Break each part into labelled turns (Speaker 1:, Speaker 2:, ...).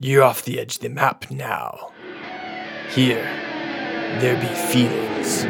Speaker 1: You're off the edge of the map now. Here, there be feelings.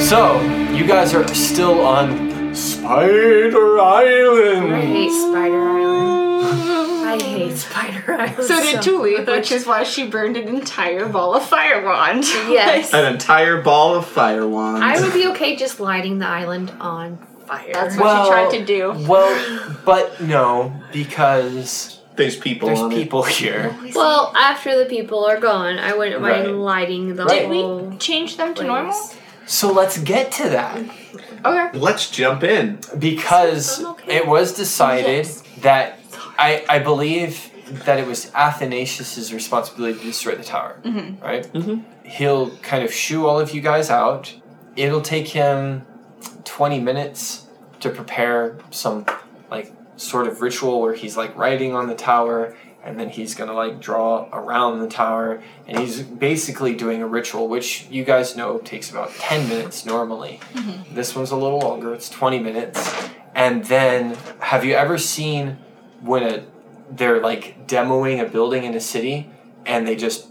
Speaker 1: So, you guys are still on Spider
Speaker 2: I
Speaker 1: Island.
Speaker 2: hate Spider Island. I hate Spider Island.
Speaker 3: So did Tuli, which is why she burned an entire ball of fire wand.
Speaker 2: Yes.
Speaker 4: An entire ball of fire wands.
Speaker 2: I would be okay just lighting the island on fire.
Speaker 3: That's what she tried to do.
Speaker 1: Well, but no, because
Speaker 4: There's people
Speaker 1: there's
Speaker 4: on it.
Speaker 1: people here.
Speaker 2: well, after the people are gone, I wouldn't mind
Speaker 1: Right.
Speaker 2: lighting the
Speaker 3: Did
Speaker 2: whole.
Speaker 3: we change them to
Speaker 2: place.
Speaker 3: normal?
Speaker 1: So let's get to that.
Speaker 3: Okay.
Speaker 4: Let's jump in.
Speaker 1: because
Speaker 2: I'm okay.
Speaker 1: it was decided
Speaker 3: Yes.
Speaker 1: that I, I believe that it was Athanasius' responsibility to destroy the tower, right? Mm-hmm. He'll kind of shoo all of you guys out. It'll take him 20 minutes to prepare some like sort of ritual where he's like writing on the tower and then he's gonna like draw around the tower and he's basically doing a ritual which you guys know takes about 10 minutes normally this one's a little longer it's 20 minutes and then have you ever seen when a they're like demoing a building in a city and they just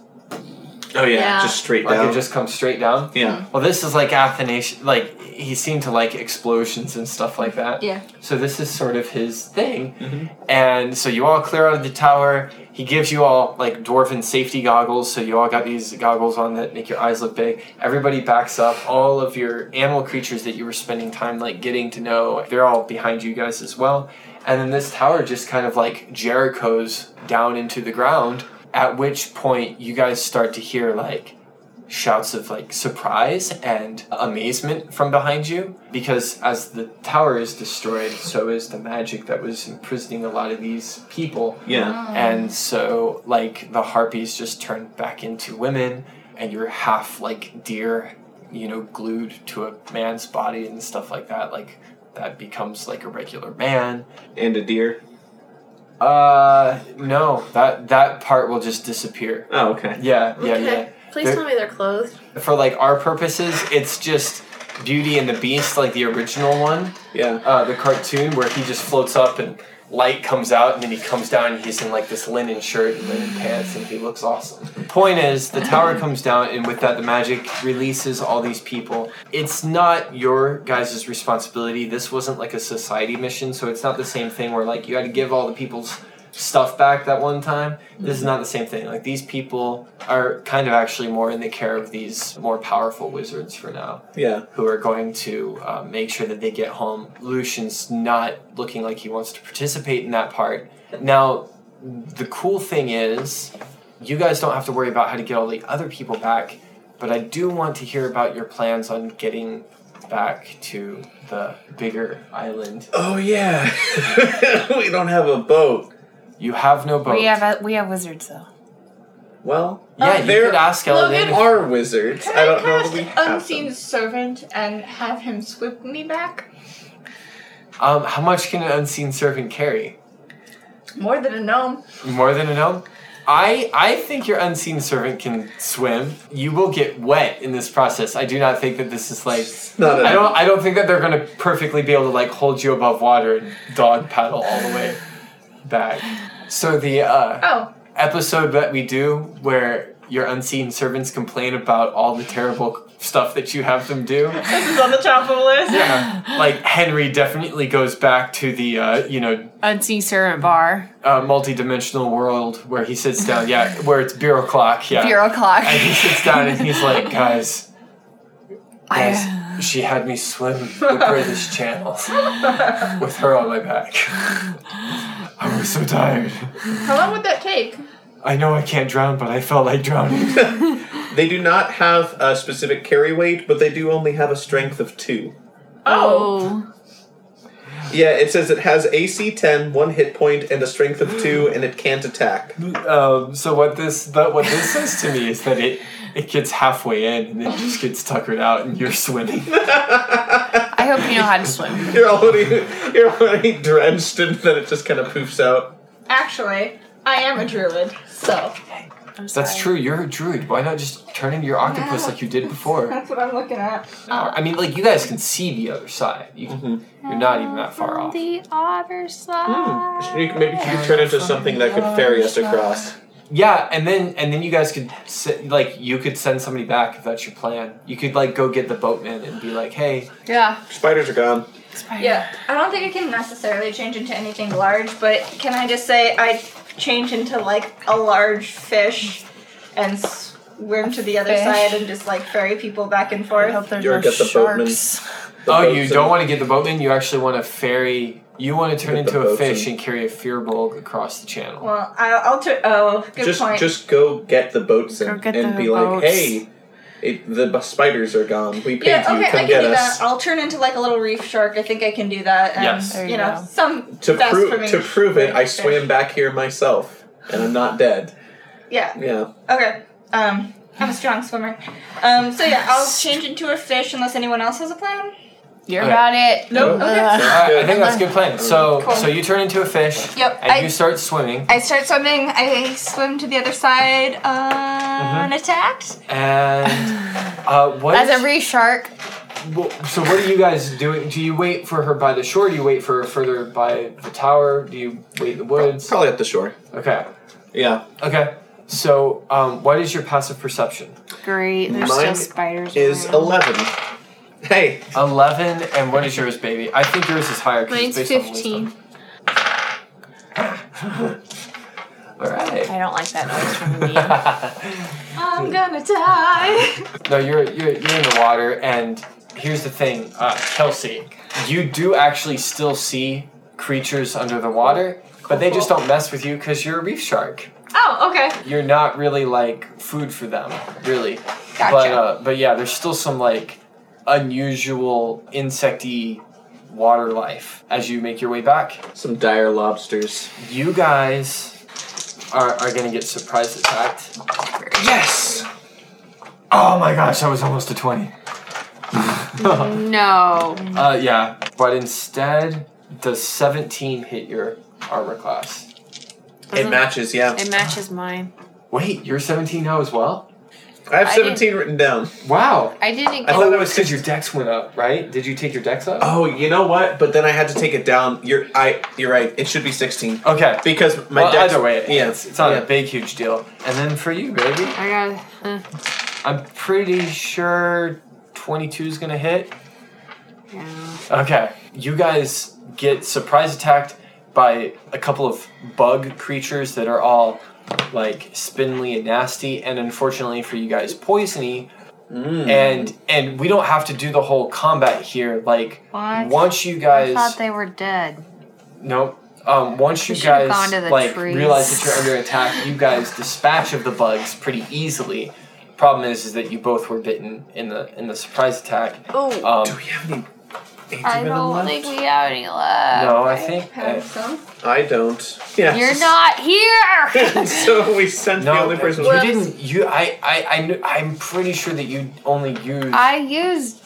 Speaker 4: Oh yeah,
Speaker 2: Yeah.
Speaker 4: just straight
Speaker 1: like
Speaker 4: down.
Speaker 1: it just comes straight down
Speaker 4: yeah.
Speaker 1: well this is like athanasius like he seemed to like explosions and stuff like that
Speaker 3: Yeah.
Speaker 1: so this is sort of his thing. And so you all clear out of the tower. He gives you all like dwarven safety goggles, so you all got these goggles on that make your eyes look big. Everybody backs up. All of your animal creatures that you were spending time like getting to know, they're all behind you guys as well. And then this tower just kind of like Jericho's down into the ground. At which point you guys start to hear like shouts of like surprise and amazement from behind you because as the tower is destroyed so is the magic that was imprisoning a lot of these people
Speaker 4: Yeah.
Speaker 1: and so like the harpies just turned back into women and you're half like deer you know glued to a man's body and stuff like that like that becomes like a regular man
Speaker 4: And a deer.
Speaker 1: uh no that that part will just disappear
Speaker 4: Oh, okay.
Speaker 1: yeah yeah
Speaker 2: okay.
Speaker 1: yeah
Speaker 2: Please
Speaker 1: There-
Speaker 2: tell me they're clothed.
Speaker 1: for like our purposes, it's just Beauty and the Beast, like the original one,
Speaker 4: Yeah.
Speaker 1: uh, the cartoon where he just floats up and light comes out, and then he comes down and he's in like this linen shirt and linen pants, and he looks awesome. Point is, the tower comes down, and with that, the magic releases all these people. It's not your guys' responsibility. This wasn't like a society mission, so it's not the same thing where like you had to give all the people's stuff back that one time. This is not the same thing. Like these people are kind of actually more in the care of these more powerful wizards for now,
Speaker 4: Yeah.
Speaker 1: who are going to uh, make sure that they get home. Lucian's not looking like he wants to participate in that part. Now, the cool thing is, you guys don't have to worry about how to get all the other people back, but I do want to hear about your plans on getting back to the bigger island.
Speaker 4: Oh yeah. we don't have a boat.
Speaker 1: You have no boat.
Speaker 5: We have a, we have wizards though.
Speaker 4: Well, uh,
Speaker 1: yeah, you
Speaker 4: there
Speaker 1: could ask Elodin.
Speaker 3: Logan
Speaker 1: if-
Speaker 4: are wizards. I don't know if we have
Speaker 3: unseen
Speaker 4: them.
Speaker 3: servant and have him swoop me back?
Speaker 1: Um, how much can an unseen servant carry?
Speaker 3: More than a gnome.
Speaker 1: More than an elm? I I think your unseen servant can swim. You will get wet in this process. I do not think that this is like
Speaker 4: Not
Speaker 1: I
Speaker 4: a-
Speaker 1: don't I don't think that they're gonna perfectly be able to like hold you above water and dog paddle all the way back. So the uh,
Speaker 3: Oh,
Speaker 1: episode that we do where your unseen servants complain about all the terrible stuff that you have them do.
Speaker 3: this is on the top of the list.
Speaker 1: Yeah. Like Henry definitely goes back to the uh, you know
Speaker 5: Unseen servant bar,
Speaker 1: uh, multi-dimensional world where he sits down. Yeah, where it's bureau clock. Yeah,
Speaker 5: bureau clock.
Speaker 1: and he sits down and he's like, guys,
Speaker 5: I- uh,
Speaker 1: guys, she had me swim the British Channel with her on my back. I was so tired.
Speaker 3: How long would that take?
Speaker 1: I know I can't drown, but I felt like drowning.
Speaker 4: They do not have a specific carry weight, but they do only have a strength of two.
Speaker 5: Oh.
Speaker 4: Yeah, it says it has AC 10, one hit point, and a strength of two, and it can't attack.
Speaker 1: Um, so what this but what this says to me is that it it gets halfway in and then just gets tuckered out and you're swimming.
Speaker 5: I hope you know how to swim.
Speaker 4: You're already you're already drenched, and then it just kind of poofs out.
Speaker 3: Actually, I am a druid, so
Speaker 5: I'm sorry.
Speaker 1: That's true. You're a druid. Why not just turn into your octopus like you did before?
Speaker 3: that's what I'm looking at.
Speaker 1: I mean, like you guys can see the other side. You,
Speaker 4: Mm-hmm.
Speaker 1: You're not even that far off. Hmm.
Speaker 5: The other side.
Speaker 4: You- Maybe you could turn into something that could ferry us across.
Speaker 1: Yeah, and then and then you guys could se- like you could send somebody back if that's your plan. You could like go get the boatman and be like, hey,
Speaker 5: Yeah.
Speaker 4: Spiders are gone.
Speaker 3: Yeah, I don't think I can necessarily change into anything large, but can I just say I change into like a large fish and swim to the other
Speaker 5: Fish.
Speaker 3: side and just like ferry people back and
Speaker 5: I hope
Speaker 3: forth?
Speaker 5: there's
Speaker 4: You're
Speaker 5: no
Speaker 4: good, the boatman.
Speaker 5: sharks.
Speaker 4: The
Speaker 1: oh,
Speaker 4: boats
Speaker 1: you
Speaker 4: and-
Speaker 1: don't want to get the boatman. You actually want to ferry. You want to turn
Speaker 4: Get the
Speaker 1: into a
Speaker 4: boats
Speaker 1: fish
Speaker 4: in.
Speaker 1: and carry a fearbolg across the channel.
Speaker 3: Well, I'll, I'll tur- Oh, good
Speaker 4: just
Speaker 3: point.
Speaker 4: just go get the boats
Speaker 5: Go
Speaker 4: and,
Speaker 5: get
Speaker 4: and
Speaker 5: the
Speaker 4: be like,
Speaker 5: boats.
Speaker 4: hey, it, the b- spiders are gone. We paid
Speaker 3: yeah,
Speaker 4: you.
Speaker 3: okay, I
Speaker 4: Come
Speaker 3: can
Speaker 4: get
Speaker 3: do
Speaker 4: us.
Speaker 3: that. I'll turn into like a little reef shark. I think I can do that. And,
Speaker 1: Yes.
Speaker 5: There
Speaker 3: you,
Speaker 5: you
Speaker 3: know,
Speaker 5: go.
Speaker 3: some
Speaker 4: To
Speaker 3: best
Speaker 4: prove
Speaker 3: swimming
Speaker 4: to prove it, I
Speaker 3: fish.
Speaker 4: swam back here myself, and I'm not dead.
Speaker 3: Yeah.
Speaker 4: Yeah.
Speaker 3: Okay. Um, I'm a strong swimmer. Um, so yeah, I'll change into a fish unless anyone else has a plan.
Speaker 5: You're
Speaker 1: Okay.
Speaker 5: about it.
Speaker 4: Nope.
Speaker 5: Ugh.
Speaker 1: All right, I think that's a good plan. So,
Speaker 3: Cool.
Speaker 1: so you turn into a fish,
Speaker 3: Yep,
Speaker 1: and
Speaker 3: I-
Speaker 1: you start swimming,
Speaker 3: I start swimming. I swim to the other side
Speaker 4: Uh-huh.
Speaker 3: unattacked.
Speaker 1: and uh, what?
Speaker 5: As
Speaker 1: is-
Speaker 5: a reef shark,
Speaker 1: well, so, what are you guys doing? Do you wait for her by the shore? Do you wait for her further by the tower? Do you wait in the woods?
Speaker 4: Probably at the shore.
Speaker 1: Okay,
Speaker 4: Yeah.
Speaker 1: okay. So, um, what is your passive perception?
Speaker 5: great. There's still
Speaker 4: Mine
Speaker 5: spiders.
Speaker 4: Is
Speaker 5: around.
Speaker 4: eleven. Hey,
Speaker 1: Eleven, and what is yours, baby? I think yours is higher. 'cause it's
Speaker 2: Mine's
Speaker 1: based on
Speaker 2: 15.
Speaker 1: wisdom. All right.
Speaker 5: I don't like that noise from me.
Speaker 3: I'm gonna die.
Speaker 1: No, you're you're you're in the water, and here's the thing, uh, Kelsey. You do actually still see creatures under the water, but they just don't mess with you because you're a reef shark.
Speaker 3: oh, okay.
Speaker 1: You're not really like food for them, really. But
Speaker 3: Gotcha.
Speaker 1: uh, but yeah, there's still some like unusual insecty water life as you make your way back.
Speaker 4: some dire lobsters.
Speaker 1: You guys are are gonna get surprise attacked.
Speaker 4: Yes.
Speaker 1: Oh my gosh, that was almost a twenty.
Speaker 5: no.
Speaker 1: Uh, yeah, but instead, does 17 hit your armor class?
Speaker 4: It
Speaker 5: Doesn't-
Speaker 4: matches. Yeah.
Speaker 5: It matches mine.
Speaker 1: Wait, you're 17 now as well?
Speaker 4: I have
Speaker 5: I
Speaker 4: seventeen written down.
Speaker 1: Wow.
Speaker 5: I didn't
Speaker 4: I
Speaker 5: get.
Speaker 4: thought
Speaker 1: Oh,
Speaker 4: it
Speaker 1: it
Speaker 4: was
Speaker 1: was because your dex went up, right? Did you take your dex up?
Speaker 4: Oh, you know what? But then I had to take it down. You're I. You're right. It should be sixteen
Speaker 1: Oh. Okay.
Speaker 4: because my
Speaker 1: well,
Speaker 4: dex-
Speaker 1: either way,
Speaker 4: Yeah.
Speaker 1: it's, it's not
Speaker 4: yeah.
Speaker 1: a big, huge deal. And then for you, baby,
Speaker 5: I got. Uh,
Speaker 1: I'm pretty sure 22 is going to hit.
Speaker 5: yeah.
Speaker 1: Okay. You guys get surprise attacked by a couple of bug creatures that are all like spindly and nasty and unfortunately for you guys poisony.
Speaker 4: Mm.
Speaker 1: And and we don't have to do the whole combat here like
Speaker 5: What?
Speaker 1: once you
Speaker 5: I thought
Speaker 1: guys
Speaker 5: they were dead.
Speaker 1: no um once you
Speaker 5: We should've
Speaker 1: guys
Speaker 5: gone to the
Speaker 1: like
Speaker 5: trees.
Speaker 1: realize that you're under attack, you guys dispatch of the bugs pretty easily. Problem is is that you both were bitten in the in the surprise attack.
Speaker 4: uh,
Speaker 5: Oh.
Speaker 1: Um,
Speaker 4: Do we have any? anti-venom
Speaker 5: I don't
Speaker 4: left?
Speaker 5: think we have any left.
Speaker 1: no, I think uh,
Speaker 4: eh.
Speaker 1: I-
Speaker 3: some.
Speaker 4: I don't. Yeah.
Speaker 5: You're not here.
Speaker 4: so we sent the only person.
Speaker 1: you
Speaker 4: Well,
Speaker 1: didn't. You, I, I, I knew, I'm pretty sure that you only used.
Speaker 5: I used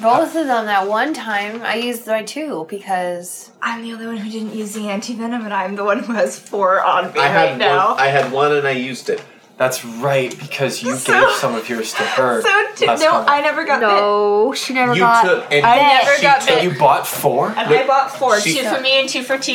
Speaker 5: both of them that one time. I used my two because
Speaker 3: I'm the only one who didn't use the anti venom, and I'm the one who has four on me
Speaker 4: I had
Speaker 3: right now.
Speaker 4: one. I had one, and I used it.
Speaker 1: That's right, because you
Speaker 3: So-
Speaker 1: gave some of yours to her.
Speaker 3: so two, no,
Speaker 1: last time.
Speaker 3: I never got bit.
Speaker 5: no, she never
Speaker 4: you
Speaker 5: got.
Speaker 4: took and
Speaker 3: I never
Speaker 4: she
Speaker 3: got
Speaker 1: And
Speaker 4: took,
Speaker 1: you bought four.
Speaker 3: And
Speaker 4: Wait,
Speaker 3: I bought four,
Speaker 4: she-
Speaker 3: two for me and two for Tr.
Speaker 4: she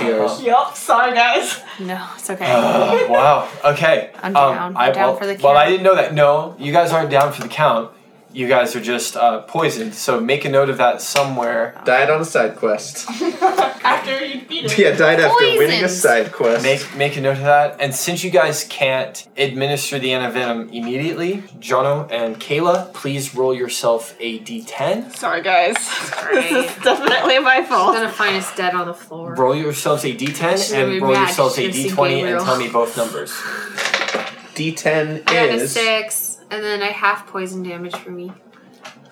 Speaker 4: yours.
Speaker 3: Yup, sorry guys.
Speaker 5: No, it's okay.
Speaker 1: Uh, wow. Okay.
Speaker 5: I'm
Speaker 1: Um,
Speaker 5: down.
Speaker 1: I,
Speaker 5: I'm down
Speaker 1: well,
Speaker 5: for the
Speaker 1: Well, I
Speaker 5: count.
Speaker 1: didn't know that. No, you guys aren't down for the count. You guys are just uh, poisoned. So make a note of that somewhere.
Speaker 4: Died on a side quest.
Speaker 3: After you beat it.
Speaker 4: yeah, died after winning a
Speaker 5: Poisoned.
Speaker 4: side quest.
Speaker 1: Make make a note of that. And since you guys can't administer the antivenom immediately, Jono and Kayla, please roll yourself a d10.
Speaker 3: Sorry guys. This is definitely my
Speaker 2: I'm
Speaker 3: fault.
Speaker 2: gonna find us dead on the floor.
Speaker 1: Roll yourselves a d10
Speaker 2: gonna be
Speaker 1: and roll
Speaker 2: mad.
Speaker 1: yourselves a
Speaker 2: She's gonna see
Speaker 1: d20
Speaker 2: Gabriel.
Speaker 1: and tell me both numbers.
Speaker 4: D10
Speaker 2: I got a
Speaker 4: is
Speaker 2: six.
Speaker 6: and then I half poison damage for me.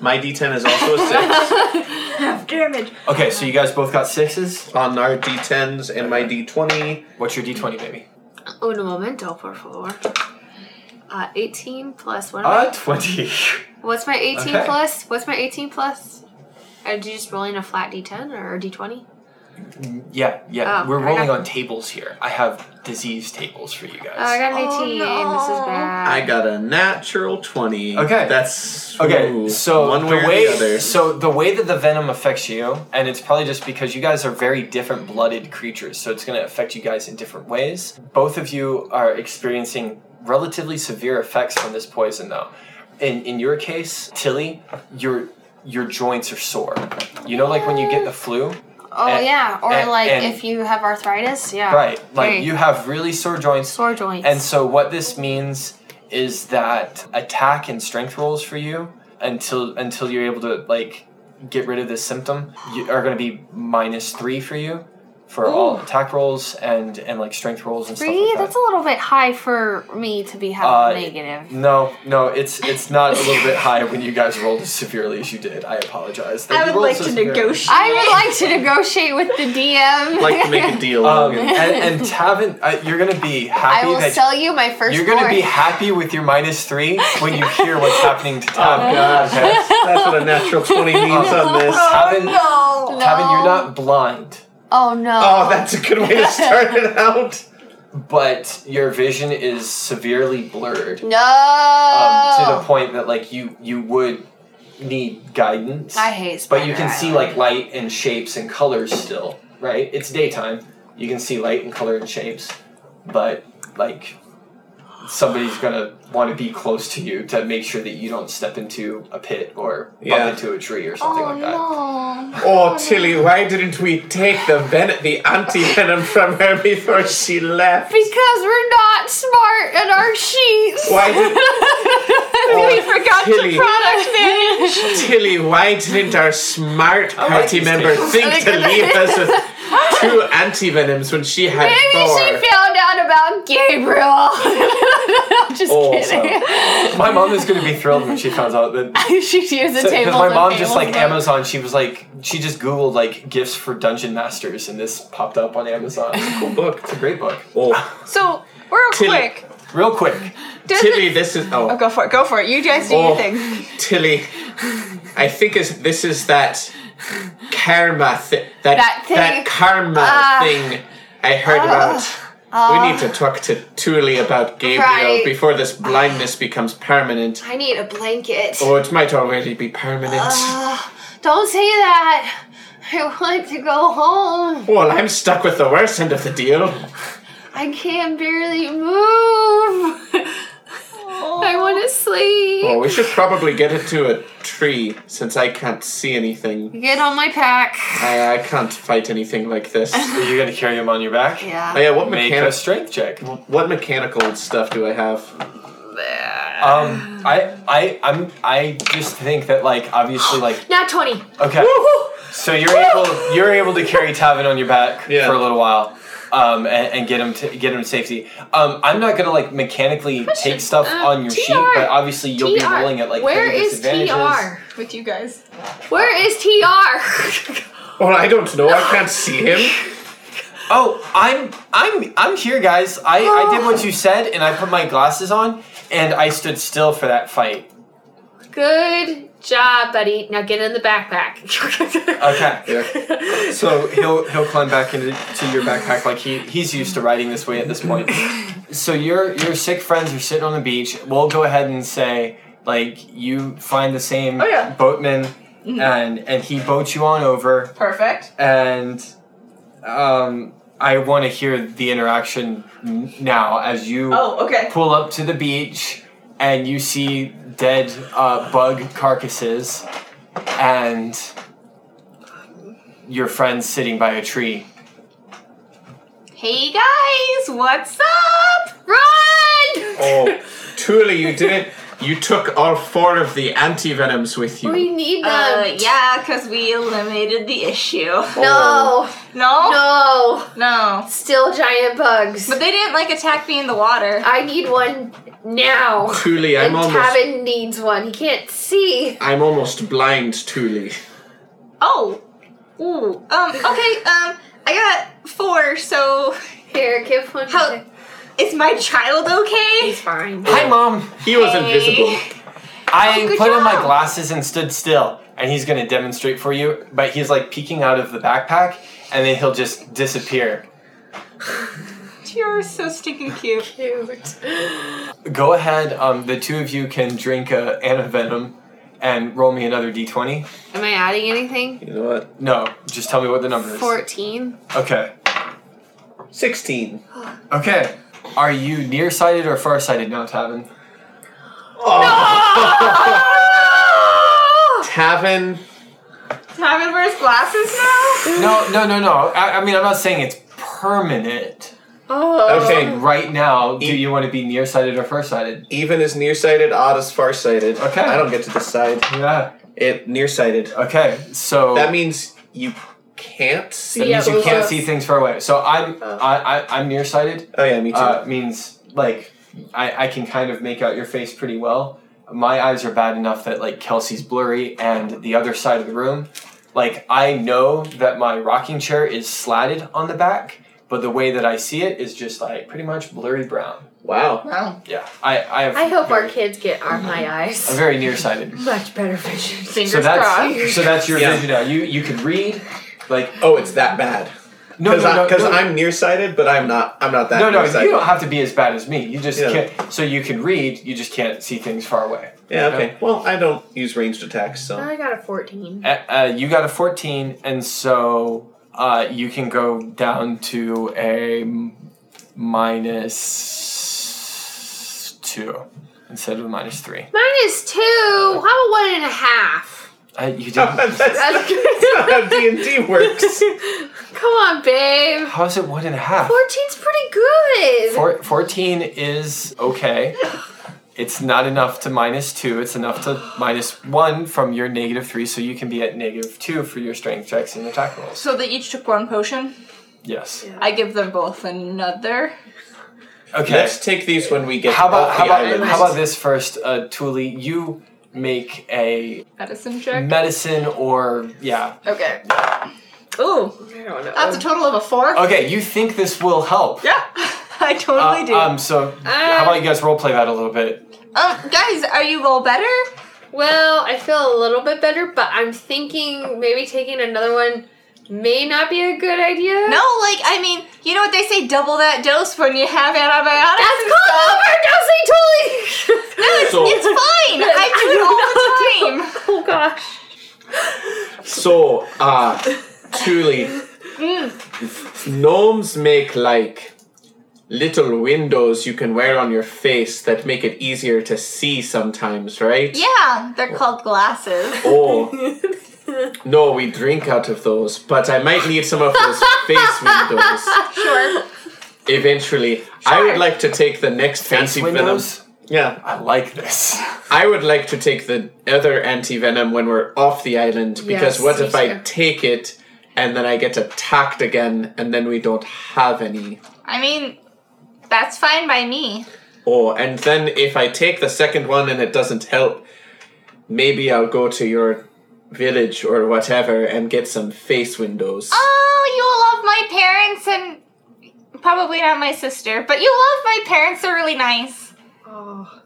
Speaker 4: My D10 is also a six.
Speaker 3: Half damage.
Speaker 1: Okay, so you guys both got sixes.
Speaker 4: on our D10s and my D20.
Speaker 1: What's your d20, baby?
Speaker 6: Un momento, por favor. Uh, 18 plus what? am I-
Speaker 1: Uh, 20.
Speaker 6: What's my 18
Speaker 1: Okay.
Speaker 6: plus? What's my 18 plus? Are you just rolling a flat D10 or a D20?
Speaker 1: Yeah, yeah.
Speaker 6: Oh,
Speaker 1: We're
Speaker 6: I
Speaker 1: rolling
Speaker 6: got-
Speaker 1: on tables here. I have disease tables for you
Speaker 6: Oh,
Speaker 1: guys.
Speaker 6: I got an
Speaker 3: Oh,
Speaker 6: 18.
Speaker 3: no.
Speaker 6: This is bad.
Speaker 4: I got a natural 20.
Speaker 1: Okay.
Speaker 4: That's
Speaker 1: Okay,
Speaker 4: ooh,
Speaker 1: so
Speaker 4: one way,
Speaker 1: the
Speaker 4: or
Speaker 1: way
Speaker 4: the other.
Speaker 1: so the way that the venom affects you, and it's probably just because you guys are very different blooded creatures, so it's going to affect you guys in different ways. Both of you are experiencing relatively severe effects from this poison, though. In in your case, Tilly, your your joints are sore. You know, like when you get the flu,
Speaker 5: Oh
Speaker 1: And-
Speaker 5: yeah, or
Speaker 1: and-
Speaker 5: like
Speaker 1: and-
Speaker 5: if you have arthritis, yeah.
Speaker 1: right?
Speaker 6: Right.
Speaker 1: Like you have really sore joints.
Speaker 6: Sore joints.
Speaker 1: And so what this means is that attack and strength rolls for you until until you're able to like get rid of this symptom you are going to be minus three for you for all attack rolls and and like strength rolls and
Speaker 6: Three?
Speaker 1: stuff like
Speaker 6: That's
Speaker 1: that.
Speaker 6: a little bit high for me to be having
Speaker 1: Uh,
Speaker 6: negative.
Speaker 1: no, no, it's it's not a little bit high when you guys rolled as severely as you did. I apologize. that
Speaker 3: I
Speaker 1: you
Speaker 3: would
Speaker 1: rolled
Speaker 3: like
Speaker 1: so
Speaker 3: to
Speaker 1: severely.
Speaker 3: negotiate.
Speaker 6: I would like to negotiate with the DM.
Speaker 4: like to make a deal.
Speaker 1: Um,
Speaker 4: Logan.
Speaker 1: and and Tavin, uh, you're gonna be
Speaker 5: I
Speaker 1: happy
Speaker 5: will
Speaker 1: that
Speaker 5: sell you my first.
Speaker 1: you're gonna be happy with your minus three when you hear what's happening to Tavin.
Speaker 4: Gosh,
Speaker 1: okay?
Speaker 4: that's, that's what a natural 20 means on this.
Speaker 1: Tavin,
Speaker 3: no.
Speaker 1: Tavin, you're
Speaker 5: No.
Speaker 1: not blind,
Speaker 5: Oh no.
Speaker 4: Oh, that's a good way to start it out.
Speaker 1: but your vision is severely blurred um,
Speaker 5: no.
Speaker 1: to the point that like you you would need guidance.
Speaker 5: I hate. Spider
Speaker 1: but you can see
Speaker 5: Island.
Speaker 1: like light and shapes and colors still, right? It's daytime. You can see light and color and shapes, but like somebody's gonna want to be close to you to make sure that you don't step into a pit or bump
Speaker 4: Yeah.
Speaker 1: into a tree or something like that.
Speaker 4: Oh, Tilly, why didn't we take the ven- the anti venom from her before she left?
Speaker 6: because we're not smart in our sheets.
Speaker 4: Why did Oh,
Speaker 6: we forgot
Speaker 4: Tilly.
Speaker 6: to product manage.
Speaker 4: Tilly, why didn't our smart
Speaker 1: like
Speaker 4: party
Speaker 1: these
Speaker 4: member
Speaker 1: people.
Speaker 4: think to leave us with two anti venoms when she had
Speaker 6: Maybe
Speaker 4: four?
Speaker 6: she found out about Gabriel. I'm just
Speaker 1: Oh,
Speaker 6: kidding.
Speaker 1: My mom is gonna be thrilled when she finds out that
Speaker 6: she used the
Speaker 1: Because
Speaker 6: table.
Speaker 1: my mom just like Amazon, she was like, she just Googled like gifts for dungeon masters, and this popped up on Amazon. It's a cool book. It's a great book.
Speaker 4: oh,
Speaker 3: So real
Speaker 4: Tilly.
Speaker 3: quick.
Speaker 1: Real quick,
Speaker 3: Does
Speaker 4: Tilly,
Speaker 3: it,
Speaker 4: this is oh,
Speaker 3: oh, go for it. Go for it. You guys do
Speaker 4: Oh.
Speaker 3: your thing.
Speaker 4: Tilly. I think is this is that karma thi- that
Speaker 5: That thing.
Speaker 4: karma
Speaker 5: Ah.
Speaker 4: thing I heard about. we need to talk to Tully about Gabriel
Speaker 5: Right.
Speaker 4: before this blindness becomes permanent.
Speaker 5: I need a blanket.
Speaker 1: Oh.
Speaker 4: Or it might already be permanent.
Speaker 5: Ah. Don't say that. I want to go home.
Speaker 4: well, I'm stuck with the worst end of the deal.
Speaker 5: I can barely move.
Speaker 6: I want to sleep.
Speaker 1: Oh,
Speaker 4: Well, Oh, we should probably get it to a tree since I can't see anything.
Speaker 6: Get on my pack.
Speaker 4: I, I can't fight anything like this. oh,
Speaker 1: are you gonna carry him on your back?
Speaker 6: Yeah.
Speaker 4: yeah, what
Speaker 1: Make a
Speaker 4: mechanic?
Speaker 1: strength check. Um,
Speaker 4: What mechanical stuff do I have?
Speaker 1: Um, I, I, I'm, I just think that like obviously like
Speaker 6: Now 20.
Speaker 1: okay, so you're able, you're able to carry Tavin on your back
Speaker 4: Yeah.
Speaker 1: for a little while. Um, and, and get him to get him to safety. Um, I'm not gonna like mechanically take stuff
Speaker 6: Uh,
Speaker 1: on your sheet,
Speaker 6: TR.
Speaker 1: but obviously you'll be rolling at like
Speaker 6: Where
Speaker 1: heavy
Speaker 6: is
Speaker 1: disadvantages.
Speaker 6: TR?
Speaker 3: With you guys.
Speaker 6: Where is TR?
Speaker 4: Well, I don't know. I can't see him.
Speaker 1: Oh, I'm I'm I'm here, guys. I, I did what
Speaker 3: Oh.
Speaker 1: you said, and I put my glasses on, and I stood still for that fight.
Speaker 6: Good job, buddy. Now get in the backpack.
Speaker 1: Okay. So he'll he'll climb back into to your backpack like he he's used to riding this way at this point. So your your sick friends are sitting on the beach. We'll go ahead and say like you find the same
Speaker 3: Oh, yeah. Mm-hmm.
Speaker 1: boatman, and and he boats you on over.
Speaker 3: Perfect.
Speaker 1: and um, I want to hear the interaction n- now as you
Speaker 3: Oh, okay.
Speaker 1: pull up to the beach and you see dead uh, bug carcasses and your friends sitting by a tree.
Speaker 6: hey guys, what's up? Run!
Speaker 4: Oh, Tully, you didn't. You took all four of the anti venoms with you.
Speaker 5: We need them.
Speaker 3: Uh, yeah, because we eliminated the issue.
Speaker 5: No,
Speaker 3: No?
Speaker 5: no.
Speaker 3: No.
Speaker 5: Still giant bugs.
Speaker 3: But they didn't like attack me in the water.
Speaker 5: I need one now.
Speaker 4: Tuli, I'm
Speaker 5: and
Speaker 4: almost
Speaker 5: Tavin needs one. He can't see.
Speaker 4: I'm almost blind, Tuli.
Speaker 3: Oh. Ooh. Um, okay, um, I got four, so
Speaker 5: Here, give one.
Speaker 3: How-
Speaker 5: to-
Speaker 3: is my child okay?
Speaker 6: He's fine.
Speaker 1: Hi, mom.
Speaker 4: He was
Speaker 3: Hey.
Speaker 4: invisible.
Speaker 1: I
Speaker 3: Oh, good
Speaker 1: put on my
Speaker 3: job.
Speaker 1: glasses and stood still, and he's gonna demonstrate for you. But he's like peeking out of the backpack, and then he'll just disappear.
Speaker 3: You're so stinking cute.
Speaker 6: Cute.
Speaker 1: Go ahead. Um, the two of you can drink a antivenom and roll me another d20.
Speaker 6: Am I adding anything?
Speaker 4: You know what?
Speaker 1: No, just tell me what the number is.
Speaker 6: 14.
Speaker 1: Okay.
Speaker 4: Sixteen.
Speaker 1: Okay. Are you nearsighted or farsighted now, Tavin?
Speaker 4: Tavin.
Speaker 3: Time to wears glasses now?
Speaker 1: No, no, no, no. I, I mean, I'm not saying it's permanent.
Speaker 4: Okay.
Speaker 1: Right now, do
Speaker 4: E-
Speaker 1: you want to be nearsighted or farsighted?
Speaker 4: Even is nearsighted, odd is farsighted.
Speaker 1: Okay.
Speaker 4: I don't get to decide.
Speaker 1: Yeah.
Speaker 4: It nearsighted.
Speaker 1: Okay. So
Speaker 4: That means you can't see.
Speaker 1: That means you can't see things far away. So I'm
Speaker 6: Oh.
Speaker 1: I, I I'm nearsighted.
Speaker 4: Oh yeah, me too.
Speaker 1: Uh, means like I, I can kind of make out your face pretty well. My eyes are bad enough that like Kelsey's blurry and the other side of the room. Like I know that my rocking chair is slatted on the back, but the way that I see it is just like pretty much blurry brown.
Speaker 4: wow.
Speaker 3: Wow.
Speaker 1: Yeah, I I, have
Speaker 5: I hope our
Speaker 1: very,
Speaker 5: kids get our my
Speaker 1: I'm
Speaker 5: eyes.
Speaker 1: very nearsighted.
Speaker 6: Much better vision. Fingers
Speaker 1: so that's
Speaker 6: crossed.
Speaker 1: so that's your
Speaker 4: Yeah.
Speaker 1: vision now. You you can read like
Speaker 4: Oh, it's that bad.
Speaker 1: no
Speaker 4: Because
Speaker 1: no no no, no.
Speaker 4: I'm nearsighted, but I'm not. I'm not that.
Speaker 1: no, no,
Speaker 4: nearsighted.
Speaker 1: you don't have to be as bad as me. You just
Speaker 4: Yeah.
Speaker 1: can't. So you can read, you just can't see things far away.
Speaker 4: Yeah. Okay. Well, I don't use ranged attacks, so
Speaker 5: I got a 14.
Speaker 1: Uh, uh, you got a 14, and so uh, you can go down to a m- minus two instead of a minus three.
Speaker 5: Minus two. How about one and a half?
Speaker 1: Uh, you didn't.
Speaker 5: That's
Speaker 4: that's, not- that's not how D and D works.
Speaker 5: Come on, babe.
Speaker 1: How's it one and a half?
Speaker 5: 14's pretty good.
Speaker 1: Four, 14 is okay. It's not enough to minus two. It's enough to minus one from your negative three, so you can be at negative two for your strength checks and attack rolls.
Speaker 3: So they each took one potion.
Speaker 1: Yes.
Speaker 3: I give them both another.
Speaker 1: Okay.
Speaker 4: Let's take these when we get
Speaker 1: How about
Speaker 4: off
Speaker 1: how
Speaker 4: the
Speaker 1: about
Speaker 4: island.
Speaker 1: how about this first, uh, Thule? You make a
Speaker 3: Medicine check.
Speaker 1: medicine or yeah.
Speaker 3: okay. Ooh,
Speaker 6: I don't know.
Speaker 3: that's a total of a four.
Speaker 1: Okay, you think this will help?
Speaker 3: Yeah, I totally
Speaker 1: Uh,
Speaker 3: do.
Speaker 1: um. So how about you guys roleplay that a little bit?
Speaker 3: Um, guys, are you all better?
Speaker 5: Well, I feel a little bit better, but I'm thinking maybe taking another one may not be a good idea.
Speaker 3: No, like I mean, you know what they say: double that dose when you have antibiotics.
Speaker 5: That's
Speaker 3: and
Speaker 5: called
Speaker 3: stuff.
Speaker 5: overdosing, totally.
Speaker 3: No, it's,
Speaker 4: So-
Speaker 3: it's fine. I do it all the time.
Speaker 5: oh gosh.
Speaker 4: So, uh, truly, gnomes make like little windows you can wear on your face that make it easier to see sometimes, right?
Speaker 3: Yeah, they're called glasses.
Speaker 4: Oh. No, we drink out of those, but I might need some of those face windows
Speaker 3: Sure.
Speaker 4: eventually. I would like to take the next
Speaker 1: Face
Speaker 4: fancy
Speaker 1: windows.
Speaker 4: venom. Yeah.
Speaker 1: I like this.
Speaker 4: I would like to take the other anti venom when we're off the island because
Speaker 6: Yes,
Speaker 4: what
Speaker 6: me
Speaker 4: if I
Speaker 6: too.
Speaker 4: take it and then I get attacked again and then we don't have any?
Speaker 3: I mean, that's fine by me.
Speaker 4: Oh, and then if I take the second one and it doesn't help, maybe I'll go to your village or whatever and get some face windows.
Speaker 3: Oh, you love my parents and probably not my sister, but you love my parents. They're really nice.
Speaker 6: Oh.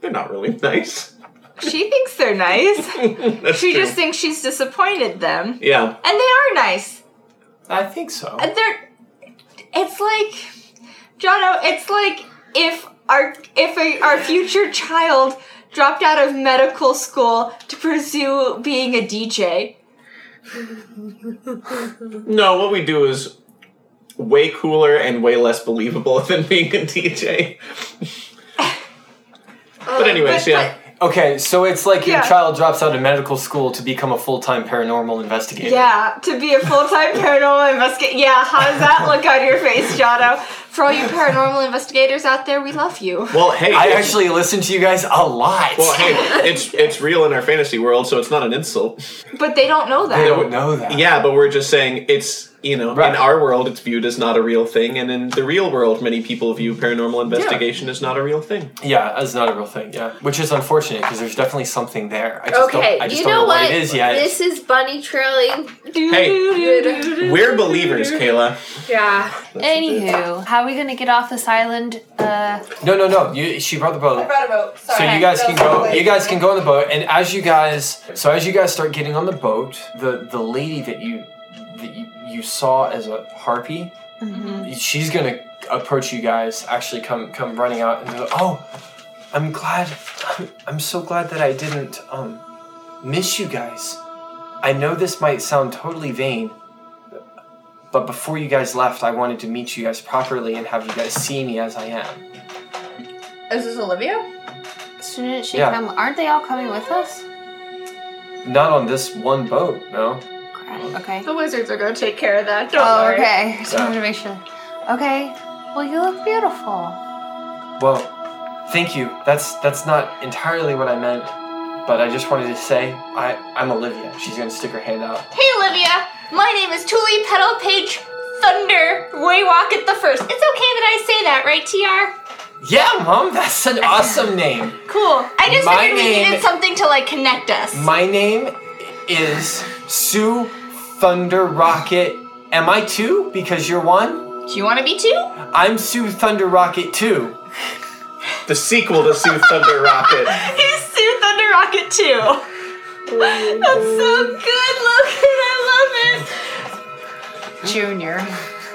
Speaker 4: They're not really nice.
Speaker 3: She thinks they're nice.
Speaker 4: That's
Speaker 3: She
Speaker 4: true.
Speaker 3: just thinks she's disappointed them.
Speaker 4: yeah.
Speaker 3: And they are nice.
Speaker 1: I think so.
Speaker 3: And they're it's like Jono, it's like if our if a, our future child dropped out of medical school to pursue being a DJ.
Speaker 4: No, what we do is way cooler and way less believable than being a DJ. but anyways,
Speaker 3: Oh, but-
Speaker 4: yeah.
Speaker 1: Okay, so it's like your
Speaker 3: Yeah.
Speaker 1: child drops out of medical school to become a full-time paranormal investigator.
Speaker 3: Yeah, to be a full-time paranormal investigator. Yeah, how does that look on your face, Jono? For all you paranormal investigators out there, we love you.
Speaker 4: Well, hey,
Speaker 1: I
Speaker 4: it's-
Speaker 1: actually listen to you guys a lot.
Speaker 4: Well, hey, it's it's real in our fantasy world, so it's not an insult.
Speaker 3: But they don't know that.
Speaker 1: I don't know that.
Speaker 4: Yeah, but we're just saying it's you know
Speaker 1: Right.
Speaker 4: in our world it's viewed as not a real thing, and in the real world many people view paranormal investigation as not a real thing.
Speaker 1: Yeah, it's not a real thing. Yeah, which is unfortunate because there's definitely something there. I just
Speaker 5: Okay,
Speaker 1: don't, I just
Speaker 5: you
Speaker 1: don't
Speaker 5: know
Speaker 1: know
Speaker 5: what?
Speaker 1: it is yet.
Speaker 5: This is bunny trailing.
Speaker 4: Hey, we're believers, Kayla.
Speaker 5: Yeah.
Speaker 6: Anywho, how are we gonna get off this island? Uh,
Speaker 1: no, no, no. You, she brought the boat.
Speaker 7: brought a boat.
Speaker 1: So
Speaker 7: Sorry.
Speaker 1: you guys
Speaker 7: That
Speaker 1: can
Speaker 7: was the
Speaker 1: go.
Speaker 7: way-
Speaker 1: You guys can go on the boat, and as you guys, so as you guys start getting on the boat, the the lady that you that you, you saw as a harpy, she's gonna approach you guys. Actually, come come running out and go. Oh, I'm glad. I'm, I'm so glad that I didn't um miss you guys. I know this might sound totally vain, but before you guys left, I wanted to meet you guys properly and have you guys see me as I am.
Speaker 7: Is this Olivia?
Speaker 6: shouldn't she
Speaker 1: Yeah.
Speaker 6: come? Um, Aren't they all coming with us?
Speaker 1: Not on this one boat, no.
Speaker 6: Crap, Okay.
Speaker 7: The wizards are gonna take care of that. Don't
Speaker 6: Oh,
Speaker 7: worry.
Speaker 6: okay. Just
Speaker 1: Yeah.
Speaker 6: wanted to make sure. Okay. Well, you look beautiful.
Speaker 1: Well, thank you. That's that's not entirely what I meant, but I just wanted to say I I'm Olivia. She's gonna stick her hand out.
Speaker 3: Hey, Olivia. My name is Tuli Petal Page Thunder Waywalk at the first. It's okay that I say that, right, Tr?
Speaker 1: Yeah, mom, that's an awesome name.
Speaker 3: Cool. I just
Speaker 1: My
Speaker 3: figured we
Speaker 1: name-
Speaker 3: needed something to like connect us.
Speaker 1: My name is Sue Thunder Rocket. Am I two? Because you're one.
Speaker 3: Do you want to be two?
Speaker 1: I'm Sue Thunder Rocket two.
Speaker 4: The sequel to Sue Thunder Rocket.
Speaker 3: He's Sue Thunder Rocket too. That's so good, Logan. I love it.
Speaker 6: Junior.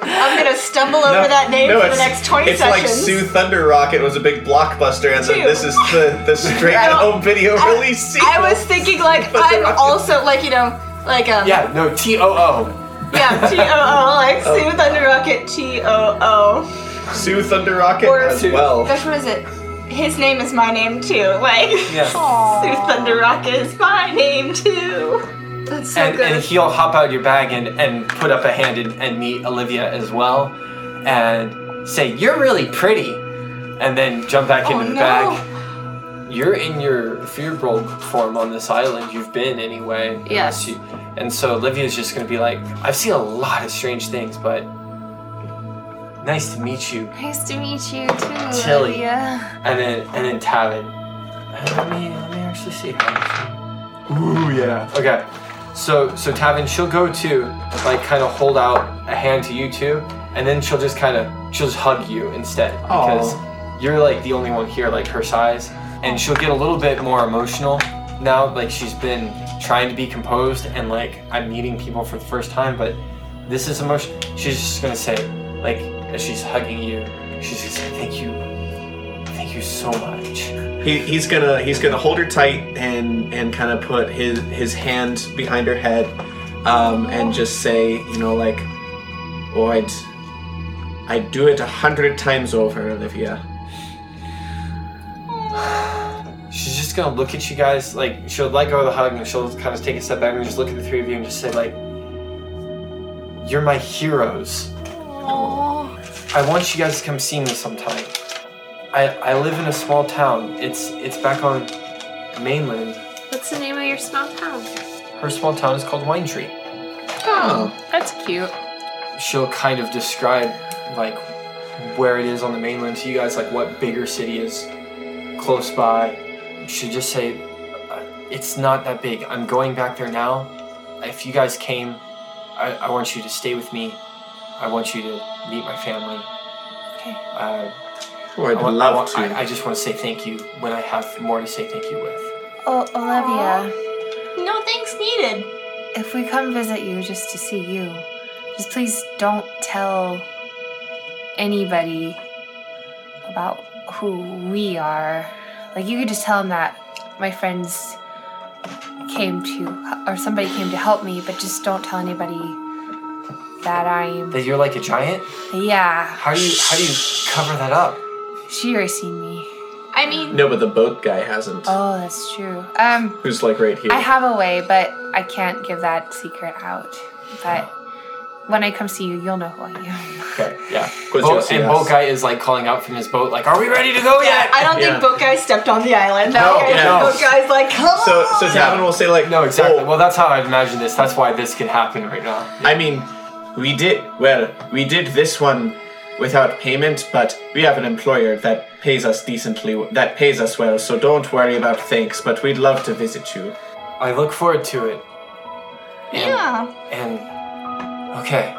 Speaker 3: I'm gonna stumble over that name for the
Speaker 4: it's-
Speaker 3: next 20
Speaker 4: It's
Speaker 3: seconds.
Speaker 4: like Sue Thunder Rocket was a big blockbuster, and then
Speaker 3: Two.
Speaker 4: this is the the straight to home video release sequel.
Speaker 3: I was thinking like
Speaker 4: Thunder
Speaker 3: I'm
Speaker 4: Rocket.
Speaker 3: also like you know like um
Speaker 1: Yeah, no T O O.
Speaker 3: yeah T O O like
Speaker 4: Oh.
Speaker 3: Sue Thunder Rocket T O O.
Speaker 4: Sue Thunder Rocket
Speaker 3: Or
Speaker 4: as
Speaker 1: Sue-
Speaker 4: well.
Speaker 3: Gosh, what is it? His name is my name too. Like
Speaker 1: Yeah.
Speaker 3: Sue Thunder Rocket is my name too.
Speaker 6: That's so
Speaker 1: And,
Speaker 6: good.
Speaker 1: and he'll hop out of your bag and, and put up a hand and, and meet Olivia as well and say, You're really pretty. And then jump back
Speaker 6: Oh,
Speaker 1: into the bag. You're in your fearbrold form on this island. You've been anyway. unless
Speaker 6: Yes.
Speaker 1: you- and so Olivia's just going to be like, I've seen a lot of strange things, but nice to meet you.
Speaker 6: Nice to meet you too,
Speaker 1: Tilly.
Speaker 6: Olivia.
Speaker 1: And then and then Tavin. Let me let me actually see how this Ooh yeah. Okay. So so Tavin, she'll go to like kind of hold out a hand to you two, and then she'll just kind of she'll just hug you instead because you're like the only one here like her size, and she'll get a little bit more emotional now. Like she's been trying to be composed and like I'm meeting people for the first time, but this is emotion. She's just gonna say like as she's hugging you, she's just gonna say thank you Thank you so much.
Speaker 4: He, he's gonna he's gonna hold her tight and and kind of put his his hand behind her head, um, and just say you know like, oh I'd I'd do it a hundred times over, Olivia.
Speaker 1: She's just gonna look at you guys, like, she'll let go of the hug and she'll kind of take a step back and just look at the three of you and just say, like, You're my heroes. I want you guys to come see me sometime. I, I live in a small town. It's it's back on the mainland.
Speaker 5: What's the name of your small town?
Speaker 1: Her small town is called Wine Tree.
Speaker 4: Oh,
Speaker 6: That's cute.
Speaker 1: she'll kind of describe like where it is on the mainland to you guys, like what bigger city is close by. She'll just say, "Uh, "It's not that big. I'm going back there now. If you guys came, I, I want you to stay with me. I want you to meet my family.
Speaker 6: Okay.
Speaker 1: Uh,
Speaker 4: oh I'd
Speaker 1: I, want, I,
Speaker 4: love
Speaker 1: want-
Speaker 4: to.
Speaker 1: I, I just want to say thank you when I have more to say thank you with.
Speaker 6: Oh, Olivia,
Speaker 3: No thanks needed.
Speaker 6: if we come visit you just to see you, just please don't tell anybody about who we are. Like, you could just tell them that my friends came to, or somebody came to help me, but just don't tell anybody that I'm.
Speaker 1: That you're like a giant.
Speaker 6: Yeah,
Speaker 1: How do you how do you cover that up?
Speaker 6: she already seen me.
Speaker 3: I mean,
Speaker 4: no, but the boat guy hasn't.
Speaker 6: Oh, that's true. Um.
Speaker 4: Who's like right here?
Speaker 6: I have a way, but I can't give that secret out. But when I come see you, you'll know who I am.
Speaker 1: Okay, yeah.
Speaker 4: Good
Speaker 1: Bo-
Speaker 4: to see
Speaker 1: and
Speaker 4: us.
Speaker 1: Boat Guy is like calling out from his boat, like, "Are we ready to go yet?"
Speaker 3: I don't
Speaker 4: Yeah.
Speaker 3: think Boat Guy stepped on the island. That
Speaker 1: No,
Speaker 3: guy,
Speaker 1: no.
Speaker 3: Boat Guy's like, "Oh!" come on.
Speaker 4: So, so Tavin will say like,
Speaker 1: no, exactly.
Speaker 4: "Oh,
Speaker 1: Well, that's how I'd imagine this. That's why this can happen right now.
Speaker 4: I mean, we did well. We did this one without payment, but we have an employer that pays us decently. That pays us well. So don't worry about thanks. But we'd love to visit you.
Speaker 1: I look forward to it. And,
Speaker 3: Yeah.
Speaker 1: And okay,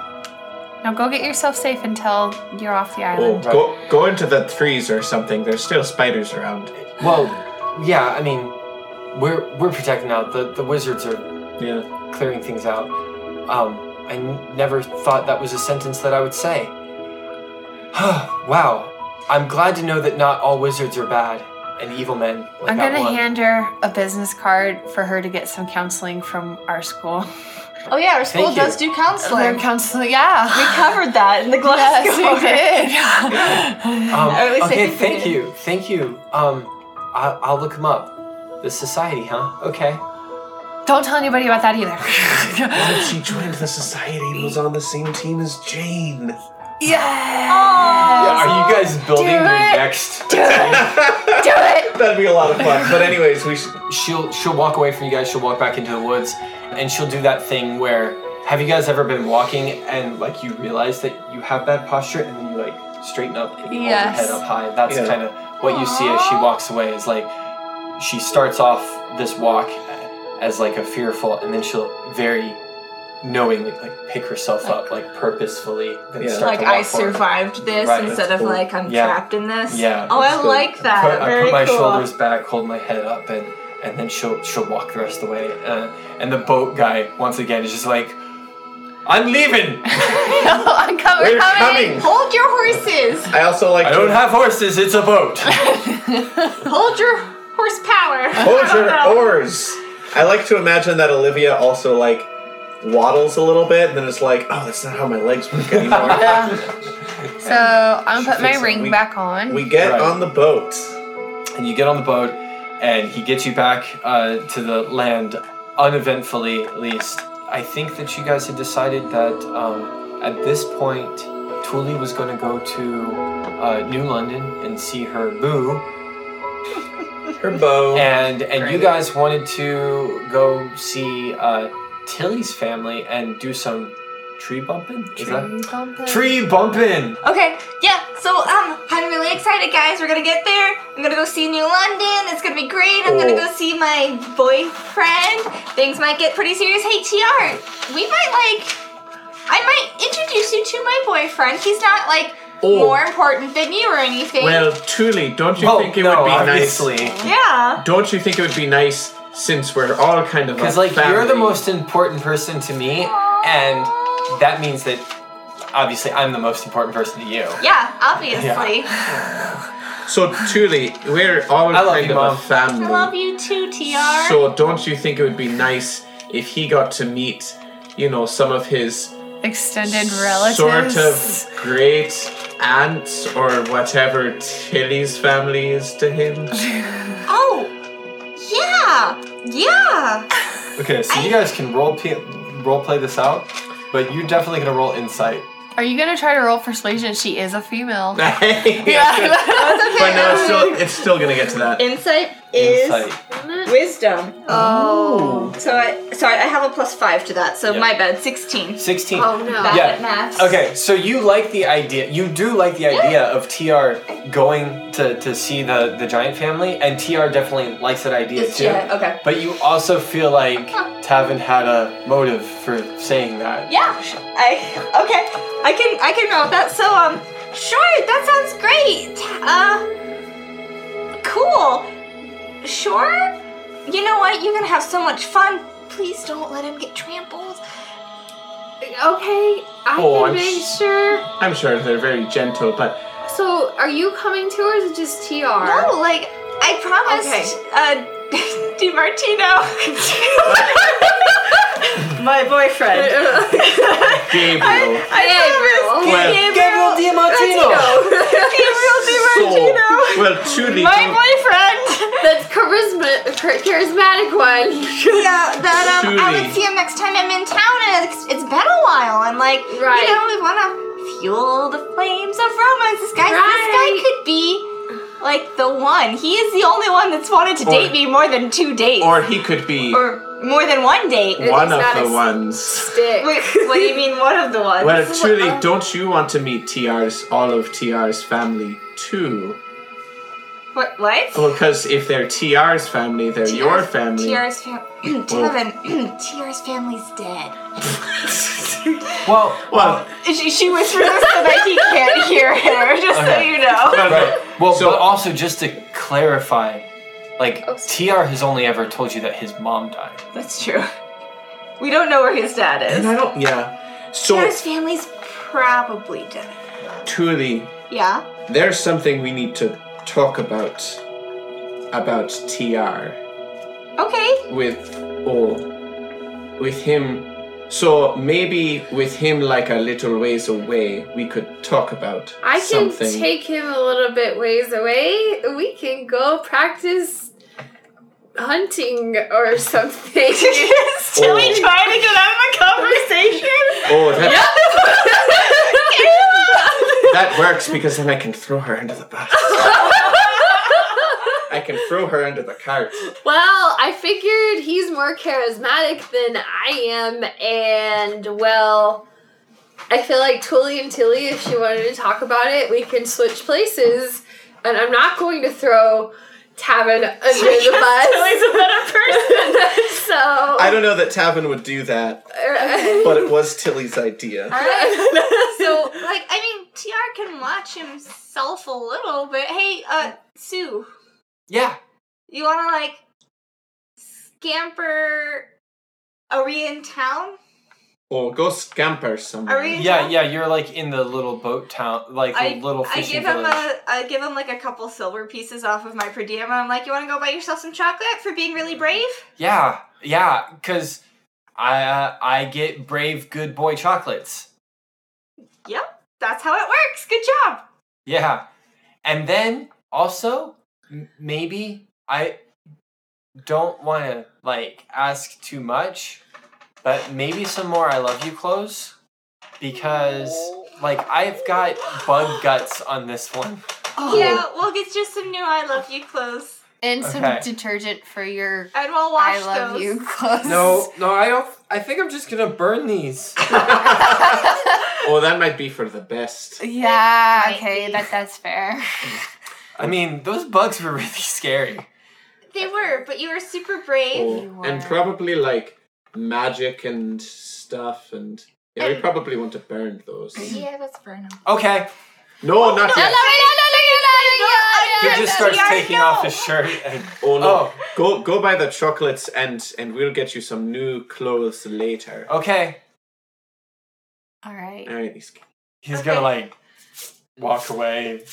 Speaker 6: Now go get yourself safe until you're off the
Speaker 4: Oh,
Speaker 6: island.
Speaker 4: go go into the trees or something. There's still spiders around.
Speaker 1: well, yeah. I mean, we're we're protecting out. The the wizards are
Speaker 4: Yeah.
Speaker 1: clearing things out. Um, I n- never thought that was a sentence that I would say. wow. I'm glad to know that not all wizards are bad and evil men. Like
Speaker 6: I'm
Speaker 1: that
Speaker 6: gonna
Speaker 1: one.
Speaker 6: hand her a business card for her to get some counseling from our school.
Speaker 3: Oh yeah, our school
Speaker 1: Thank you.
Speaker 3: does do
Speaker 6: Their
Speaker 3: counseling.
Speaker 6: counseling, yeah.
Speaker 3: we covered that in the Glasgow.
Speaker 6: Yes, we did.
Speaker 1: Um,
Speaker 3: Or at least I
Speaker 1: okay,
Speaker 3: think we
Speaker 1: thank
Speaker 3: did.
Speaker 1: you, thank you. Um, I, I'll look him up. The society, huh? Okay.
Speaker 6: Don't tell anybody about that either.
Speaker 4: She joined the society and was on the same team as Jane.
Speaker 6: yeah.
Speaker 1: Are you guys building
Speaker 6: Do
Speaker 1: your
Speaker 6: it.
Speaker 1: next?
Speaker 6: Do it.
Speaker 4: That'd be a lot of fun. But anyways, we should.
Speaker 1: She'll she'll walk away from you guys. She'll walk back into the woods, and she'll do that thing where have you guys ever been walking and like you realize that you have bad posture and then you like straighten up and you
Speaker 6: Yes.
Speaker 1: hold your head up high. That's
Speaker 4: Yeah.
Speaker 1: kind of what you see as she walks away. Is like she starts off this walk as like a fearful, and then she'll very knowingly like pick herself up like purposefully then
Speaker 4: Yeah.
Speaker 1: start
Speaker 3: Like
Speaker 1: to walk
Speaker 3: I
Speaker 1: forward.
Speaker 3: survived this
Speaker 1: Right,
Speaker 3: instead
Speaker 4: that's
Speaker 3: of
Speaker 4: cool.
Speaker 3: like I'm
Speaker 1: Yeah.
Speaker 3: trapped in this.
Speaker 1: Yeah,
Speaker 3: Oh,
Speaker 4: that's
Speaker 3: I
Speaker 4: good.
Speaker 3: like
Speaker 1: I
Speaker 3: that.
Speaker 1: put, I
Speaker 3: Very
Speaker 1: put my
Speaker 3: cool.
Speaker 1: shoulders back, hold my head up, and and then she'll she'll walk the rest of the way. Uh, and the boat guy once again is just like, "I'm leaving.
Speaker 6: No, I'm coming.
Speaker 4: We're
Speaker 6: coming.
Speaker 4: coming.
Speaker 3: Hold your horses.
Speaker 4: I also like.
Speaker 1: I don't
Speaker 4: to-
Speaker 1: have horses. It's a boat."
Speaker 3: Hold your horsepower.
Speaker 4: Hold your oars. I like to imagine that Olivia also like waddles a little bit, and then it's like, oh, that's not how my legs work anymore.
Speaker 6: So I'm
Speaker 4: She
Speaker 6: gonna put my
Speaker 4: fixed it.
Speaker 6: ring
Speaker 4: We-
Speaker 6: back on.
Speaker 4: We get
Speaker 1: Right.
Speaker 4: on the boat.
Speaker 1: and you get on the boat, and he gets you back uh, to the land uneventfully, at least. I think that you guys had decided that um, at this point, Tuli was going to go to uh, New London and see her boo.
Speaker 4: Her bow.
Speaker 1: and and you guys wanted to go see uh, Tilly's family and do some tree bumping. Is that tree bumping?
Speaker 3: Okay, yeah. So um, I'm really excited, guys. We're gonna get there. I'm gonna go see New London. It's gonna be great. I'm gonna
Speaker 4: Oh.
Speaker 3: go see my boyfriend. Things might get pretty serious. Hey, Tr, we might like. I might introduce you to my boyfriend. He's not like
Speaker 4: Oh.
Speaker 3: more important than you or anything.
Speaker 4: Well, truly, don't you
Speaker 1: Oh,
Speaker 4: think it
Speaker 1: no,
Speaker 4: would be
Speaker 1: obviously.
Speaker 3: yeah.
Speaker 4: nice? Don't you think it would be nice since we're all kind of
Speaker 1: Because
Speaker 4: a
Speaker 1: like you're the
Speaker 4: family?
Speaker 1: most important person to me, and that means that obviously I'm the most important person to you.
Speaker 3: Yeah, obviously.
Speaker 4: So truly, we're all
Speaker 1: I love
Speaker 4: kind
Speaker 1: you,
Speaker 4: of
Speaker 1: Mom.
Speaker 4: a family.
Speaker 3: I love you too, TR.
Speaker 4: So don't you think it would be nice if he got to meet, you know, some of his
Speaker 6: Extended relatives.
Speaker 4: Sort of great aunt or whatever Tilly's family is to him.
Speaker 3: oh, yeah, yeah.
Speaker 1: Okay, so you guys can role pe- role play this out, but you're definitely gonna roll insight.
Speaker 6: Are you gonna try to roll persuasion? She is a female.
Speaker 4: yeah. But no, it's still, it's still gonna get to that.
Speaker 3: Insight
Speaker 1: Insight.
Speaker 3: wisdom.
Speaker 6: oh.
Speaker 3: So I sorry, I have a plus five to that. So
Speaker 1: Yeah.
Speaker 3: my bad, sixteen.
Speaker 1: Sixteen.
Speaker 5: Oh no.
Speaker 3: Bad
Speaker 1: Yeah.
Speaker 3: at maths.
Speaker 1: Okay, so you like the idea. You do like the idea of TR going to, to see the, the giant family, and TR definitely likes that idea too.
Speaker 3: Yeah. Okay.
Speaker 1: But you also feel like Tavin had a motive for saying that.
Speaker 3: Yeah. I okay. I can I can roll that. So um, sure. That sounds great. Uh, cool. Sure. You know what? You're gonna have so much fun. Please don't let him get trampled.
Speaker 5: Okay, I
Speaker 4: Oh,
Speaker 5: can
Speaker 4: I'm
Speaker 5: make
Speaker 4: s-
Speaker 5: sure.
Speaker 4: I'm sure they're very gentle, but
Speaker 5: So, are you coming to or is it just TR?
Speaker 3: No, Oh, like I promised.
Speaker 5: Okay.
Speaker 3: Uh, DiMartino. my boyfriend.
Speaker 4: Gabriel.
Speaker 3: I promised
Speaker 4: Well,
Speaker 3: Gabriel
Speaker 1: Gabriel Diamantino!
Speaker 3: Gabriel
Speaker 4: So,
Speaker 3: DiMartino.
Speaker 4: well, truly,
Speaker 3: My
Speaker 4: don't-
Speaker 3: boyfriend.
Speaker 5: That's charisma, char- charismatic one.
Speaker 3: Yeah, that um, I would
Speaker 4: Shooting.
Speaker 3: see him next time I'm in town, and it's, it's been a while, and like,
Speaker 5: Right.
Speaker 3: you know, we want to fuel the flames of romance. This guy, this guy
Speaker 5: Right.
Speaker 3: could be like the one. He is the only one that's wanted to
Speaker 4: Or-
Speaker 3: date me more than two dates,
Speaker 4: Or he could be
Speaker 3: Or more than one date. Wait,
Speaker 4: one of
Speaker 5: not
Speaker 4: the
Speaker 5: a-
Speaker 4: ones.
Speaker 5: Stick.
Speaker 3: what do you mean one of the ones?
Speaker 4: Well, truly, don't you want to meet TR's all of TR's family too?
Speaker 3: What? What?
Speaker 4: Because if they're TR's family, they're your family.
Speaker 3: TR's family. Devin, TR's family's dead.
Speaker 1: Well,
Speaker 4: Well,
Speaker 3: She, she whispered this so that he can't hear her, just so you know.
Speaker 1: right. Well,
Speaker 4: So-
Speaker 1: but also just to clarify, like
Speaker 5: Oh, sorry.
Speaker 1: Tr has only ever told you that his mom died.
Speaker 3: That's true. We don't know where his dad
Speaker 4: and
Speaker 3: is.
Speaker 4: I don't. Yeah. So,
Speaker 3: His family's probably dead.
Speaker 4: truly,
Speaker 3: Yeah.
Speaker 4: there's something we need to talk about about TR.
Speaker 3: Okay.
Speaker 4: with or with him so maybe with him like a little ways away we could talk about
Speaker 5: I can
Speaker 4: something
Speaker 5: take him a little bit ways away. We can go practice hunting or something.
Speaker 3: Still
Speaker 4: Oh.
Speaker 3: trying to get out of a conversation?
Speaker 4: oh that, that works because then i can throw her under the bus i can throw her under the cart
Speaker 5: well, I figured he's more charismatic than I am, and well, I feel like Tully and Tilly, if she wanted to talk about it, we can switch places, and I'm not going to throw Tavin under the bus.
Speaker 3: a better person.
Speaker 5: so er,
Speaker 4: i don't know that tavin would do that but it was tilly's idea
Speaker 3: So, like, I mean, TR can watch himself a little, but hey, uh, Sue,
Speaker 1: Yeah.
Speaker 3: you wanna, like, scamper? Are we in town?
Speaker 4: or go scamper somewhere
Speaker 3: Are we in
Speaker 1: Yeah,
Speaker 3: town?
Speaker 1: yeah. You're like in the little boat town, like the little
Speaker 3: I
Speaker 1: fishing
Speaker 3: give him
Speaker 1: village.
Speaker 3: a, I give him like a couple silver pieces off of my per diem. and I'm like, you want to go buy yourself some chocolate for being
Speaker 1: Mm-hmm.
Speaker 3: really brave?
Speaker 1: yeah, yeah. Cause I uh, I get brave good boy chocolates.
Speaker 3: Yep, that's how it works. Good job.
Speaker 1: Yeah. And then also m- maybe I don't want to like ask too much, but maybe some more I love you clothes because like I've got bug guts on this one.
Speaker 3: Yeah, we'll get you some new I love you clothes,
Speaker 6: And some
Speaker 1: Okay.
Speaker 6: detergent for your
Speaker 3: and we'll wash
Speaker 6: I love
Speaker 3: those.
Speaker 6: you clothes.
Speaker 1: no, I don't I think I'm just going to burn these.
Speaker 4: oh that might be for the best
Speaker 6: Yeah,
Speaker 3: Might
Speaker 6: okay,
Speaker 3: be.
Speaker 6: that that's fair.
Speaker 1: I mean, those bugs were really scary.
Speaker 3: They were, but you were super brave.
Speaker 4: Oh, and probably like magic and stuff and yeah, we probably want to burn those.
Speaker 3: Yeah, let's burn them.
Speaker 1: Okay.
Speaker 4: Oh, No, not yet.
Speaker 1: He just starts
Speaker 3: Yeah,
Speaker 1: taking
Speaker 3: no.
Speaker 1: off his shirt and
Speaker 4: Oh no.
Speaker 1: Oh.
Speaker 4: Go go buy the chocolates and and we'll get you some new clothes later.
Speaker 1: okay,
Speaker 6: All right.
Speaker 4: Alright, these-
Speaker 1: he's going to like walk away.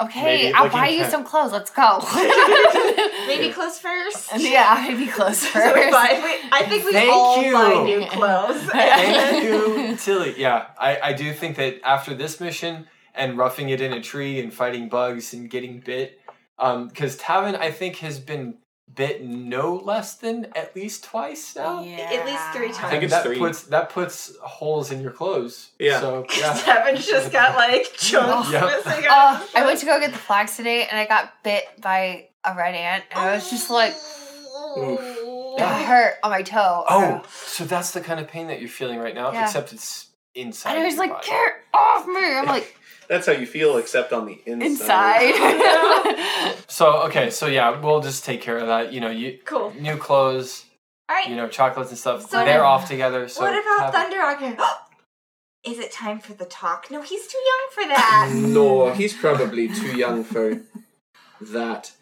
Speaker 6: Okay,
Speaker 1: Maybe
Speaker 6: I'll
Speaker 1: looking
Speaker 6: buy you
Speaker 1: for-
Speaker 6: some clothes. Let's go.
Speaker 1: Oh.
Speaker 3: Maybe clothes first.
Speaker 6: yeah, maybe clothes
Speaker 3: So we
Speaker 6: first.
Speaker 3: buy- we- I think we
Speaker 1: Thank
Speaker 3: all
Speaker 1: you.
Speaker 3: buy new clothes.
Speaker 1: Thank you, Tilly. Yeah, I, I do think that after this mission and roughing it in a tree and fighting bugs and getting bit, because Tavin, I think, has been bit no less than at least twice now.
Speaker 3: At least three
Speaker 6: Yeah.
Speaker 4: I think
Speaker 3: times.
Speaker 4: it's
Speaker 1: that
Speaker 4: three.
Speaker 1: puts that puts holes in your clothes.
Speaker 4: Yeah.
Speaker 1: So yeah.
Speaker 3: Kevin's just got like chunks
Speaker 1: Yep.
Speaker 3: missing out.
Speaker 6: Oh, I went to go get the flags today and I got bit by a red ant and I was just
Speaker 5: Oh,
Speaker 6: like, it
Speaker 1: Yeah.
Speaker 6: hurt on my toe.
Speaker 1: Oh, so that's the kind of pain that you're feeling right now,
Speaker 6: Yeah.
Speaker 1: except it's inside.
Speaker 6: And I was
Speaker 1: your
Speaker 6: like,
Speaker 1: body.
Speaker 6: get off me. I'm like,
Speaker 4: That's how you feel except on the inside.
Speaker 6: inside.
Speaker 1: so okay, so yeah, we'll just take care of that. You know, you
Speaker 3: Cool.
Speaker 1: new clothes,
Speaker 3: All right.
Speaker 1: you know, chocolates and stuff.
Speaker 3: So-
Speaker 1: They're off together. So
Speaker 3: what about
Speaker 1: Tavin-
Speaker 3: Thunder Ogden? Is it time for the talk? No, he's too young for that.
Speaker 4: No, he's probably too young for that.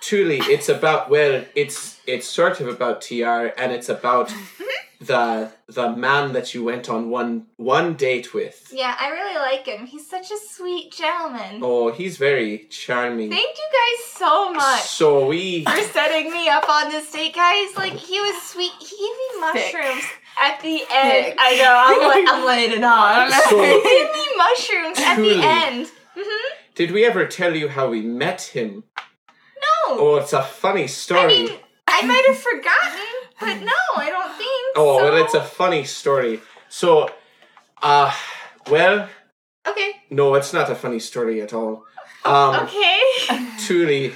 Speaker 4: Truly, it's about well, it's it's sort of about TR and it's about
Speaker 3: Mm-hmm.
Speaker 4: the the man that you went on one one date with.
Speaker 3: yeah, I really like him. He's such a sweet gentleman.
Speaker 4: Oh, he's very charming.
Speaker 3: Thank you guys so much
Speaker 4: So we
Speaker 3: for setting me up on this date, guys. Like he was sweet. He gave me mushrooms at the end.
Speaker 6: Thick.
Speaker 3: I know. I'm, li- I'm laying it on.
Speaker 4: So-
Speaker 3: he gave me mushrooms at
Speaker 4: Truly.
Speaker 3: the end. hmm
Speaker 4: did we ever tell you how we met him?
Speaker 3: no.
Speaker 4: Oh, it's a funny story.
Speaker 3: I mean, I might have forgotten, but no, I don't think.
Speaker 4: oh,
Speaker 3: so.
Speaker 4: well, it's a funny story. So, uh, well,
Speaker 3: okay.
Speaker 4: no, it's not a funny story at all. Um,
Speaker 3: Okay.
Speaker 4: Truly,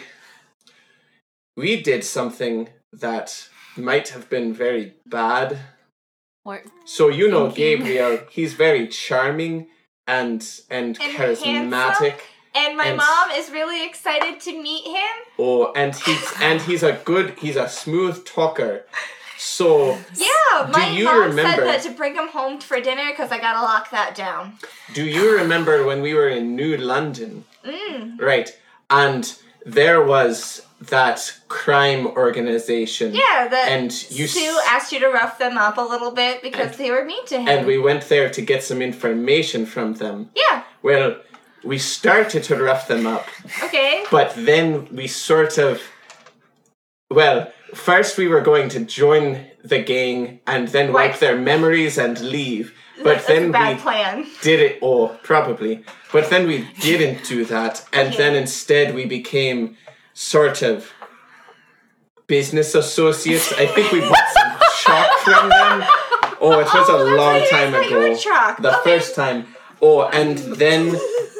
Speaker 4: we did something that might have been very bad.
Speaker 8: What?
Speaker 4: So you know Gabriel, he's very charming and
Speaker 3: And
Speaker 4: and, charismatic.
Speaker 3: handsome. And my
Speaker 4: And-
Speaker 3: mom is really excited to meet him.
Speaker 4: Oh, and he's and he's a good, he's a smooth talker. So
Speaker 3: Yeah, my
Speaker 4: you
Speaker 3: mom
Speaker 4: remember-
Speaker 3: said that to bring him home for dinner because I gotta lock that down.
Speaker 4: Do you remember when we were in New London?
Speaker 3: Mm.
Speaker 4: Right. And there was that crime organization.
Speaker 3: Yeah, that
Speaker 4: And you s-
Speaker 3: Sue asked you to rough them up a little bit because they were mean to him.
Speaker 4: And we went there to get some information from them.
Speaker 3: yeah,
Speaker 4: Well, we started to rough them up,
Speaker 3: okay.
Speaker 4: but then we sort of. Well, first we were going to join the gang and then wipe
Speaker 3: Right.
Speaker 4: their memories and leave. But
Speaker 3: That's
Speaker 4: then
Speaker 3: a bad
Speaker 4: we
Speaker 3: plan.
Speaker 4: did it or probably but then we didn't do that and then instead we became sort of business associates i think we bought some chalk from them oh it was a long time
Speaker 3: thought you were
Speaker 4: ago
Speaker 3: chalk.
Speaker 4: the
Speaker 3: Okay.
Speaker 4: first time oh and then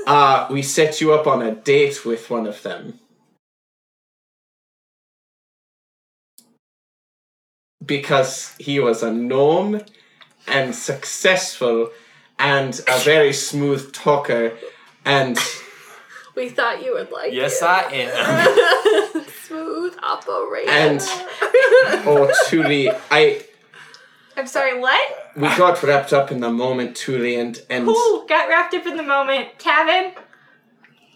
Speaker 4: uh, we set you up on a date with one of them because he was a gnome and successful and a very smooth talker and
Speaker 5: We thought you would like
Speaker 1: Yes,
Speaker 5: it.
Speaker 1: I am.
Speaker 5: Smooth operation.
Speaker 4: and oh Tuli I
Speaker 3: I'm sorry, what?
Speaker 4: we got wrapped up in the moment Tuli and and
Speaker 3: Who got wrapped up in the moment? Tavin?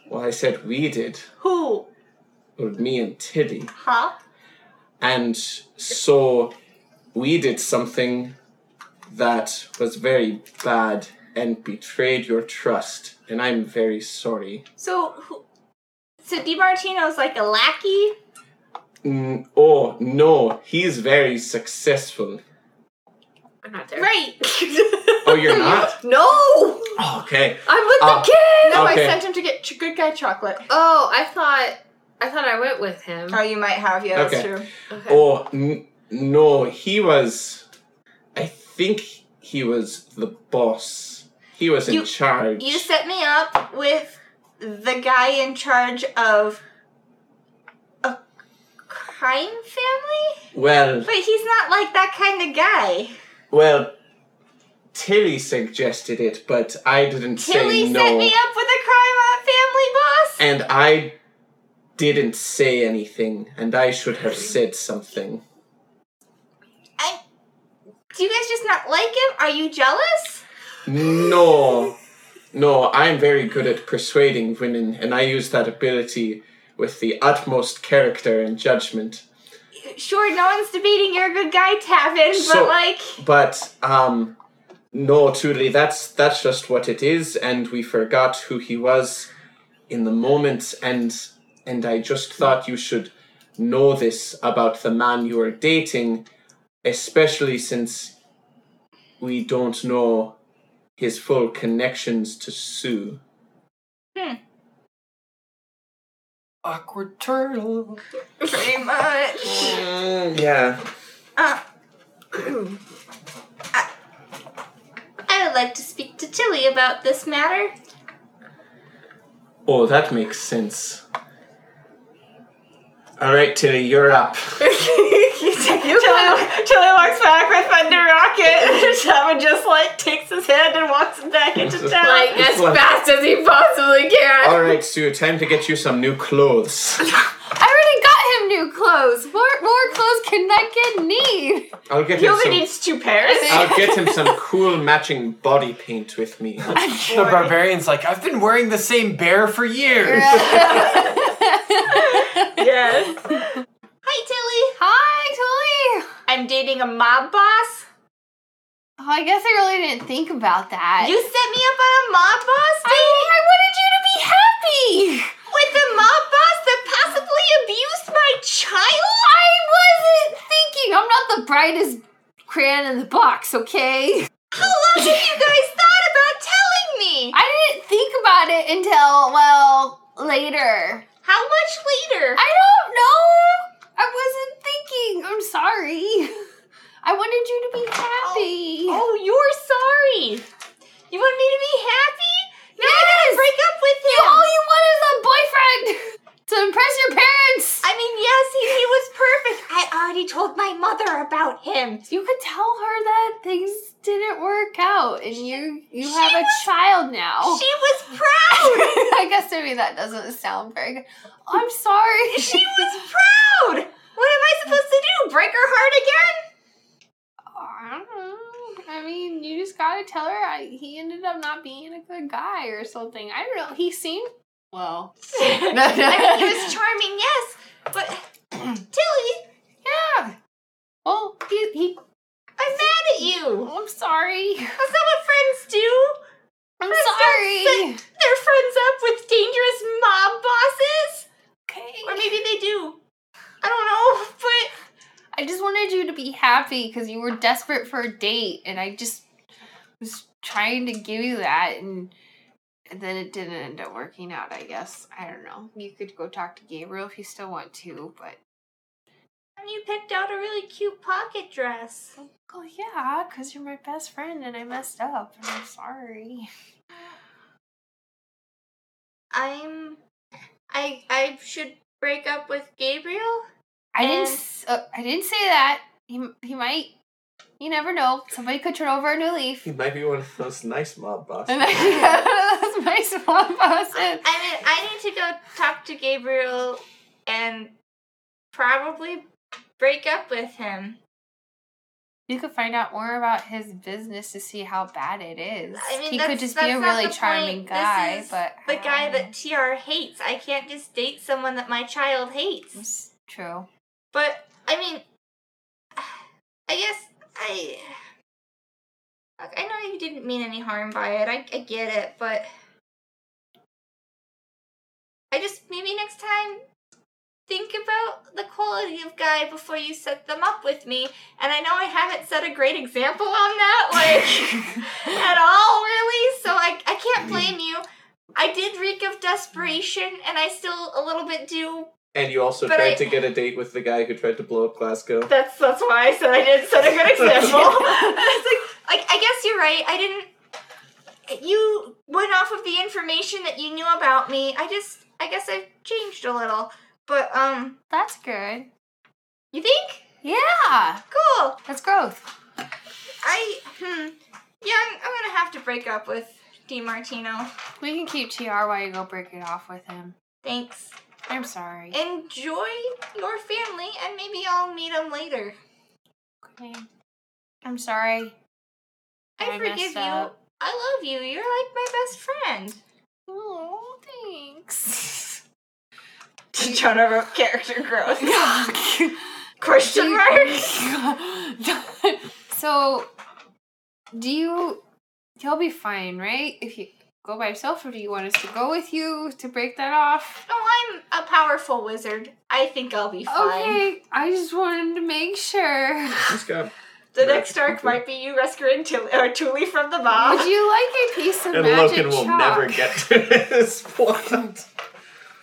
Speaker 4: well I said we did
Speaker 3: Who?
Speaker 4: or me and Tiddy
Speaker 3: Huh?
Speaker 4: and so we did something that was very bad and betrayed your trust and I'm very sorry
Speaker 3: So, who? So DiMartino's like a lackey?
Speaker 4: Mm, oh no he's very successful
Speaker 5: I'm not there.
Speaker 3: Right.
Speaker 4: oh you're not
Speaker 5: No!
Speaker 4: oh, okay
Speaker 5: I'm with
Speaker 4: Uh,
Speaker 5: the kid!
Speaker 3: No,
Speaker 4: Okay.
Speaker 3: I sent him to get ch- good guy chocolate.
Speaker 5: Oh, I thought I thought I went with him.
Speaker 3: Oh, you might have, yeah, that's
Speaker 4: Okay.
Speaker 3: true.
Speaker 5: Okay.
Speaker 4: Oh n- no, he was. I think he was the boss. He was in
Speaker 3: You-
Speaker 4: charge.
Speaker 3: You set me up with the guy in charge of a crime family?
Speaker 4: well,
Speaker 3: But he's not like that kind of guy.
Speaker 4: well, Tilly suggested it, but I didn't
Speaker 3: Tilly
Speaker 4: say no,
Speaker 3: set me up with a crime uh, family boss?
Speaker 4: and I didn't say anything, and I should have said something.
Speaker 3: Do you guys just not like him? Are you jealous?
Speaker 4: No, no, I'm very good at persuading women, and I use that ability with the utmost character and judgment.
Speaker 3: Sure, no one's debating you're a good guy, Tavin,
Speaker 4: So-
Speaker 3: but like,
Speaker 4: But um no, truly, that's that's just what it is, and we forgot who he was in the moment, and and I just thought you should know this about the man you are dating, especially since we don't know his full connections to Sue.
Speaker 1: Awkward turtle.
Speaker 3: pretty much.
Speaker 4: yeah.
Speaker 3: Uh, I, I would like to speak to Tilly about this matter.
Speaker 4: Oh, that makes sense. All right, Tilly, you're up.
Speaker 3: Tilly, Tilly walks back with Thunder Rocket. Tavin just like takes his hand and walks back into town.
Speaker 5: like as fast as he possibly can.
Speaker 4: All right, Sue, time to get you some new clothes.
Speaker 5: I already got him new clothes. What more clothes can that kid need?
Speaker 4: I'll get
Speaker 3: he
Speaker 4: him
Speaker 3: only
Speaker 4: some.
Speaker 3: needs two pairs.
Speaker 4: I'll get him some cool matching body paint with me.
Speaker 1: The barbarian's like, I've been wearing the same bear for years.
Speaker 3: yes. Hi, Tilly.
Speaker 5: Hi, Tully.
Speaker 3: I'm dating a mob boss.
Speaker 5: Oh, I guess I really didn't think about that.
Speaker 3: You set me up on a mob boss
Speaker 5: I, I wanted you to be happy.
Speaker 3: with a mob boss that possibly abused my child?
Speaker 5: I wasn't thinking. I'm not the brightest crayon in the box, okay?
Speaker 3: How long have you guys thought about telling me?
Speaker 5: I didn't think about it until well later.
Speaker 3: How How much later?
Speaker 5: I don't know. I wasn't thinking. I'm sorry. I wanted you to be happy.
Speaker 3: oh, you're sorry. You want me to be happy? Now I gotta
Speaker 5: Yes.
Speaker 3: break up with him.
Speaker 5: You, all you want is a boyfriend to impress your parents.
Speaker 3: I mean, yes, he, he was perfect. I already told my mother about him.
Speaker 5: You could tell her that things didn't work out, and you you have a child now.
Speaker 3: She was proud.
Speaker 5: I guess maybe that doesn't sound very good. I'm sorry.
Speaker 3: she was proud. What am I supposed to do? Break her heart again?
Speaker 5: I don't know. I mean, you just gotta tell her I, he ended up not being a good guy or something. I don't know. He seemed well.
Speaker 3: I mean, he was charming, yes, but Tilly,
Speaker 5: Yeah. Well, he, he
Speaker 3: I'm mad at you.
Speaker 5: I'm sorry.
Speaker 3: That's not what friends do.
Speaker 5: I'm
Speaker 3: Friends
Speaker 5: sorry.
Speaker 3: don't set their friends up with dangerous mob bosses, or
Speaker 5: Okay.
Speaker 3: maybe they do. I don't know, but
Speaker 5: I just wanted you to be happy because you were desperate for a date, and I just was trying to give you that, and, and then it didn't end up working out. I guess I don't know. You could go talk to Gabriel if you still want to, but
Speaker 3: and you picked out a really cute pocket dress.
Speaker 5: oh yeah, because you're my best friend, and I messed up, and I'm sorry.
Speaker 3: I'm, I, I should break up with Gabriel.
Speaker 5: I didn't.
Speaker 3: And-
Speaker 5: s- Uh, I didn't say that. He he might. You never know. Somebody could turn over a new leaf.
Speaker 4: He might be one of those nice mob bosses.
Speaker 5: And that's my small person.
Speaker 3: I mean, I need to go talk to Gabriel and probably break up with him.
Speaker 5: You could find out more about his business to see how bad it is.
Speaker 3: I mean,
Speaker 5: he
Speaker 3: that's,
Speaker 5: could just
Speaker 3: that's
Speaker 5: be a
Speaker 3: not
Speaker 5: really
Speaker 3: the
Speaker 5: charming
Speaker 3: point. This
Speaker 5: guy,
Speaker 3: is
Speaker 5: but
Speaker 3: the guy
Speaker 5: um,
Speaker 3: that TR hates. I can't just date someone that my child hates.
Speaker 5: it's true.
Speaker 3: But I mean, I guess I. Look, I know you didn't mean any harm by it. I, I get it, but I just maybe next time think about the quality of guy before you set them up with me. And I know I haven't set a great example on that, like at all, really. So I I can't blame you. I did reek of desperation, and I still a little bit do,
Speaker 4: And you also
Speaker 3: But
Speaker 4: tried
Speaker 3: I-
Speaker 4: to get a date with the guy who tried to blow up Glasgow.
Speaker 3: That's that's why I said I didn't set a good example. it's like I, I guess you're right. I didn't. You went off of the information that you knew about me. I just I guess I've changed a little. But um,
Speaker 5: That's good.
Speaker 3: you think?
Speaker 5: Yeah,
Speaker 3: Cool.
Speaker 5: that's growth.
Speaker 3: I hmm. Yeah, I'm, I'm gonna have to break up with DiMartino.
Speaker 5: We can keep Tr while you go break it off with him.
Speaker 3: Thanks.
Speaker 5: I'm sorry.
Speaker 3: Enjoy your family, and maybe I'll meet him later.
Speaker 5: Okay. I'm sorry.
Speaker 3: I,
Speaker 5: I
Speaker 3: forgive
Speaker 5: messed
Speaker 3: you.
Speaker 5: up.
Speaker 3: I love you. You're like my best friend.
Speaker 5: Oh, thanks.
Speaker 3: Jonah wrote character growth.
Speaker 5: Do
Speaker 3: Question
Speaker 5: you-
Speaker 3: mark?
Speaker 5: Oh so, do you? He'll be fine, right? If you go by yourself, or do you want us to go with you to break that off?
Speaker 3: Oh, I'm a powerful wizard. I think I'll be fine.
Speaker 5: Okay, I just wanted to make sure.
Speaker 4: He's got
Speaker 3: The next arc might be you rescuing Tuli, or Tuli from the mob.
Speaker 5: Would you like a piece of
Speaker 4: And
Speaker 5: magic
Speaker 4: Loken will
Speaker 5: chalk?
Speaker 4: never get to this point.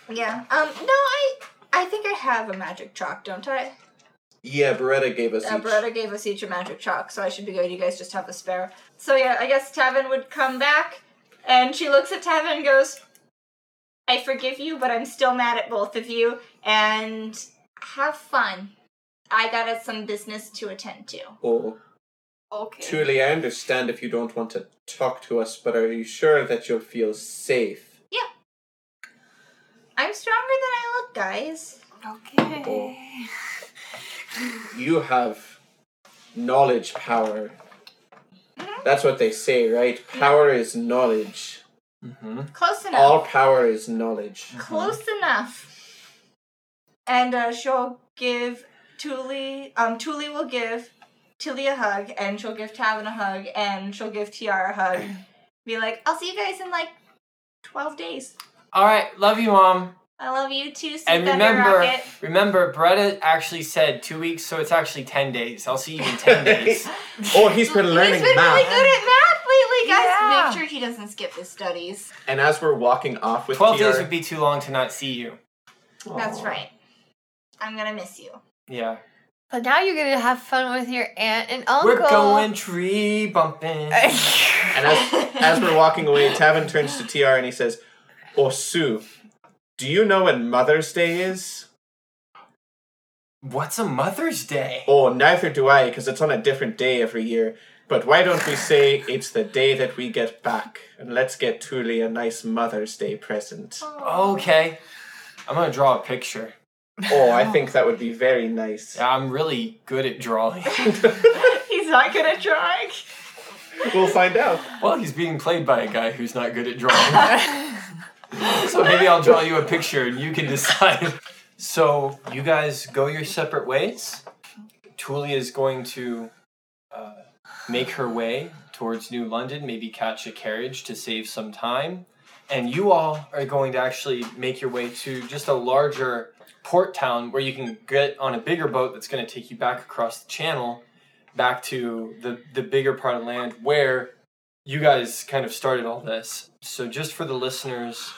Speaker 3: Yeah. Um. No, I. I think I have a magic chalk, don't I?
Speaker 4: Yeah, Beretta gave us
Speaker 3: Uh,
Speaker 4: each.
Speaker 3: Beretta gave us each a magic chalk, so I should be good. You guys just have a spare. So yeah, I guess Tavin would come back, and she looks at Tavin and goes, "I forgive you, but I'm still mad at both of you. And have fun. I got some business to attend to."
Speaker 4: Oh,
Speaker 5: Okay.
Speaker 4: truly, I understand if you don't want to talk to us, but are you sure that you'll feel safe?
Speaker 3: I'm stronger than I look, guys.
Speaker 5: Okay.
Speaker 4: You have knowledge power. That's what they say, right? Power is knowledge.
Speaker 3: Close enough.
Speaker 4: All power is knowledge.
Speaker 3: Close enough. And uh, she'll give Tuli. Um, Tuli will give Tilly a hug, and she'll give Tavin a hug, and she'll give Tiara a hug. Be like, I'll see you guys in like twelve days.
Speaker 1: All right, love you, mom.
Speaker 3: I love you too, Sue
Speaker 1: And
Speaker 3: Thunder
Speaker 1: remember,
Speaker 3: Rocket.
Speaker 1: remember, Bretta actually said two weeks, so it's actually ten days. I'll see you in ten days.
Speaker 4: Oh, he's been learning
Speaker 3: He's been
Speaker 4: math.
Speaker 3: really good at math lately, guys.
Speaker 9: Yeah.
Speaker 3: Make sure he doesn't skip his studies.
Speaker 4: And as we're walking off with
Speaker 1: Twelve
Speaker 4: TR,
Speaker 1: days would be too long to not see you.
Speaker 7: That's
Speaker 4: Aw.
Speaker 7: right. I'm gonna miss you.
Speaker 1: Yeah.
Speaker 6: But now you're gonna have fun with your aunt and uncle.
Speaker 1: We're going tree bumping.
Speaker 4: And as, as we're walking away, Tavin turns to TR and he says, Osu, do you know what Mother's Day is?
Speaker 1: What's a Mother's Day?
Speaker 4: Oh, neither do I, because it's on a different day every year. But why don't we say it's the day that we get back? And let's get Tuli a nice Mother's Day present.
Speaker 3: Oh,
Speaker 1: Okay. I'm gonna draw a picture.
Speaker 4: Oh, I think that would be very nice.
Speaker 1: Yeah, I'm really good at drawing.
Speaker 7: He's not gonna try.
Speaker 4: We'll find out.
Speaker 1: well, he's being played by a guy who's not good at drawing. so maybe I'll draw you a picture and you can decide. So you guys go your separate ways. Tuli is going to uh, make her way towards New London, maybe catch a carriage to save some time. And you all are going to actually make your way to just a larger port town where you can get on a bigger boat that's going to take you back across the channel back to the, the bigger part of land where you guys kind of started all this. So, just for the listeners,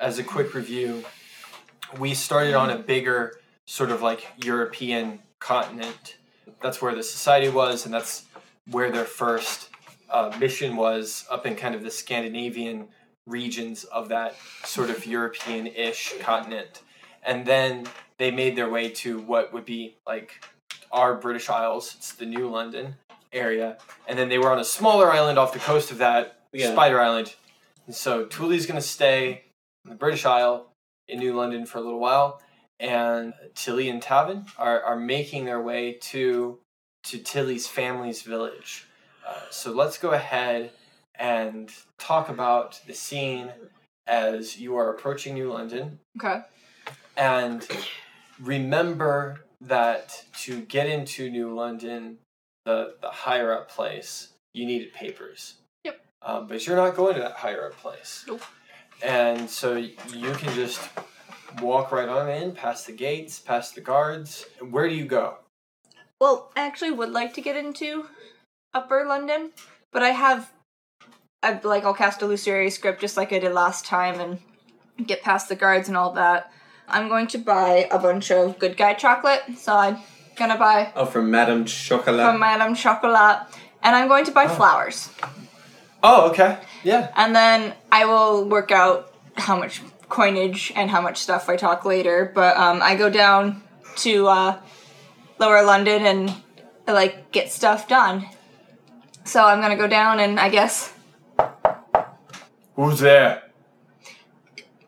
Speaker 1: as a quick review, we started on a bigger sort of like European continent. That's where the society was, and that's where their first uh, mission was up in kind of the Scandinavian regions of that sort of European ish continent. And then they made their way to what would be like our British Isles, it's the New London area. And then they were on a smaller island off the coast of that,
Speaker 4: Yeah.
Speaker 1: Spider Island. And so Thule's going to stay on the British Isle in New London for a little while. And Tilly and Tavin are, are making their way to to Tilly's family's village. Uh, so let's go ahead and talk about the scene as you are approaching New London.
Speaker 3: Okay.
Speaker 1: And remember that to get into New London, the, the higher up place, you needed papers.
Speaker 3: Yep.
Speaker 1: Um, but you're not going to that higher up place.
Speaker 3: Nope.
Speaker 1: And so you can just walk right on in, past the gates, past the guards. Where do you go?
Speaker 3: Well, I actually would like to get into Upper London, but I have, I like I'll cast a Lucerary script just like I did last time and get past the guards and all that. I'm going to buy a bunch of good guy chocolate, so I'm gonna buy
Speaker 4: Oh, from Madame Chocolat.
Speaker 3: from Madame Chocolat, and I'm going to buy flowers,
Speaker 1: Oh, okay. Yeah.
Speaker 3: and then I will work out how much coinage and how much stuff I talk later. But um, I go down to uh, Lower London and I, like get stuff done. So I'm gonna go down and I guess
Speaker 1: Who's there?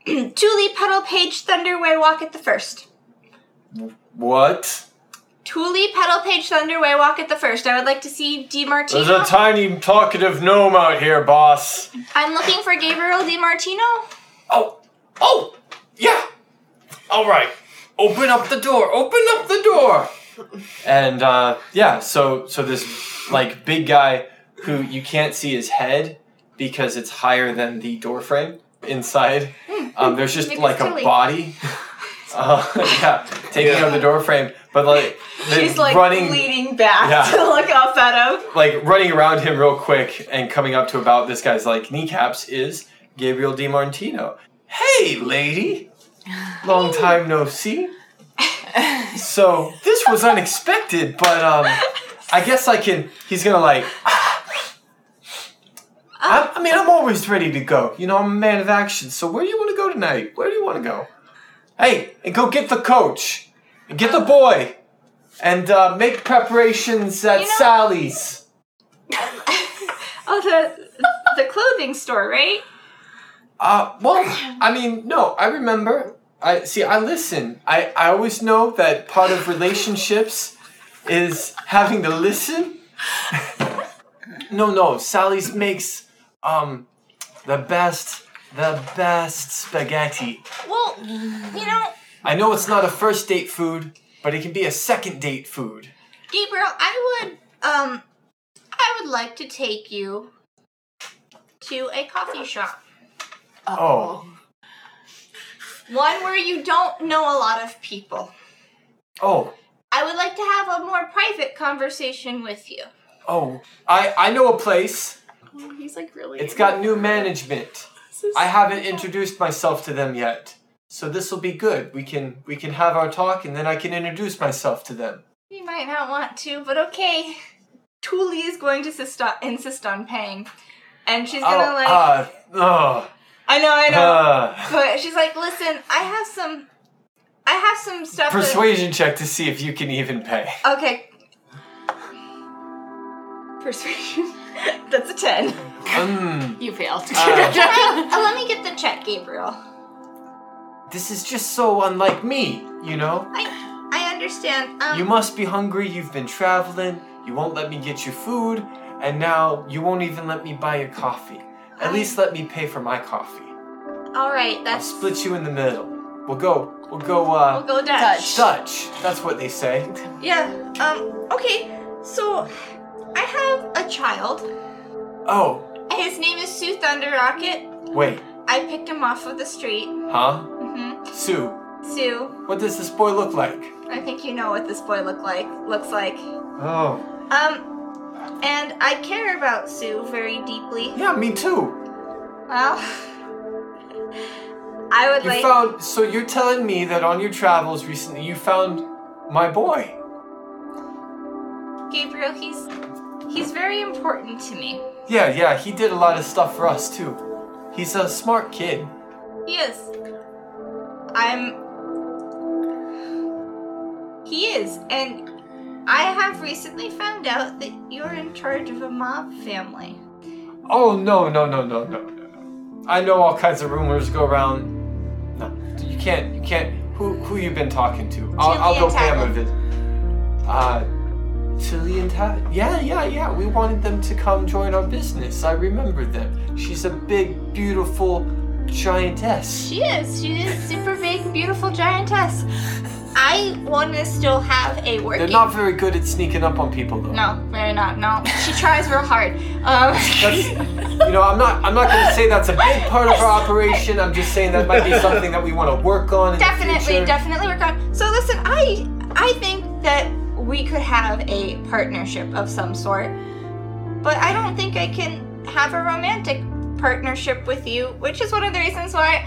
Speaker 7: Tuli Petal Page Thunderway Walk at the first.
Speaker 1: What?
Speaker 7: Tuli Petal Page Thunderway Walk at the first. I would like to see
Speaker 1: There's a
Speaker 7: DiMartino.
Speaker 1: tiny talkative gnome out here, boss.
Speaker 7: I'm looking for Gabriel DiMartino.
Speaker 1: Oh, oh, yeah. All right, open up the door. Open up the door. And uh, yeah, so so this like big guy who you can't see his head because it's higher than the door frame inside. Um, there's just
Speaker 7: Maybe
Speaker 1: like
Speaker 7: it's
Speaker 1: a
Speaker 7: Tilly.
Speaker 1: body. Uh, yeah, taking out the door frame, but like
Speaker 3: she's like
Speaker 1: running
Speaker 3: leaning back
Speaker 1: Yeah.
Speaker 3: to look up at him.
Speaker 1: like running around him real quick and coming up to about this guy's like kneecaps is Gabriel DiMartino. Hey, lady. Long time no see. So this was unexpected, but um, I guess I can. He's gonna like. I, I mean, I'm always ready to go. You know, I'm a man of action. So where do you want to go tonight? Where do you want to go? Hey, and go get the coach, and get
Speaker 7: Um,
Speaker 1: the boy, and uh, make preparations at
Speaker 7: You know-
Speaker 1: Sally's.
Speaker 3: Oh, the the clothing store, right?
Speaker 1: Uh, well, I mean, no, I remember. I see. I listen. I I always know that part of relationships is having to listen. no, no, Sally's makes um the best the best spaghetti.
Speaker 7: Well, you know,
Speaker 1: I know it's not a first date food, but it can be a second date food.
Speaker 7: Gabriel, I would um I would like to take you to a coffee shop.
Speaker 1: Oh,
Speaker 7: One where you don't know a lot of people.
Speaker 1: oh,
Speaker 7: I would like to have a more private conversation with you.
Speaker 1: oh! I I know a place.
Speaker 5: He's like really.
Speaker 1: It's got new management. I haven't introduced myself to them yet. So this will be good. We can we can have our talk and then I can introduce myself to them.
Speaker 3: You might not want to, but okay.
Speaker 10: Thule is going to insist on, insist on paying. And she's
Speaker 1: Oh,
Speaker 10: gonna like,
Speaker 1: ah, oh,
Speaker 10: I know, I know.
Speaker 1: ah.
Speaker 10: but she's like, listen, I have some, I have some stuff. that-
Speaker 1: Persuasion check to see if you can even pay.
Speaker 10: Okay. Persuasion. That's a 10.
Speaker 1: Mm,
Speaker 11: You failed.
Speaker 3: Uh, let me get the check, Gabriel.
Speaker 1: this is just so unlike me, you know?
Speaker 3: I I understand. Um,
Speaker 1: You must be hungry, you've been traveling, you won't let me get you food, and now you won't even let me buy your coffee. At least let me pay for my coffee.
Speaker 3: all right,
Speaker 1: I'll
Speaker 3: that's
Speaker 1: split you in the middle. We'll go, we'll go, uh,
Speaker 3: we'll go Dutch.
Speaker 1: Dutch. That's what they say.
Speaker 3: Yeah. Um. Okay. So, I have a child.
Speaker 1: Oh,
Speaker 3: His name is Sue Thunder Rocket.
Speaker 1: wait,
Speaker 3: I picked him off of the street.
Speaker 1: huh?
Speaker 3: Mhm.
Speaker 1: Sue,
Speaker 3: Sue,
Speaker 1: what does this boy look like?
Speaker 3: I think you know what this boy look like. Looks like.
Speaker 1: Oh.
Speaker 3: Um. And I care about Sue very deeply.
Speaker 1: Yeah, me too.
Speaker 3: Well, I would
Speaker 1: You
Speaker 3: like.
Speaker 1: found, so you're telling me that on your travels recently you found my boy.
Speaker 3: Gabriel, he's he's very important to me.
Speaker 1: Yeah, yeah, he did a lot of stuff for us too. He's a smart kid.
Speaker 3: He is. I'm He is, and I have recently found out that you're in charge of a mob family.
Speaker 1: Oh no, no, no, no, no, no, no. I know all kinds of rumors go around. No, you can't, you can't. Who, who you been talking to? I'll, I'll go pay him a visit. Uh, Tilly and Tad? Yeah, yeah, yeah. We wanted them to come join our business. I remember them. She's a big, beautiful giantess.
Speaker 3: She is. She is super big, beautiful giantess. I want to still have a
Speaker 1: They're
Speaker 3: working.
Speaker 1: not very good at sneaking up on people though.
Speaker 3: no, they're not. No, she tries real hard. Um,
Speaker 1: That's, you know, I'm not. I'm not going to say that's a big part of our operation. I'm just saying that might be something that we want to work on. In the
Speaker 3: definitely
Speaker 1: future.
Speaker 3: definitely work on so listen i i think that we could have a partnership of some sort but i don't think i can have a romantic partnership with you which is one of the reasons why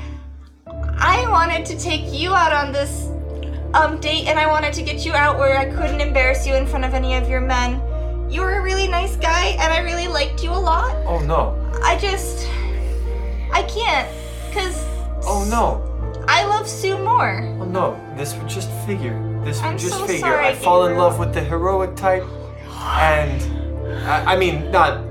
Speaker 3: i wanted to take you out on this um date and i wanted to get you out where i couldn't embarrass you in front of any of your men you were a really nice guy and i really liked you a lot
Speaker 1: Oh no!
Speaker 3: i just i can't because
Speaker 1: Oh no!
Speaker 3: i love sue more
Speaker 1: Oh no! This would just figure. This would
Speaker 3: I'm
Speaker 1: just
Speaker 3: so
Speaker 1: figure.
Speaker 3: sorry,
Speaker 1: I fall in
Speaker 3: Gabriel.
Speaker 1: love with the heroic type, and I, I mean, not.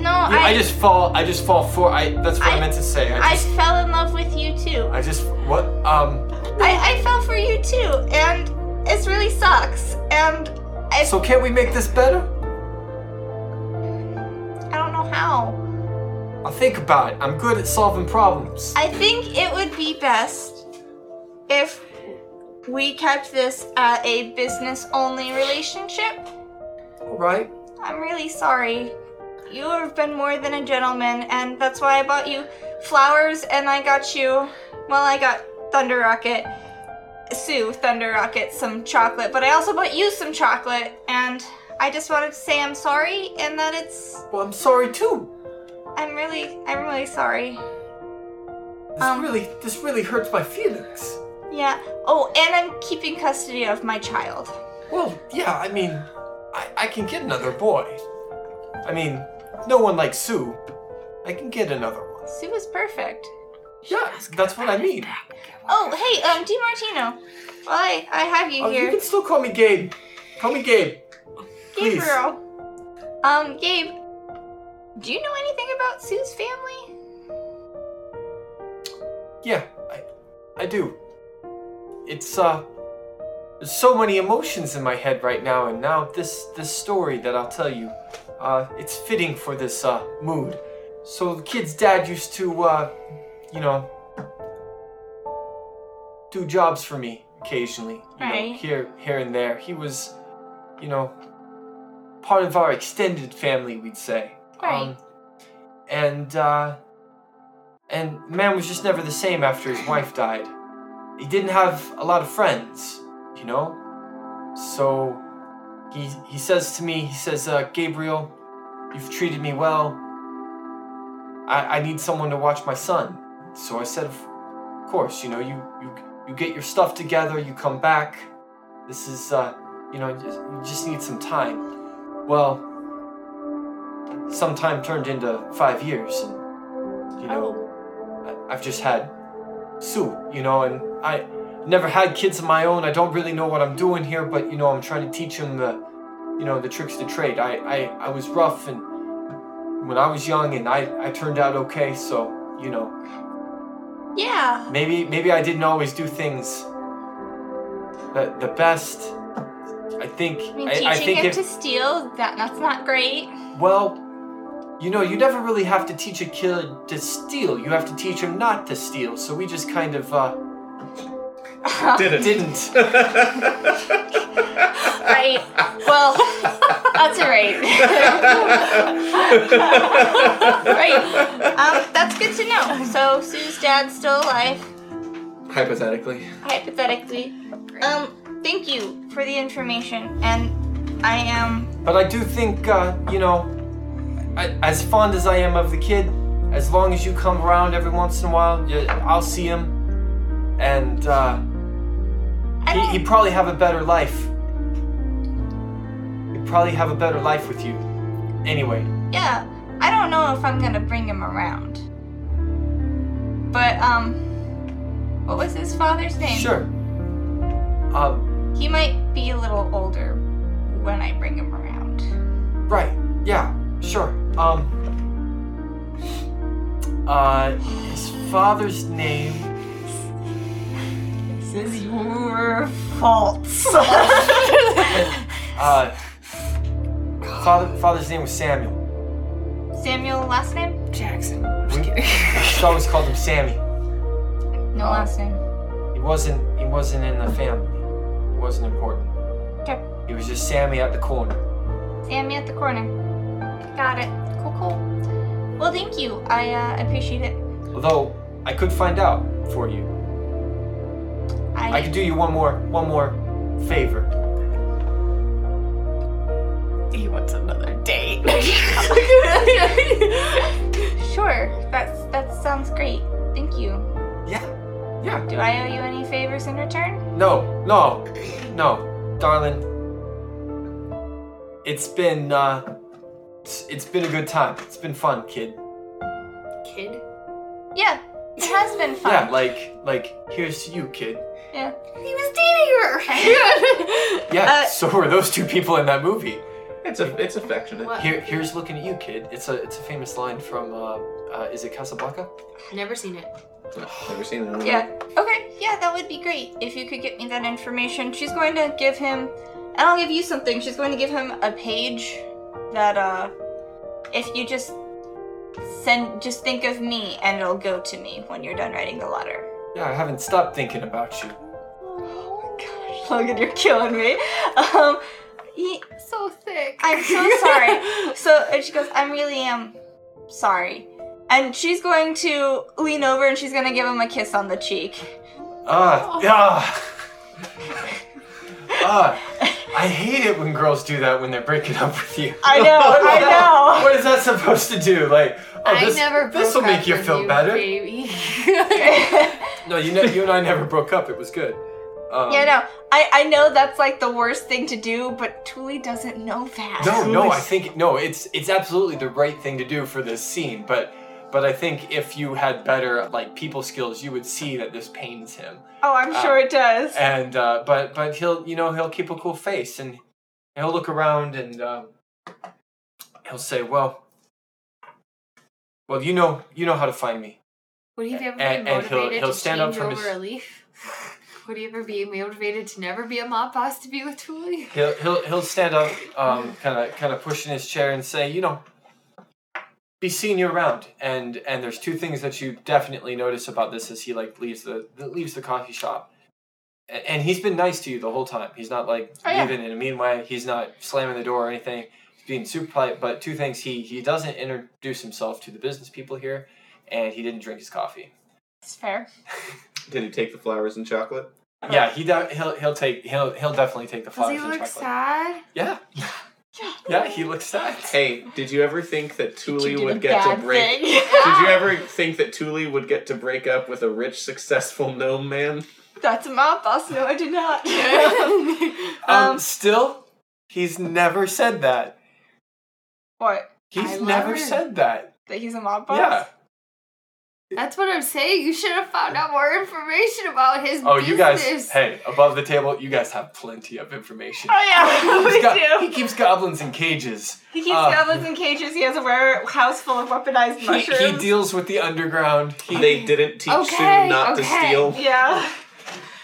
Speaker 3: No,
Speaker 1: I,
Speaker 3: I,
Speaker 1: just fall. I just fall for. I. That's what I,
Speaker 3: I-
Speaker 1: meant to say. I
Speaker 3: I
Speaker 1: just.
Speaker 3: fell in love with you too.
Speaker 1: I, just. What? Um.
Speaker 3: I, I fell for you too, and it really sucks. And I,
Speaker 1: So can't we make this better?
Speaker 3: I don't know how.
Speaker 1: I'll think about it. I'm good at solving problems.
Speaker 3: I think it would be best if we kept this at a business only relationship.
Speaker 1: All right.
Speaker 3: I'm really sorry. You have been more than a gentleman, and that's why I bought you flowers and I got you, well, I got Thunder Rocket, Sue Thunder Rocket, some chocolate, but I also bought you some chocolate, and I just wanted to say I'm sorry and that it's.
Speaker 1: Well, I'm sorry too.
Speaker 3: I'm really, I'm really sorry.
Speaker 1: This
Speaker 3: Um,
Speaker 1: really. This really hurts my feelings.
Speaker 3: Yeah. Oh, and I'm keeping custody of my child.
Speaker 1: Well, yeah, I mean, I, I can get another boy. I mean, no one likes Sue. I can get another one.
Speaker 3: Sue is perfect.
Speaker 1: Yeah, that's what I mean.
Speaker 3: Oh, hey, um, DiMartino. Well, I, I have you
Speaker 1: Oh,
Speaker 3: here.
Speaker 1: you can still call me Gabe. Call me Gabe. Please.
Speaker 3: Gabriel. Um, Gabe, do you know anything about Sue's family?
Speaker 1: Yeah, I, I do. It's uh, there's so many emotions in my head right now, and now this this story that I'll tell you, uh, it's fitting for this uh mood. So the kid's dad used to uh, you know, do jobs for me occasionally, you
Speaker 3: Right.
Speaker 1: know, here here and there. He was, you know, part of our extended family, we'd say. Um,
Speaker 3: Right.
Speaker 1: and uh, and man was just never the same after his wife died. He didn't have a lot of friends, you know. So he he says to me, he says, uh, Gabriel, you've treated me well. I I need someone to watch my son. So I said, Of course, you know, you you you get your stuff together, you come back. This is, uh, you know, just, you just need some time. Well, some time turned into five years, and you know, I, I've just had Sue, you know, and I never had kids of my own. I don't really know what I'm doing here, but you know, I'm trying to teach him the, you know, the tricks to trade. I I, I was rough and when I was young, and I I turned out okay. So you know,
Speaker 3: Yeah.
Speaker 1: maybe maybe I didn't always do things the the best. I think
Speaker 3: I mean,
Speaker 1: I,
Speaker 3: teaching
Speaker 1: I think
Speaker 3: him
Speaker 1: if
Speaker 3: to steal, that that's not great.
Speaker 1: well, you know, you never really have to teach a kid to steal. You have to teach him not to steal. So we just kind of uh,
Speaker 4: Didn't.
Speaker 1: didn't.
Speaker 3: Right. Well, that's all right. right. Um, that's good to know. So Sue's dad's still alive,
Speaker 4: Hypothetically.
Speaker 3: hypothetically. Um, thank you for the information, and I am.
Speaker 1: But I do think, uh, you know, I, as fond as I am of the kid, as long as you come around every once in a while, you, I'll see him, and uh,
Speaker 3: I
Speaker 1: he,
Speaker 3: don't,
Speaker 1: he'd probably have a better life. He'd probably have a better life with you. Anyway,
Speaker 3: yeah, I don't know if I'm gonna bring him around. But um, what was his father's name?
Speaker 1: sure. Um,
Speaker 3: He might be a little older when I bring him around.
Speaker 1: right. Yeah. Sure. Um. Uh, his father's name.
Speaker 12: This is your fault.
Speaker 1: Uh, father, father's name was Samuel.
Speaker 3: Samuel, last name?
Speaker 5: Jackson.
Speaker 1: Just always called him Sammy.
Speaker 3: No last name.
Speaker 1: He wasn't. He wasn't in the family. It wasn't important.
Speaker 3: Okay.
Speaker 1: He was just Sammy at the corner.
Speaker 3: Sammy at the corner. Got it. Cool, cool. Well, thank you. I uh, appreciate it.
Speaker 1: Although I could find out for you. I
Speaker 3: I,
Speaker 1: could do you one more. One more favor.
Speaker 13: He wants another date.
Speaker 3: sure. That's that sounds great. Thank you.
Speaker 1: Yeah. Yeah.
Speaker 3: Do I owe you any favors in return?
Speaker 1: No. No. No, darling. It's been. uh it's- it's been a good time. It's been fun, kid.
Speaker 14: Kid.
Speaker 3: Yeah. It has been fun.
Speaker 1: Yeah, like, like, here's to you, kid.
Speaker 14: He was dating her.
Speaker 1: Yeah,
Speaker 3: Uh,
Speaker 1: so were those two people in that movie.
Speaker 4: It's a it's affectionate.
Speaker 3: uh,
Speaker 14: what?
Speaker 1: Here, here's looking at you, kid. It's a, it's a famous line from, uh, uh, is it Casablanca?
Speaker 14: Never seen it.
Speaker 4: Never seen that.
Speaker 3: Yeah. Okay. Yeah, that would be great if you could get me that information. She's going to give him, and I'll give you something. She's going to give him a page that, uh, if you just send, just think of me, and it'll go to me when you're done writing the letter.
Speaker 1: Yeah, I haven't stopped thinking about you. Oh
Speaker 3: Gosh, Logan, Oh, you're killing me. Um, he,
Speaker 14: So thick.
Speaker 3: I'm so sorry. so and she goes, I really am sorry. And she's going to lean over and she's going to give him a kiss on the cheek.
Speaker 1: Ah, ah, ah. I hate it when girls do that when they're breaking up with you.
Speaker 3: I know, I know.
Speaker 1: What is that supposed to do? Like, oh,
Speaker 14: I
Speaker 1: this,
Speaker 14: never.
Speaker 1: this will
Speaker 14: broke
Speaker 1: make
Speaker 14: up
Speaker 1: you
Speaker 14: with
Speaker 1: feel better.
Speaker 14: Baby.
Speaker 1: No, you, ne- you and I never broke up. It was good. Um,
Speaker 3: Yeah, no, I, I know that's like the worst thing to do, but Tuli doesn't know that.
Speaker 1: No, no, I think no. It's it's absolutely the right thing to do for this scene, but but I think if you had better like people skills, you would see that this pains him.
Speaker 3: Oh, I'm sure it does.
Speaker 1: Uh, and uh, but but he'll you know he'll keep a cool face and he'll look around and uh, he'll say well well you know you know how to find me
Speaker 5: Would he ever be
Speaker 1: And- and
Speaker 5: motivated
Speaker 1: he'll- he'll
Speaker 5: to
Speaker 1: stand up
Speaker 5: change
Speaker 1: from
Speaker 5: over
Speaker 1: his-
Speaker 5: a leaf? Would he ever be motivated to never be a mob boss to be with Tuli?
Speaker 1: he'll he'll he'll stand up um kind of kind of pushing his chair and say you know be seeing you around and and there's two things that you definitely notice about this as he like leaves the leaves the coffee shop and, and he's been nice to you the whole time he's not like
Speaker 3: Oh, yeah.
Speaker 1: leaving in a mean way he's not slamming the door or anything he's being super polite but two things he he doesn't introduce himself to the business people here and he didn't drink his coffee
Speaker 3: It's fair.
Speaker 4: Did he take the flowers and chocolate?
Speaker 1: yeah he de- he'll he'll take he'll he'll definitely take the
Speaker 5: Does
Speaker 1: flowers
Speaker 5: he
Speaker 1: and
Speaker 5: look
Speaker 1: chocolate
Speaker 5: sad?
Speaker 1: yeah Yeah, he looks sad.
Speaker 4: Hey, did you ever think that Thule
Speaker 3: did a
Speaker 4: would get to
Speaker 3: bad thing.
Speaker 4: break? Did you ever think that Thule would get to break up with a rich, successful gnome man?
Speaker 3: That's my boss. No, I did not.
Speaker 1: Um,
Speaker 3: um,
Speaker 1: still, he's never said that.
Speaker 3: what?
Speaker 1: He's
Speaker 6: love
Speaker 1: never
Speaker 6: her.
Speaker 1: said that.
Speaker 3: That he's a mob boss?
Speaker 1: Yeah.
Speaker 5: That's what I'm saying. You should have found out more information about his
Speaker 1: Oh,
Speaker 5: business.
Speaker 1: you guys. Hey, above the table, you guys have plenty of information.
Speaker 3: Oh yeah,
Speaker 1: He's
Speaker 3: we
Speaker 1: got-
Speaker 3: do.
Speaker 1: He keeps goblins in cages.
Speaker 3: He keeps
Speaker 1: Uh,
Speaker 3: goblins in cages. He has a warehouse full of weaponized
Speaker 1: He,
Speaker 3: mushrooms.
Speaker 1: he deals with the underground. He,
Speaker 4: They didn't teach
Speaker 5: Okay,
Speaker 4: Sue not to
Speaker 5: okay.
Speaker 4: steal.
Speaker 3: yeah.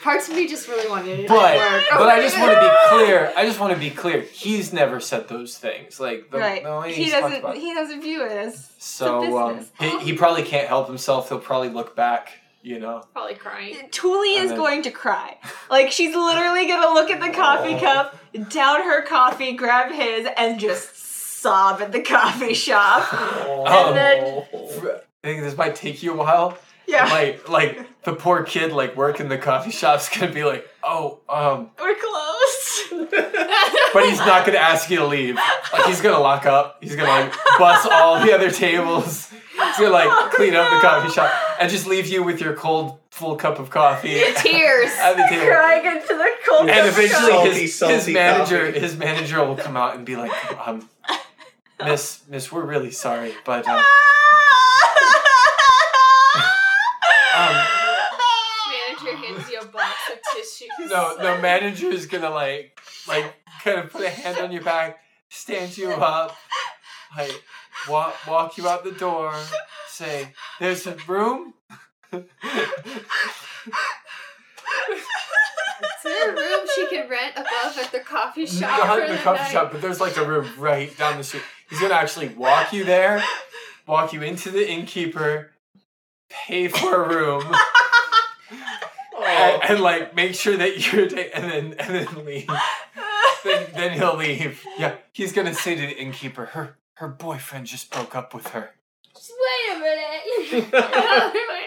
Speaker 5: Parts of me just really wanted it.
Speaker 1: but
Speaker 5: work.
Speaker 1: but I just want to be clear. I just want to be clear. He's never said those things. Like the,
Speaker 3: right.
Speaker 1: the way
Speaker 3: he
Speaker 1: he's talked
Speaker 3: doesn't.
Speaker 1: about. it.
Speaker 3: He doesn't view it as.
Speaker 1: so um,
Speaker 3: business.
Speaker 1: he, he probably can't help himself. He'll probably look back. You know.
Speaker 5: Probably crying.
Speaker 3: Thule is
Speaker 1: then-
Speaker 3: going to cry. Like she's literally gonna look at the
Speaker 1: Oh.
Speaker 3: coffee cup, down her coffee, grab his, and just sob at the coffee shop.
Speaker 1: Um,
Speaker 3: And then
Speaker 1: I think this might take you a while.
Speaker 3: yeah,
Speaker 1: Like like the poor kid like working the coffee shop's gonna be like, oh um,
Speaker 3: we're closed.
Speaker 1: but he's not gonna ask you to leave. Like he's gonna lock up. He's gonna like bust all the other tables. He's
Speaker 3: Oh,
Speaker 1: gonna like clean up the coffee shop and just leave you with your cold full cup of coffee at
Speaker 5: Tears.
Speaker 1: the table.
Speaker 3: Crying into the cold.
Speaker 1: And eventually
Speaker 4: Salty,
Speaker 1: his, his
Speaker 4: salty
Speaker 1: manager
Speaker 4: coffee.
Speaker 1: his manager will come out and be like, um, Miss Miss, we're really sorry, but uh, um,
Speaker 5: Manager hands you a box of tissues.
Speaker 1: no the manager is gonna like like kind of put a hand on your back, stand you up, like walk walk you out the door, say, There's a room
Speaker 5: Is there a room she can rent above at the coffee shop?
Speaker 1: not
Speaker 5: for
Speaker 1: in the
Speaker 5: the
Speaker 1: coffee
Speaker 5: night?
Speaker 1: shop, but there's like a room right down the street. He's gonna actually walk you there, walk you into the innkeeper, pay for a room, and, and, like make sure that you're ta- and then and then leave. then, then he'll leave. Yeah, he's gonna say to the innkeeper, her her boyfriend just broke up with her.
Speaker 5: Just wait a minute. Wait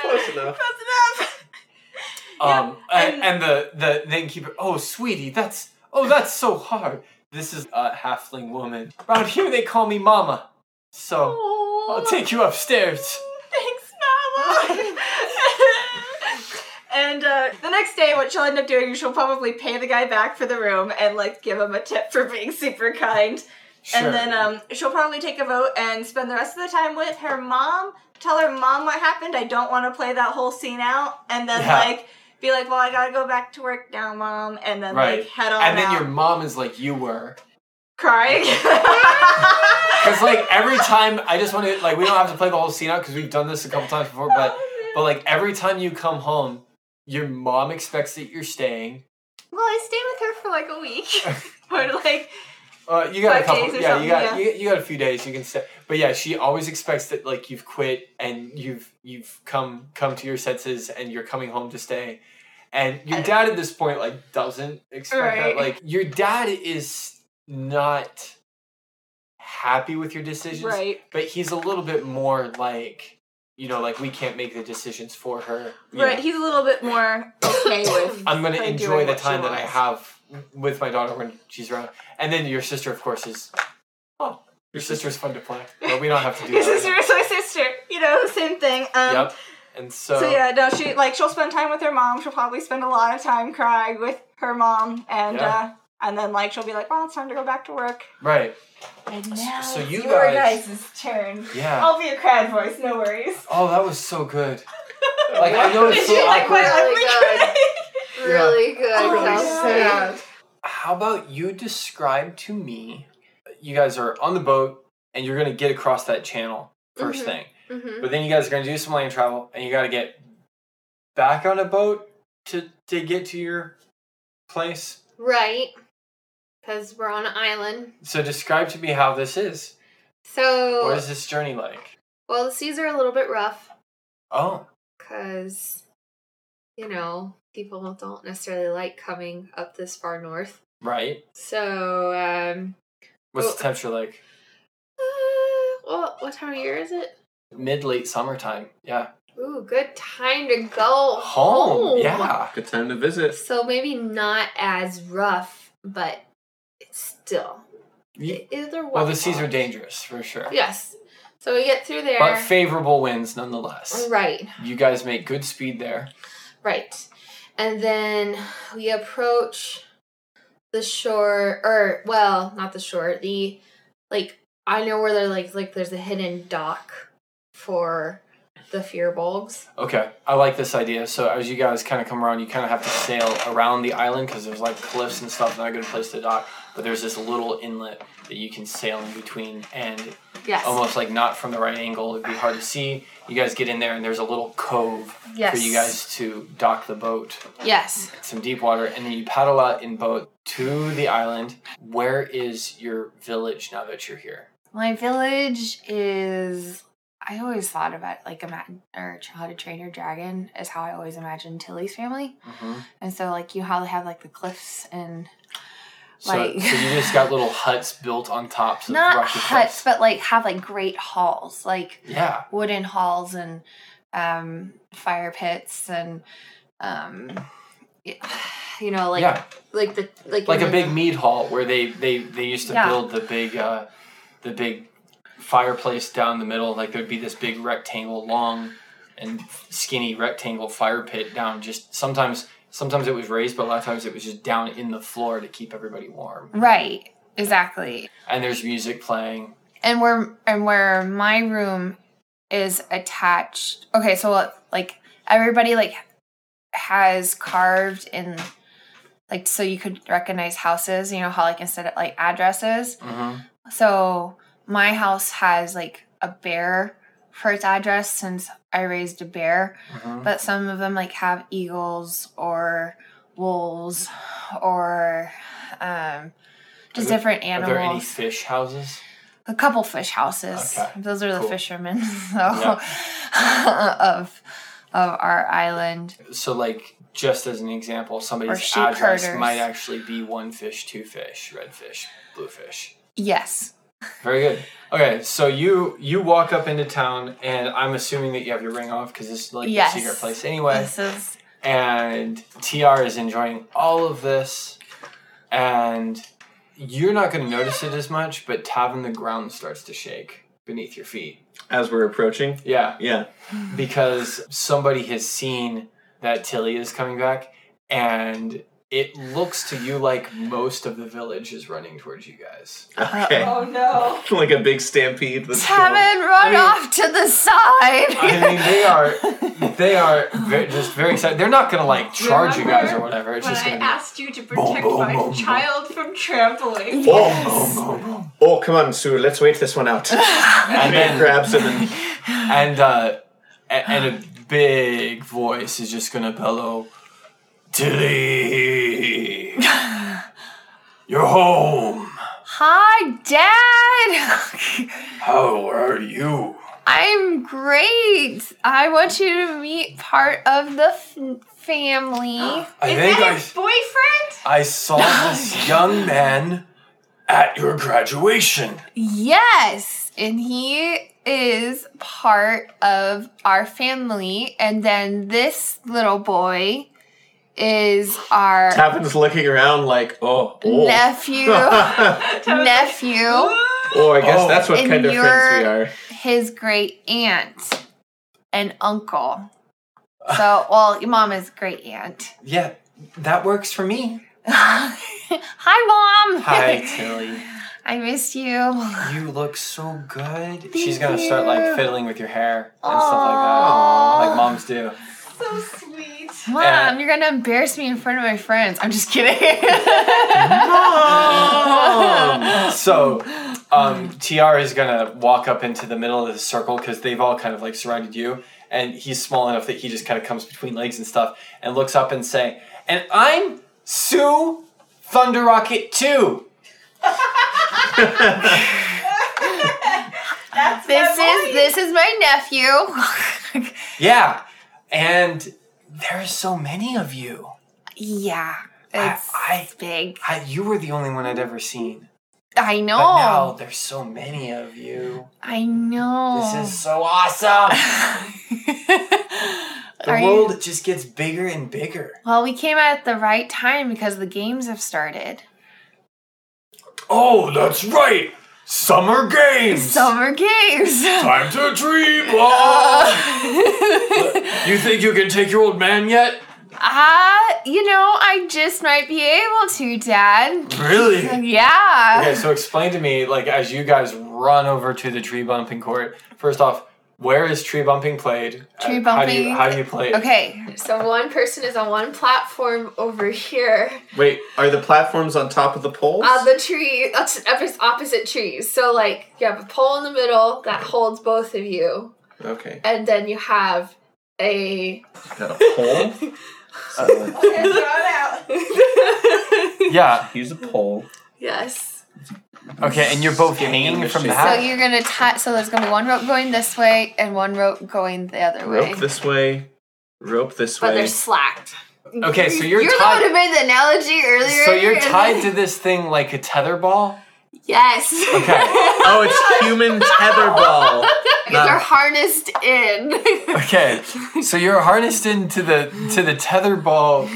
Speaker 4: Close enough.
Speaker 3: That's enough.
Speaker 1: Um, and,
Speaker 3: and-
Speaker 1: and the, the the innkeeper. Oh, sweetie, that's oh, that's so hard. This is a halfling woman. Around here, they call me Mama. So I'll take you upstairs.
Speaker 3: Thanks, Mama. and uh, the next day, what she'll end up doing is she'll probably pay the guy back for the room and like give him a tip for being super kind.
Speaker 1: Sure.
Speaker 3: And then um, she'll probably take a vote and spend the rest of the time with her mom. Tell her mom what happened. I don't want to play that whole scene out. And then
Speaker 1: Yeah.
Speaker 3: like be like, well, I gotta go back to work now, mom. And then
Speaker 1: right.
Speaker 3: like head on
Speaker 1: and then
Speaker 3: out,
Speaker 1: your mom is like, you were.
Speaker 3: crying.
Speaker 1: Because like every time, I just want to like we don't have to play the whole scene out because we've done this a couple times before.
Speaker 3: Oh,
Speaker 1: But but like every time you come home, your mom expects that you're staying.
Speaker 3: well, I stayed with her for like a week, or like
Speaker 1: Uh, you got a
Speaker 3: Five
Speaker 1: couple.
Speaker 3: days or
Speaker 1: Yeah, you
Speaker 3: something,
Speaker 1: got
Speaker 3: yeah.
Speaker 1: You, you got a few days. You can stay. But yeah, she always expects that like you've quit and you've you've come come to your senses and you're coming home to stay. And your dad at this point like doesn't expect
Speaker 3: Right.
Speaker 1: that. Like your dad is not happy with your decisions,
Speaker 3: right.
Speaker 1: but he's a little bit more like you know like we can't make the decisions for her. you know.
Speaker 3: Right, he's a little bit more okay with.
Speaker 1: I'm gonna
Speaker 3: her
Speaker 1: enjoy
Speaker 3: doing
Speaker 1: the
Speaker 3: what she
Speaker 1: time that I
Speaker 3: wants.
Speaker 1: have with my daughter when she's around. And then your sister, of course, is oh, your sister's fun to play. But we don't have to do
Speaker 3: Your
Speaker 1: that.
Speaker 3: sister is my sister. You know, same thing. Um,
Speaker 1: yep. And so,
Speaker 3: So. yeah, no, she like she'll spend time with her mom. She'll probably spend a lot of time crying with her mom, and
Speaker 1: Yeah.
Speaker 3: uh, and then like she'll be like, "Well, it's time to go back to work."
Speaker 1: right.
Speaker 3: And
Speaker 1: now so it's
Speaker 3: it's
Speaker 1: you
Speaker 3: your
Speaker 1: guys-
Speaker 3: guys' turn.
Speaker 1: Yeah.
Speaker 3: I'll be a crowd voice, no worries.
Speaker 1: Oh, that was so good. Like I know it's
Speaker 3: Did
Speaker 1: so
Speaker 3: you like
Speaker 1: awkward.
Speaker 3: Oh my ugly
Speaker 5: Really Really
Speaker 3: cry?
Speaker 5: good.
Speaker 3: Oh,
Speaker 5: Kelsey.
Speaker 3: sad.
Speaker 1: How about you describe to me? You guys are on the boat, and you're gonna get across that channel 1st
Speaker 5: Mhm.
Speaker 1: thing.
Speaker 5: Mhm.
Speaker 1: But then you guys are gonna do some land travel, and you gotta get back on a boat to to get to your place.
Speaker 5: Right. Because we're on an island.
Speaker 1: So describe to me how this is.
Speaker 5: So,
Speaker 1: What is this journey like?
Speaker 5: well, the seas are a little bit rough
Speaker 1: Oh,
Speaker 5: because, you know, people don't necessarily like coming up this far north.
Speaker 1: right.
Speaker 5: So, um,
Speaker 1: What's
Speaker 5: Oh.
Speaker 1: the temperature like?
Speaker 5: uh, well, what time of year is it?
Speaker 1: Mid late summertime. Yeah.
Speaker 5: Ooh, good time to go
Speaker 1: Home.
Speaker 5: Oh, home.
Speaker 1: Yeah.
Speaker 4: Good time to visit.
Speaker 5: So maybe not as rough, but it's still. e-,
Speaker 1: Ye-
Speaker 5: Either way.
Speaker 1: Well, the seas are dangerous for sure,
Speaker 5: Yes. So we get through there.
Speaker 1: but favorable winds nonetheless.
Speaker 5: right,
Speaker 1: You guys make good speed there.
Speaker 5: right. And then we approach the shore, or, well, not the shore, the, like, I know where they're like, like there's a hidden dock for the fear bulbs.
Speaker 1: Okay, I like this idea. So as you guys kind of come around, you kind of have to sail around the island because there's like cliffs and stuff, not a good place to dock. But there's this little inlet that you can sail in between, and
Speaker 6: Yes.
Speaker 1: almost like not from the right angle, it'd be hard to see. You guys get in there, and there's a little cove
Speaker 6: Yes.
Speaker 1: for you guys to dock the boat.
Speaker 6: Yes.
Speaker 1: Some deep water, and then you paddle out in boat to the island. Where is your village now that you're here?
Speaker 6: My village is. I always thought about like a mat or how to train your dragon is how I always imagined Tilly's family,
Speaker 1: Mm-hmm.
Speaker 6: and so like you how they have like the cliffs and
Speaker 1: So,
Speaker 6: Like-
Speaker 1: so you just got little huts built on tops of
Speaker 6: not
Speaker 1: rocky
Speaker 6: huts,
Speaker 1: cliffs.
Speaker 6: but like have like great halls, like
Speaker 1: yeah.
Speaker 6: wooden halls and um, fire pits and um, y- you know like
Speaker 1: yeah.
Speaker 5: Like the, like,
Speaker 1: like
Speaker 5: in
Speaker 1: a
Speaker 5: the-
Speaker 1: big mead hall where they they they used to
Speaker 6: Yeah.
Speaker 1: build the big uh the big fireplace down the middle like there'd be this big rectangle long and skinny rectangle fire pit down just sometimes sometimes it was raised but a lot of times it was just down in the floor to keep everybody warm
Speaker 6: right exactly
Speaker 1: and there's music playing
Speaker 6: and where and where my room is attached okay so uh, like everybody like has carved in like so you could recognize houses you know how like instead of like addresses
Speaker 1: mm-hmm.
Speaker 6: so my house has like a bear for its address since i raised a bear
Speaker 1: Mm-hmm.
Speaker 6: but some of them like have eagles or wolves or um just
Speaker 1: Are there-
Speaker 6: different
Speaker 1: are
Speaker 6: animals
Speaker 1: there any fish houses
Speaker 6: a couple fish houses.
Speaker 1: Okay,
Speaker 6: Those are the
Speaker 1: cool.
Speaker 6: fishermen so, of of our island.
Speaker 1: so like just as an example somebody's
Speaker 6: sheep
Speaker 1: address
Speaker 6: herders.
Speaker 1: might actually be one fish two fish red fish blue fish
Speaker 6: Yes.
Speaker 1: Very good. Okay, so you you walk up into town, and I'm assuming that you have your ring off because this is like
Speaker 6: Yes.
Speaker 1: your secret place anyway.
Speaker 6: This is
Speaker 1: And TR is enjoying all of this, and you're not going to notice it as much, but Tavern the ground starts to shake beneath your feet.
Speaker 4: As we're approaching,
Speaker 1: Yeah,
Speaker 4: yeah,
Speaker 1: because somebody has seen that Tilly is coming back, and it looks to you like most of the village is running towards you guys.
Speaker 4: okay,
Speaker 3: Oh no.
Speaker 4: like a big stampede with
Speaker 6: Tavin run
Speaker 1: mean-
Speaker 6: off to the side.
Speaker 1: I mean, they are they are very, just very excited. They're not gonna like charge you guys or whatever. It's
Speaker 3: When
Speaker 1: just
Speaker 3: I
Speaker 1: gonna be.
Speaker 3: asked you to protect
Speaker 1: boom,
Speaker 3: my
Speaker 1: boom, boom.
Speaker 3: child from trampling.
Speaker 4: Oh, oh, come on, Sue, let's wait this one out.
Speaker 1: And then
Speaker 4: grabs him and
Speaker 1: and uh, a- and a big voice is just gonna bellow, Tilly, you're home.
Speaker 6: Hi, Dad.
Speaker 1: How are you?
Speaker 6: I'm great. I want you to meet part of the f- family.
Speaker 1: I
Speaker 3: Is
Speaker 1: think
Speaker 3: that
Speaker 1: I
Speaker 3: his boyfriend?
Speaker 1: I saw this young man at your graduation.
Speaker 6: Yes, and he is part of our family. And then this little boy is our
Speaker 4: Tavin's looking around like, oh, oh.
Speaker 6: nephew. nephew,
Speaker 4: oh, I guess
Speaker 1: Oh.
Speaker 4: that's what
Speaker 6: And
Speaker 4: kind of
Speaker 6: you're-
Speaker 4: friends we are.
Speaker 6: his great aunt, and uncle. So, well, your mom is great aunt.
Speaker 1: Yeah, that works for me.
Speaker 6: Hi, mom.
Speaker 1: Hi, Tilly.
Speaker 6: I missed you.
Speaker 1: You look so good. She's gonna start like
Speaker 6: you.
Speaker 1: fiddling with your hair and stuff like that, like moms do.
Speaker 3: So sweet.
Speaker 6: Mom,
Speaker 1: Uh,
Speaker 6: you're gonna embarrass me in front of my friends. I'm just kidding.
Speaker 1: so, um, Tr is gonna walk up into the middle of the circle because they've all kind of like surrounded you, and he's small enough that he just kind of comes between legs and stuff, and looks up and say, "And I'm Sue Thunder Rocket Two.
Speaker 6: this is this is my nephew.
Speaker 1: Yeah, and there are so many of you.
Speaker 6: yeah,
Speaker 1: I-
Speaker 6: it's
Speaker 1: I,
Speaker 6: big.
Speaker 1: I, you were the only one I'd ever seen,
Speaker 6: I know.
Speaker 1: but now there's so many of you."
Speaker 6: I know.
Speaker 1: This is so awesome. The
Speaker 6: Are you-
Speaker 1: world just gets bigger and bigger.
Speaker 6: well, we came at the right time because the games have started.
Speaker 15: Oh, that's right. Summer games.
Speaker 6: Summer games.
Speaker 15: Time to dream. Oh. you think you can take your old man yet?
Speaker 6: Ah, you know, I just might be able to, Dad.
Speaker 15: Really?
Speaker 6: Yeah.
Speaker 1: Okay, so explain to me, like, as you guys run over to the tree bumping court. First off, where is tree bumping played?
Speaker 6: Tree
Speaker 1: Uh,
Speaker 6: bumping-
Speaker 1: How do you, how do you play? it?
Speaker 6: Okay.
Speaker 5: So one person is on one platform over here
Speaker 4: Wait, are the platforms on top of the poles?
Speaker 5: on Uh, the tree, that's opposite- opposite trees. So like you have a pole in the middle that holds both of you,
Speaker 4: okay.
Speaker 5: and then you have a
Speaker 4: Is that a pole? Uh,
Speaker 1: Yeah.
Speaker 4: Use a pole.
Speaker 5: yes.
Speaker 1: Okay, and you're both hanging from the
Speaker 6: So
Speaker 1: hat.
Speaker 6: you're gonna tie. So there's gonna be one rope going this way and one rope going the other way.
Speaker 4: Rope this way. Rope this
Speaker 5: But they're
Speaker 4: way.
Speaker 5: slacked.
Speaker 1: Okay, so you're,
Speaker 5: You're the one who
Speaker 1: tied.
Speaker 5: made the analogy earlier.
Speaker 1: So you're
Speaker 5: and-
Speaker 1: tied to this thing like a tether ball.
Speaker 5: Yes.
Speaker 1: Okay.
Speaker 4: Oh, it's human tetherball.
Speaker 5: They're
Speaker 4: Not-
Speaker 5: harnessed in.
Speaker 1: Okay. So you're harnessed into the to the tether ball.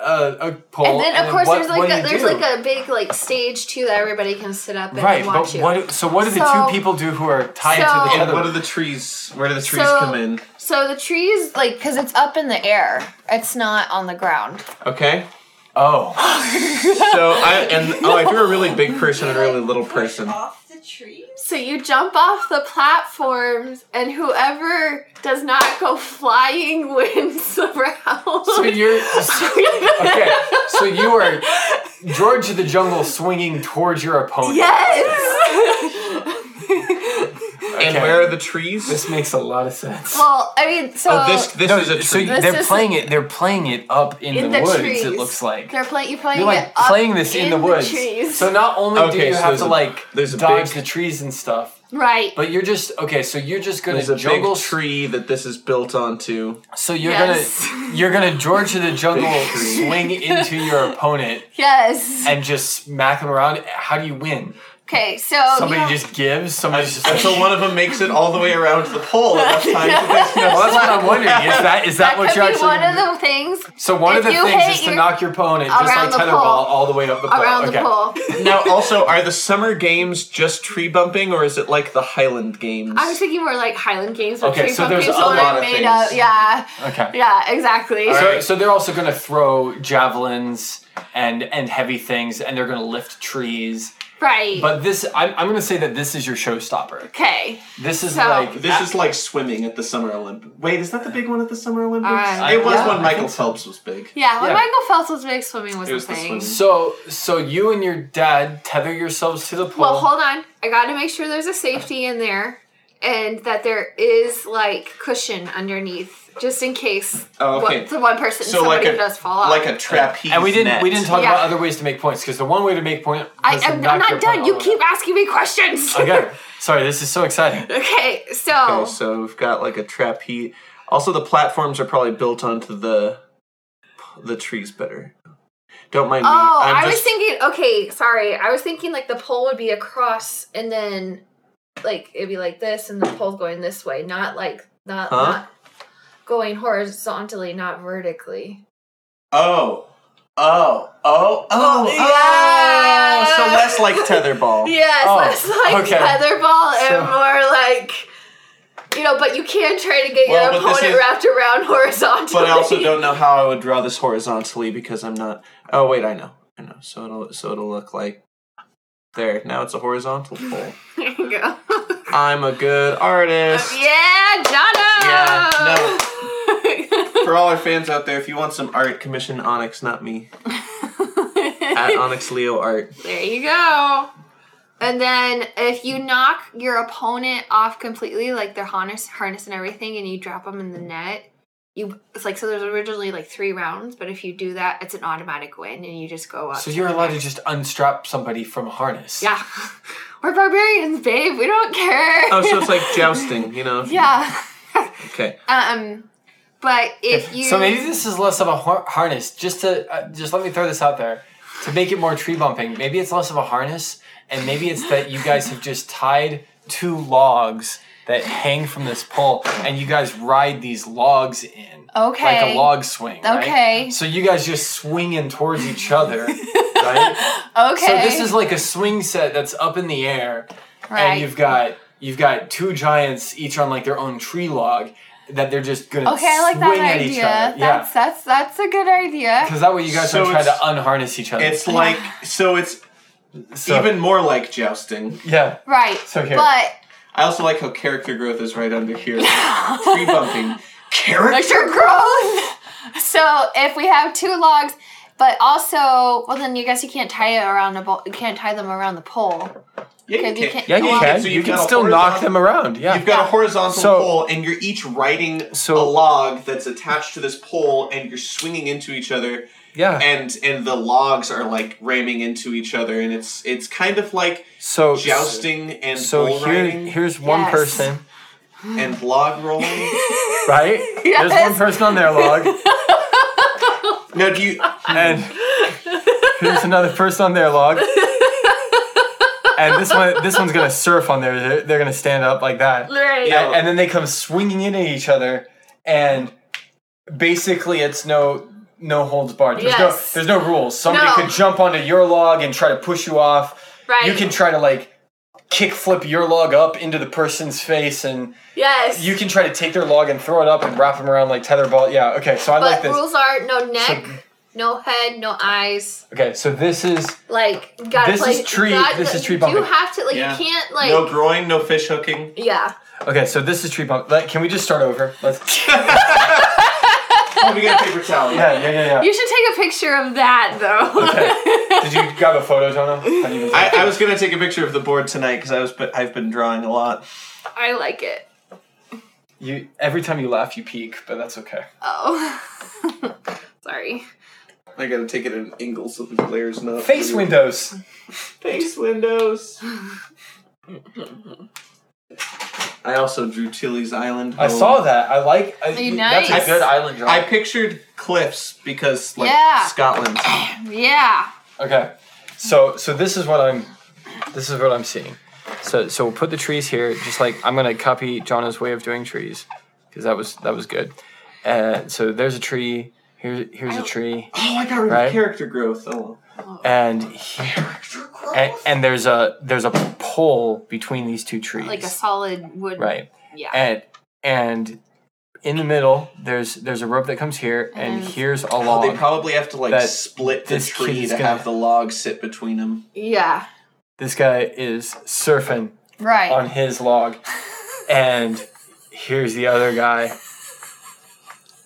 Speaker 1: Uh, a pole.
Speaker 5: And then, of course,
Speaker 1: what-
Speaker 5: there's
Speaker 1: what
Speaker 5: like
Speaker 1: do
Speaker 5: a,
Speaker 1: you
Speaker 5: there's
Speaker 1: do?
Speaker 5: like a big like stage too that everybody can sit up and
Speaker 1: Right,
Speaker 5: watch
Speaker 1: but
Speaker 5: you.
Speaker 1: what? So what do the
Speaker 5: So-
Speaker 1: two people do who are tied
Speaker 5: so-
Speaker 1: to the
Speaker 4: and
Speaker 1: tether?
Speaker 4: what are the trees? Where do the trees
Speaker 5: So-
Speaker 4: come in?
Speaker 5: so the trees, like,
Speaker 6: Like, cause it's up in the air. It's not on the ground.
Speaker 4: Okay.
Speaker 1: oh,
Speaker 4: So I and oh, if you're a really big person and a really little person,
Speaker 7: Off the tree?
Speaker 5: so you jump off the platforms, and whoever does not go flying wins the round.
Speaker 1: so you're okay. So you are George of the Jungle swinging towards your opponent.
Speaker 5: yes.
Speaker 4: and
Speaker 1: Okay.
Speaker 4: where are the trees?
Speaker 1: This makes a lot of sense.
Speaker 6: Well, I mean, so
Speaker 4: oh, this this is a
Speaker 1: so
Speaker 4: tree.
Speaker 1: they're
Speaker 6: is-
Speaker 1: playing it. They're playing it up in,
Speaker 5: In
Speaker 1: the,
Speaker 5: the
Speaker 1: woods.
Speaker 5: trees.
Speaker 1: It looks like
Speaker 5: They're playing. You're playing.
Speaker 1: you're like
Speaker 5: it up
Speaker 1: playing this in, the woods.
Speaker 5: trees.
Speaker 1: So not only do
Speaker 4: Okay,
Speaker 1: you
Speaker 4: so
Speaker 1: have
Speaker 4: there's
Speaker 1: to
Speaker 4: a-
Speaker 1: like
Speaker 4: there's a
Speaker 1: dodge
Speaker 4: big-
Speaker 1: the trees and stuff,
Speaker 5: right.
Speaker 1: but you're just okay. So you're just gonna
Speaker 4: There's a
Speaker 1: jungle.
Speaker 4: big tree that this is built onto.
Speaker 1: So you're
Speaker 5: Yes.
Speaker 1: gonna you're gonna George of the Jungle
Speaker 4: Big tree.
Speaker 1: swing into your opponent.
Speaker 5: yes.
Speaker 1: and just smack them around. How do you win?
Speaker 5: Okay. So
Speaker 1: Somebody
Speaker 5: you know-
Speaker 1: just gives. Somebody just.
Speaker 4: And so one of them makes it all the way around to the pole enough time to make no
Speaker 1: well, that's what I'm wondering. Is that is that,
Speaker 5: that
Speaker 1: what
Speaker 5: could
Speaker 1: you
Speaker 5: be
Speaker 1: actually?
Speaker 5: one of the things
Speaker 1: so one of
Speaker 5: if
Speaker 1: the
Speaker 5: you
Speaker 1: things
Speaker 5: hit
Speaker 1: is to
Speaker 5: your-
Speaker 1: knock your opponent just
Speaker 5: around
Speaker 1: like
Speaker 5: the
Speaker 1: tether
Speaker 5: pole.
Speaker 1: ball all the way up the pole.
Speaker 5: around
Speaker 1: okay.
Speaker 5: the pole.
Speaker 4: Now, also, are the summer games just tree bumping, or is it like the Highland games?
Speaker 5: I was thinking more like Highland games, where
Speaker 1: Okay,
Speaker 5: tree
Speaker 1: so there's
Speaker 5: pumpkins
Speaker 1: a
Speaker 5: are
Speaker 4: lot of
Speaker 5: made
Speaker 4: things.
Speaker 5: up. Yeah,
Speaker 1: Okay.
Speaker 5: yeah, exactly.
Speaker 1: So,
Speaker 4: Alright.
Speaker 1: so they're also going to throw javelins and and heavy things, and they're going to lift trees.
Speaker 5: Right.
Speaker 1: But this, I'm, I'm going to say that this is your showstopper.
Speaker 5: okay.
Speaker 1: This is
Speaker 5: So-
Speaker 1: like
Speaker 4: This is like swimming at the Summer Olympics. Wait, is that the big one at the Summer Olympics?
Speaker 5: Alright.
Speaker 4: it was
Speaker 1: Yeah,
Speaker 4: when
Speaker 1: I
Speaker 4: Michael
Speaker 1: think
Speaker 4: Phelps was big.
Speaker 5: Yeah, when
Speaker 1: Yeah.
Speaker 5: Michael Phelps was big, swimming was
Speaker 4: It
Speaker 5: a
Speaker 4: was the
Speaker 5: thing.
Speaker 4: swimming.
Speaker 1: so. So you and your dad tether yourselves to the pole.
Speaker 5: Well, hold on. I got to make sure there's a safety in there, and that there is like cushion underneath, just in case
Speaker 4: Oh, okay.
Speaker 5: what, the one person
Speaker 4: So like
Speaker 5: somebody
Speaker 4: a
Speaker 5: does fall off.
Speaker 4: like a trapeze.
Speaker 1: and we didn't we
Speaker 4: net.
Speaker 1: didn't talk
Speaker 5: Yeah.
Speaker 1: about other ways to make points because the one way to make point.
Speaker 5: I,
Speaker 1: was to
Speaker 5: I'm, I'm
Speaker 1: knock your
Speaker 5: not
Speaker 1: opponent
Speaker 5: done.
Speaker 1: all
Speaker 5: You
Speaker 1: the way
Speaker 5: keep asking me questions.
Speaker 1: Okay. Sorry, this is so exciting.
Speaker 5: okay. So
Speaker 4: Okay, so we've got like a trapeze. Also, the platforms are probably built onto the the trees better. Don't mind me.
Speaker 5: Oh,
Speaker 4: I'm
Speaker 5: i was
Speaker 4: just-
Speaker 5: thinking. Okay, sorry. I was thinking like the pole would be across, and then like it'd be like this, and the pole going this way, not like not
Speaker 4: Huh?
Speaker 5: not going horizontally, not vertically.
Speaker 4: Oh, oh, oh, oh,
Speaker 5: yeah.
Speaker 4: oh. So less like tetherball.
Speaker 5: Yes,
Speaker 1: Oh,
Speaker 5: that's like
Speaker 1: okay.
Speaker 5: featherball
Speaker 1: So-
Speaker 5: and more like you know. But you can try to get your
Speaker 4: Well, but this
Speaker 5: opponent
Speaker 4: is-
Speaker 5: wrapped around horizontally.
Speaker 4: But I also don't know how I would draw this horizontally because I'm not. Oh wait, I know, I know. So it'll so it'll look like there. Now it's a horizontal pole.
Speaker 5: There you go.
Speaker 4: I'm a good artist.
Speaker 5: yeah, Jono.
Speaker 4: Yeah, no. For all our fans out there, if you want some art, commission Onyx, not me. At Onyx Leo Art.
Speaker 5: There you go. And then if you knock your opponent off completely, like their harness, harness and everything, and you drop them in the net, you it's like so. There's originally like three rounds, but if you do that, it's an automatic win, and you just go up.
Speaker 1: So you're allowed to just unstrap somebody from a harness.
Speaker 5: yeah, we're barbarians, babe. We don't care.
Speaker 4: Oh, so it's like jousting, you know?
Speaker 5: yeah.
Speaker 4: Okay.
Speaker 5: um, but if you
Speaker 1: So maybe this is less of a har- harness. Just to uh, just let me throw this out there to make it more tree bumping. Maybe it's less of a harness, and maybe it's that you guys have just tied two logs that hang from this pole, and you guys ride these logs in. Like
Speaker 6: Okay.
Speaker 1: a log swing. right?
Speaker 6: Okay.
Speaker 1: So you guys just swinging towards each other, right?
Speaker 6: Okay.
Speaker 1: So this is like a swing set that's up in the air,
Speaker 6: Right.
Speaker 1: and you've got you've got two giants each on like their own tree log that they're just gonna
Speaker 6: okay. I like
Speaker 1: swing
Speaker 6: that
Speaker 1: at each
Speaker 6: idea.
Speaker 1: other.
Speaker 6: That's
Speaker 1: Yeah,
Speaker 6: that's that's a good idea.
Speaker 1: because that way you guys
Speaker 4: So
Speaker 1: don't try to
Speaker 4: it's-
Speaker 1: unharness each other.
Speaker 4: It's like so. It's
Speaker 1: So-
Speaker 4: even more like jousting.
Speaker 1: yeah.
Speaker 6: Right.
Speaker 1: So here.
Speaker 6: But
Speaker 4: I also like how character growth is right under here. Tree bumping. Character.
Speaker 6: Mr. Growth. So if we have two logs, but also, well, then you guess you can't tie it around a bo- you can't tie them around the pole.
Speaker 4: Yeah,
Speaker 6: Okay, we can-
Speaker 1: Yeah, you
Speaker 6: Well,
Speaker 1: can.
Speaker 4: so
Speaker 1: you
Speaker 4: you've
Speaker 1: can
Speaker 4: got a
Speaker 1: still knock
Speaker 4: horizontal-
Speaker 1: them around. Yeah.
Speaker 4: You've got a horizontal
Speaker 1: So-
Speaker 4: pole, and you're each riding
Speaker 1: So-
Speaker 4: a log that's attached to this pole, and you're swinging into each other,
Speaker 1: yeah.
Speaker 4: and and the logs are like ramming into each other, and it's it's kind of like
Speaker 1: so
Speaker 4: jousting and
Speaker 1: So
Speaker 4: bull
Speaker 1: here,
Speaker 4: riding
Speaker 1: here's one
Speaker 6: Yes.
Speaker 1: person,
Speaker 4: and log rolling.
Speaker 1: right? There's one person on their log,
Speaker 4: now, do you?
Speaker 1: and here's another person on their log. And this one, this one's gonna surf on there. They're, they're gonna stand up like that,
Speaker 5: Right.
Speaker 4: Yeah.
Speaker 1: and, and then they come swinging into each other, and basically it's no no holds barred.
Speaker 5: Yes.
Speaker 1: There's no there's no rules. Somebody
Speaker 5: No.
Speaker 1: could jump onto your log and try to push you off.
Speaker 5: Right.
Speaker 1: You can try to like kick flip your log up into the person's face and
Speaker 5: Yes.
Speaker 1: You can try to take their log and throw it up and wrap them around like tetherball. Yeah. Okay. So I
Speaker 5: but
Speaker 1: like this.
Speaker 5: rules are no neck, no head, no eyes.
Speaker 1: Okay. So this is
Speaker 5: Like gotta
Speaker 1: This
Speaker 5: play.
Speaker 1: is tree-
Speaker 5: gotta-
Speaker 1: this is tree
Speaker 5: You
Speaker 1: bumping.
Speaker 5: have to like
Speaker 4: Yeah.
Speaker 5: you can't like
Speaker 4: no groin, no fish hooking.
Speaker 5: yeah.
Speaker 1: okay. So this is tree bump. Like, can we just start over? Let's. Yeah.
Speaker 4: Oh, we got a paper towel.
Speaker 1: Yeah. Yeah. Yeah.
Speaker 5: You should take a picture of that though.
Speaker 1: Okay. Did you grab a photo, Jonah? How do you even-
Speaker 4: I, I was gonna take a picture of the board tonight because I was but I've been drawing a lot.
Speaker 5: I like it.
Speaker 1: You every time you laugh, you peek, but that's okay.
Speaker 5: Oh. Sorry.
Speaker 4: I gotta take it at an angle so the glare's not
Speaker 1: Face windows.
Speaker 4: Face windows. I also drew Tilly's Island.
Speaker 1: I
Speaker 4: home.
Speaker 1: saw that. I like. I,
Speaker 6: Be
Speaker 1: That's
Speaker 6: nice.
Speaker 1: a good island drawing.
Speaker 4: Oh. I pictured cliffs because like
Speaker 6: Yeah.
Speaker 4: Scotland. Oh,
Speaker 6: Yeah.
Speaker 1: Okay. So so this is what I'm this is what I'm seeing. So so we'll put the trees here, just like I'm gonna copy Jono's way of doing trees. Because that was that was good. Uh, so there's a tree, here here's a tree,
Speaker 4: Oh, I got rid
Speaker 1: Right.
Speaker 4: of character growth. Oh.
Speaker 1: and here and, and there's a there's a pole between these two trees.
Speaker 6: Like a solid wood.
Speaker 1: right.
Speaker 6: Yeah.
Speaker 1: And and in the middle there's there's a rope that comes here and
Speaker 6: And-
Speaker 1: here's a
Speaker 4: Oh,
Speaker 1: log.
Speaker 4: they probably have to like
Speaker 1: That
Speaker 4: split the
Speaker 1: this
Speaker 4: tree
Speaker 1: kid's
Speaker 4: to
Speaker 1: gonna-
Speaker 4: have the logs sit between them.
Speaker 5: Yeah.
Speaker 1: this guy is surfing
Speaker 6: Right.
Speaker 1: on his log and here's the other guy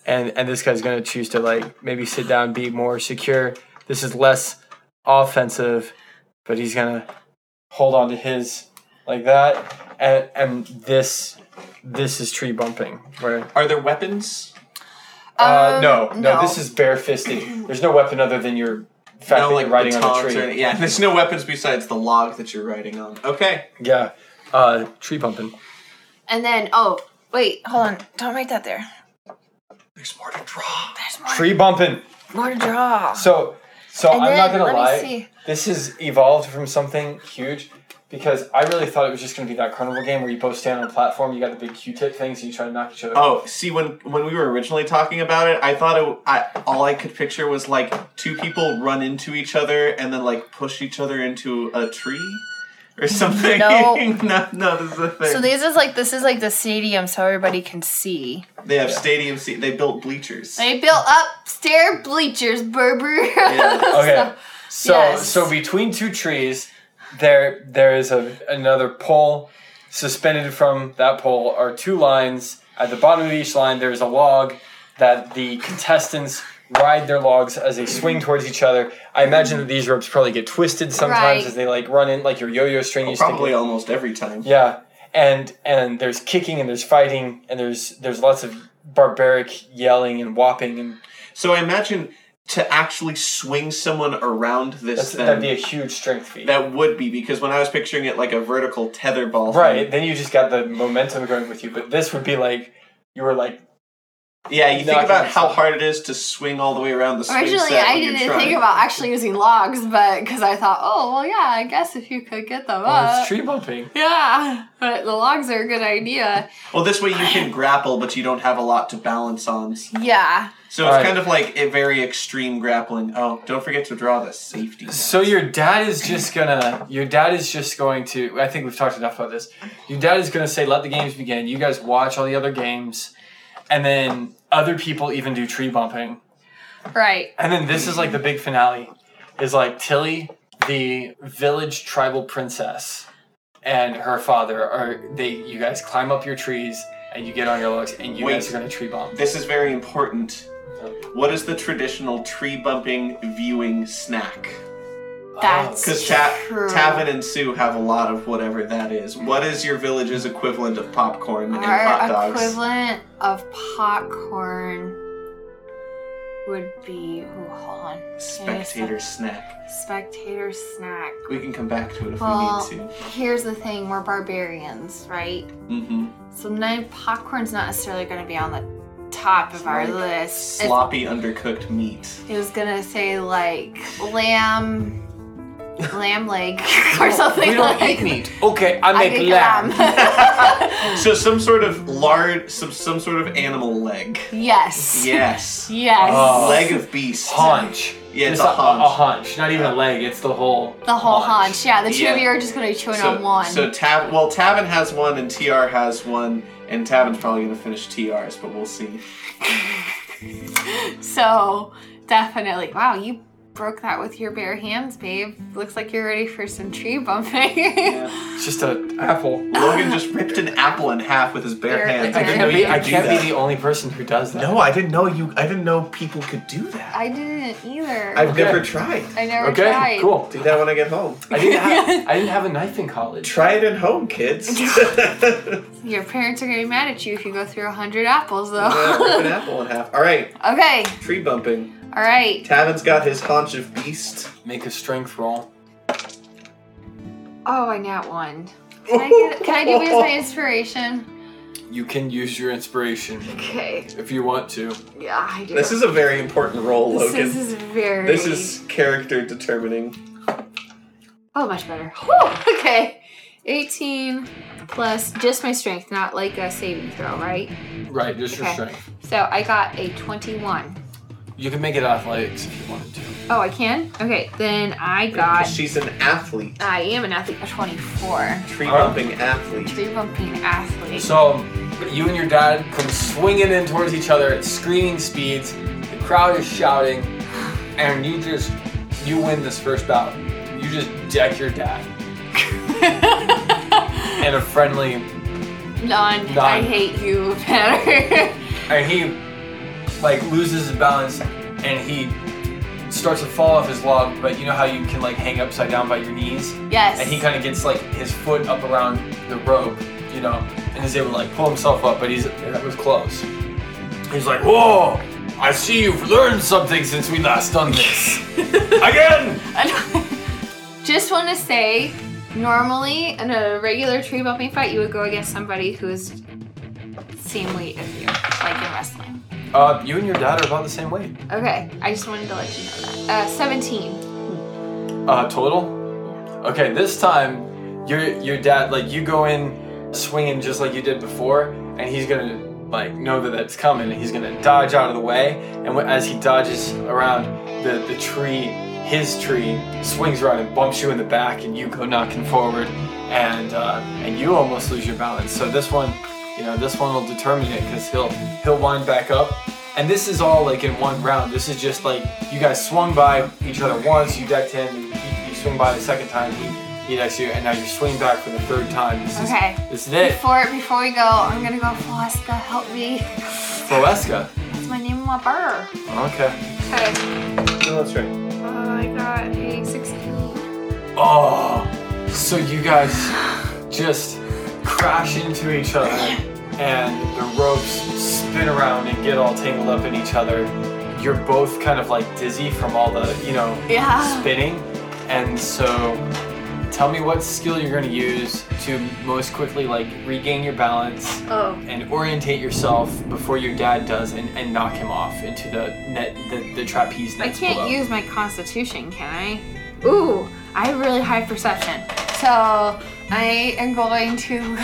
Speaker 1: and and this guy's gonna choose to like maybe sit down be more secure this is less offensive but he's gonna hold on to his like that and and this this is tree bumping where
Speaker 4: Are there weapons?
Speaker 1: uh
Speaker 6: Um,
Speaker 1: no, no
Speaker 6: no.
Speaker 1: this is barefisted there's no weapon other than your fact that you're riding on a
Speaker 4: batons
Speaker 1: tree
Speaker 4: or- yeah, there's no weapons besides the log that you're riding on. Okay.
Speaker 1: yeah uh tree bumping
Speaker 6: And then oh wait, hold on. Don't write that there.
Speaker 4: There's more to draw.
Speaker 1: tree bumping
Speaker 6: More to draw.
Speaker 1: So, so
Speaker 6: And
Speaker 1: I'm not
Speaker 6: then,
Speaker 1: gonna
Speaker 6: let me
Speaker 1: lie.
Speaker 6: see.
Speaker 1: This has evolved from something huge because I really thought it was just gonna be that carnival game where you both stand on a platform, you got the big Q-tip things, and you try to knock each other.
Speaker 4: Oh, see, when when we were originally talking about it, I thought it, I, all I could picture was like two people run into each other and then like push each other into a tree or something.
Speaker 6: No.
Speaker 4: no, no, this is a thing.
Speaker 6: So this is like this is like the stadium, so everybody can see.
Speaker 4: they have stadium seat. They built bleachers.
Speaker 6: They built upstairs bleachers, Berber.
Speaker 4: Yeah.
Speaker 1: Okay. So,
Speaker 6: Yes.
Speaker 1: so between two trees, there there is a another pole. Suspended from that pole are two lines. At the bottom of each line, there is a log that the contestants ride their logs as they swing towards each other. I imagine that these ropes probably get twisted sometimes
Speaker 6: Right.
Speaker 1: as they like run in, like your yo-yo string. you stick
Speaker 4: Probably
Speaker 1: it-
Speaker 4: almost every time.
Speaker 1: yeah, and and there's kicking and there's fighting and there's there's lots of barbaric yelling and whopping and
Speaker 4: So I imagine to actually swing someone around this
Speaker 1: that's,
Speaker 4: thing.
Speaker 1: that'd be a huge strength feat.
Speaker 4: that would be because when I was picturing it like a vertical tetherball, thing,
Speaker 1: Right. Then you just got the momentum going with you, but this would be like you were like
Speaker 4: Yeah, you
Speaker 16: No,
Speaker 4: think
Speaker 16: I
Speaker 4: about
Speaker 16: can't
Speaker 4: how hard it is to swing all the way around the swing
Speaker 5: Originally,
Speaker 4: set
Speaker 5: I
Speaker 4: when you're
Speaker 5: didn't
Speaker 4: trying.
Speaker 5: think about actually using logs, but because I thought, oh, well, yeah, I guess if you could get them
Speaker 6: Oh,
Speaker 5: up.
Speaker 6: it's tree bumping.
Speaker 5: Yeah, but the logs are a good idea.
Speaker 4: Well, this way you can grapple, but you don't have a lot to balance on. So
Speaker 5: Yeah.
Speaker 4: it's
Speaker 1: All right.
Speaker 4: kind of like a very extreme grappling. Oh, don't forget to draw the safety. net.
Speaker 1: So your dad is just gonna. Your dad is just going to. I think we've talked enough about this. Your dad is gonna say, "Let the games begin." You guys watch all the other games, and then other people even do tree bumping.
Speaker 5: Right.
Speaker 1: And then this is like the big finale. Is like Tilly, the village tribal princess, and her father are they. You guys climb up your trees and you get on your logs, and you guys
Speaker 4: Wait.
Speaker 1: are gonna tree bump.
Speaker 4: This is very important. What is the traditional tree bumping viewing snack?
Speaker 5: That's
Speaker 4: Because ta-
Speaker 5: true.
Speaker 4: Tavin and Sue have a lot of whatever that is. What is your village's equivalent of popcorn and hot
Speaker 5: Our
Speaker 4: dogs?
Speaker 5: equivalent of popcorn would be. Ooh, hold on.
Speaker 4: Spectator snack.
Speaker 5: Spectator snack.
Speaker 4: We can come back to it if
Speaker 5: Well,
Speaker 4: we need to.
Speaker 5: here's the thing we're barbarians, right?
Speaker 4: Mm-hmm.
Speaker 5: So, nine popcorn's not necessarily going to be on the top of our
Speaker 4: Like
Speaker 5: list. It's
Speaker 4: Sloppy, undercooked meat.
Speaker 5: He was gonna say like lamb, lamb leg or something.
Speaker 1: we don't
Speaker 5: like.
Speaker 1: eat meat. Okay, I
Speaker 5: I
Speaker 1: make
Speaker 5: think um,
Speaker 1: lamb.
Speaker 5: lamb.
Speaker 4: So some sort of lard, some some sort of animal leg.
Speaker 5: yes.
Speaker 4: Yes.
Speaker 5: Yes.
Speaker 1: Oh.
Speaker 4: Leg of beast.
Speaker 1: Haunch.
Speaker 4: Yeah, it's
Speaker 1: Just
Speaker 4: a haunch.
Speaker 1: A, hunch, not even a leg. It's the whole.
Speaker 5: the whole haunch. Yeah. The two of
Speaker 4: Yeah.
Speaker 5: you are just gonna be chewing
Speaker 4: So,
Speaker 5: on one.
Speaker 4: so Tav, well, Tavin has one and TR has one, and Tavin's probably gonna finish TR's, but we'll see.
Speaker 5: So, definitely. Wow, you broke that with your bare hands, babe. Looks like you're ready for some tree bumping.
Speaker 1: It's just an apple.
Speaker 4: Logan just ripped an apple in half with his bare
Speaker 5: Bare-
Speaker 4: hands.
Speaker 1: I
Speaker 5: Yeah.
Speaker 1: can't, be, I
Speaker 4: do
Speaker 1: can't
Speaker 4: that.
Speaker 1: be the only person who does that.
Speaker 4: No, I didn't know you. I didn't know people could do that.
Speaker 5: I didn't either.
Speaker 4: I've
Speaker 1: Okay.
Speaker 4: never tried.
Speaker 5: I never
Speaker 1: Okay,
Speaker 5: tried.
Speaker 1: cool.
Speaker 4: Do that when I get home.
Speaker 1: I didn't, have, I didn't have a knife in college.
Speaker 4: Try it at home, kids. yeah,
Speaker 5: Your parents are gonna be mad at you if you go through a hundred apples, though.
Speaker 4: rip an apple in half. All right,
Speaker 5: okay.
Speaker 4: tree bumping.
Speaker 5: All right.
Speaker 4: Tavin's got his haunch of beast.
Speaker 1: Make a strength roll.
Speaker 5: Oh, I nat one. Can I, get, can I do use my inspiration?
Speaker 1: You can use your inspiration
Speaker 5: Okay.
Speaker 1: if you want to.
Speaker 5: Yeah, I do.
Speaker 4: This is a very important role,
Speaker 5: This
Speaker 4: Logan.
Speaker 5: is very.
Speaker 4: This is character determining.
Speaker 5: Oh, much better. Whew, okay. 18 plus just my strength, not like a saving throw, right?
Speaker 1: Right, just your
Speaker 5: Okay.
Speaker 1: strength.
Speaker 5: So I got a 21.
Speaker 1: You can make it athletics if you wanted to.
Speaker 5: Oh, I can? Okay, then I got.
Speaker 4: She's an athlete,
Speaker 5: I am an athlete, a 24.
Speaker 4: tree
Speaker 1: All right.
Speaker 4: bumping athlete.
Speaker 5: Three bumping athlete.
Speaker 1: So you and your dad come swinging in towards each other at screaming speeds. The crowd is shouting, and you just you win this first bout. You just deck your dad in a friendly,
Speaker 5: None.
Speaker 1: None.
Speaker 5: I hate you, Tanner.
Speaker 1: and he like loses his balance and he starts to fall off his log. But you know how you can like hang upside down by your knees,
Speaker 5: yes.
Speaker 1: and he kind of gets like his foot up around the rope, you know, and is able to like pull himself up. But he's that was close. He's like, whoa! I see you've learned something since we last done this. Again!
Speaker 5: Just want to say, normally in a regular tree bumping fight, you would go against somebody who is same weight as you, like in wrestling.
Speaker 1: Uh, you and your dad are about the same weight.
Speaker 5: Okay, I just wanted to let you know that. Uh, 17.
Speaker 1: Uh, total. Okay, this time, your your dad like you go in swinging just like you did before, and he's gonna like know that that's coming, and he's gonna dodge out of the way. And wh- as he dodges around, the the tree, his tree, swings around and bumps you in the back, and you go knocking forward, and uh, and you almost lose your balance. So this one, you know, this one will determine it because he'll he'll wind back up. And this is all like in one round. This is just like you guys swung by each other once, you decked him, he, you swing by the second time, he, he decks you, and now you swing back for the third time. This is,
Speaker 5: Okay.
Speaker 1: this is it.
Speaker 5: Before before we go, I'm gonna go. Flaska, help me.
Speaker 1: Floeska.
Speaker 5: That's my name on my burr.
Speaker 1: Okay.
Speaker 5: Okay.
Speaker 4: No, that's right.
Speaker 5: Uh, I got a 16.
Speaker 1: Oh, so you guys just crash into each other, and the ropes spin around and get all tangled up in each other. You're both kind of like dizzy from all the, you know,
Speaker 5: Yeah.
Speaker 1: spinning. And so, tell me what skill you're going to use to most quickly like regain your balance
Speaker 5: Oh.
Speaker 1: and orientate yourself before your dad does and, and knock him off into the net the, the trapeze
Speaker 17: I
Speaker 1: net
Speaker 17: can't
Speaker 1: below.
Speaker 17: use my constitution, can I? Ooh, I have really high perception. So I am going to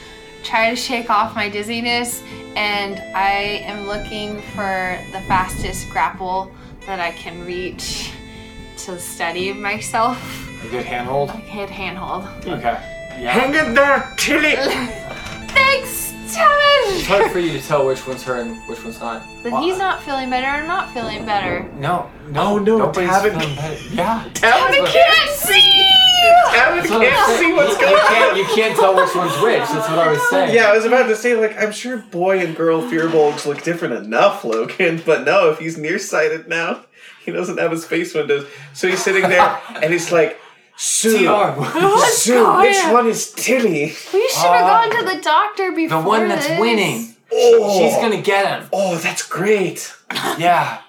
Speaker 17: try to shake off my dizziness and I am looking for the fastest grapple that I can reach to steady myself.
Speaker 1: a good handhold.
Speaker 17: I hit handhold.
Speaker 1: Okay. Yeah.
Speaker 4: Hang in there, Tilly.
Speaker 17: Thanks, Tevin!
Speaker 1: It's hard for you to tell which one's her and which one's not.
Speaker 17: Then he's not feeling better, I'm not feeling better.
Speaker 1: No, no,
Speaker 4: Oh, no,
Speaker 1: nobody's
Speaker 4: Tavin-
Speaker 1: feeling better. Yeah.
Speaker 4: Tavin,
Speaker 17: Can't see!
Speaker 4: Tavin
Speaker 1: That's what I'm
Speaker 4: can't see
Speaker 1: saying.
Speaker 4: what's
Speaker 1: You-
Speaker 4: going
Speaker 1: you can't,
Speaker 4: on.
Speaker 1: you can't tell which one's which. That's what I was saying.
Speaker 4: Yeah, I was about to say, like, I'm sure boy and girl fearbolgs look different enough, Logan, but no, if he's nearsighted now, he doesn't have his face windows. So he's sitting there and he's like, Sue,
Speaker 1: TR.
Speaker 4: Sue, which one is Tilly?
Speaker 17: We should have gone to the doctor
Speaker 1: Uh, The
Speaker 17: before.
Speaker 1: one that's
Speaker 17: this.
Speaker 1: winning.
Speaker 4: Oh,
Speaker 1: She's gonna get him.
Speaker 4: oh, that's great.
Speaker 1: Yeah.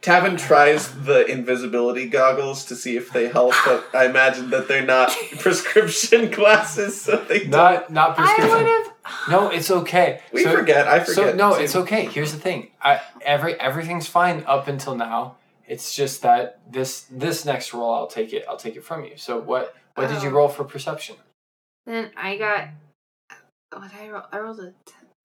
Speaker 4: Tavin tries the invisibility goggles to see if they help, but I imagine that they're not prescription glasses, so they don't.
Speaker 1: Not not
Speaker 17: I
Speaker 1: prescription.
Speaker 17: would have
Speaker 1: No, it's okay.
Speaker 4: We forget. I forget.
Speaker 1: So no,
Speaker 4: too.
Speaker 1: it's okay. Here's the thing. I, every everything's fine up until now. It's just that this this next roll, I'll take it. I'll take it from you. So what what did you
Speaker 17: Oh.
Speaker 1: roll for perception?
Speaker 17: Then I got what did I roll. I rolled a. 10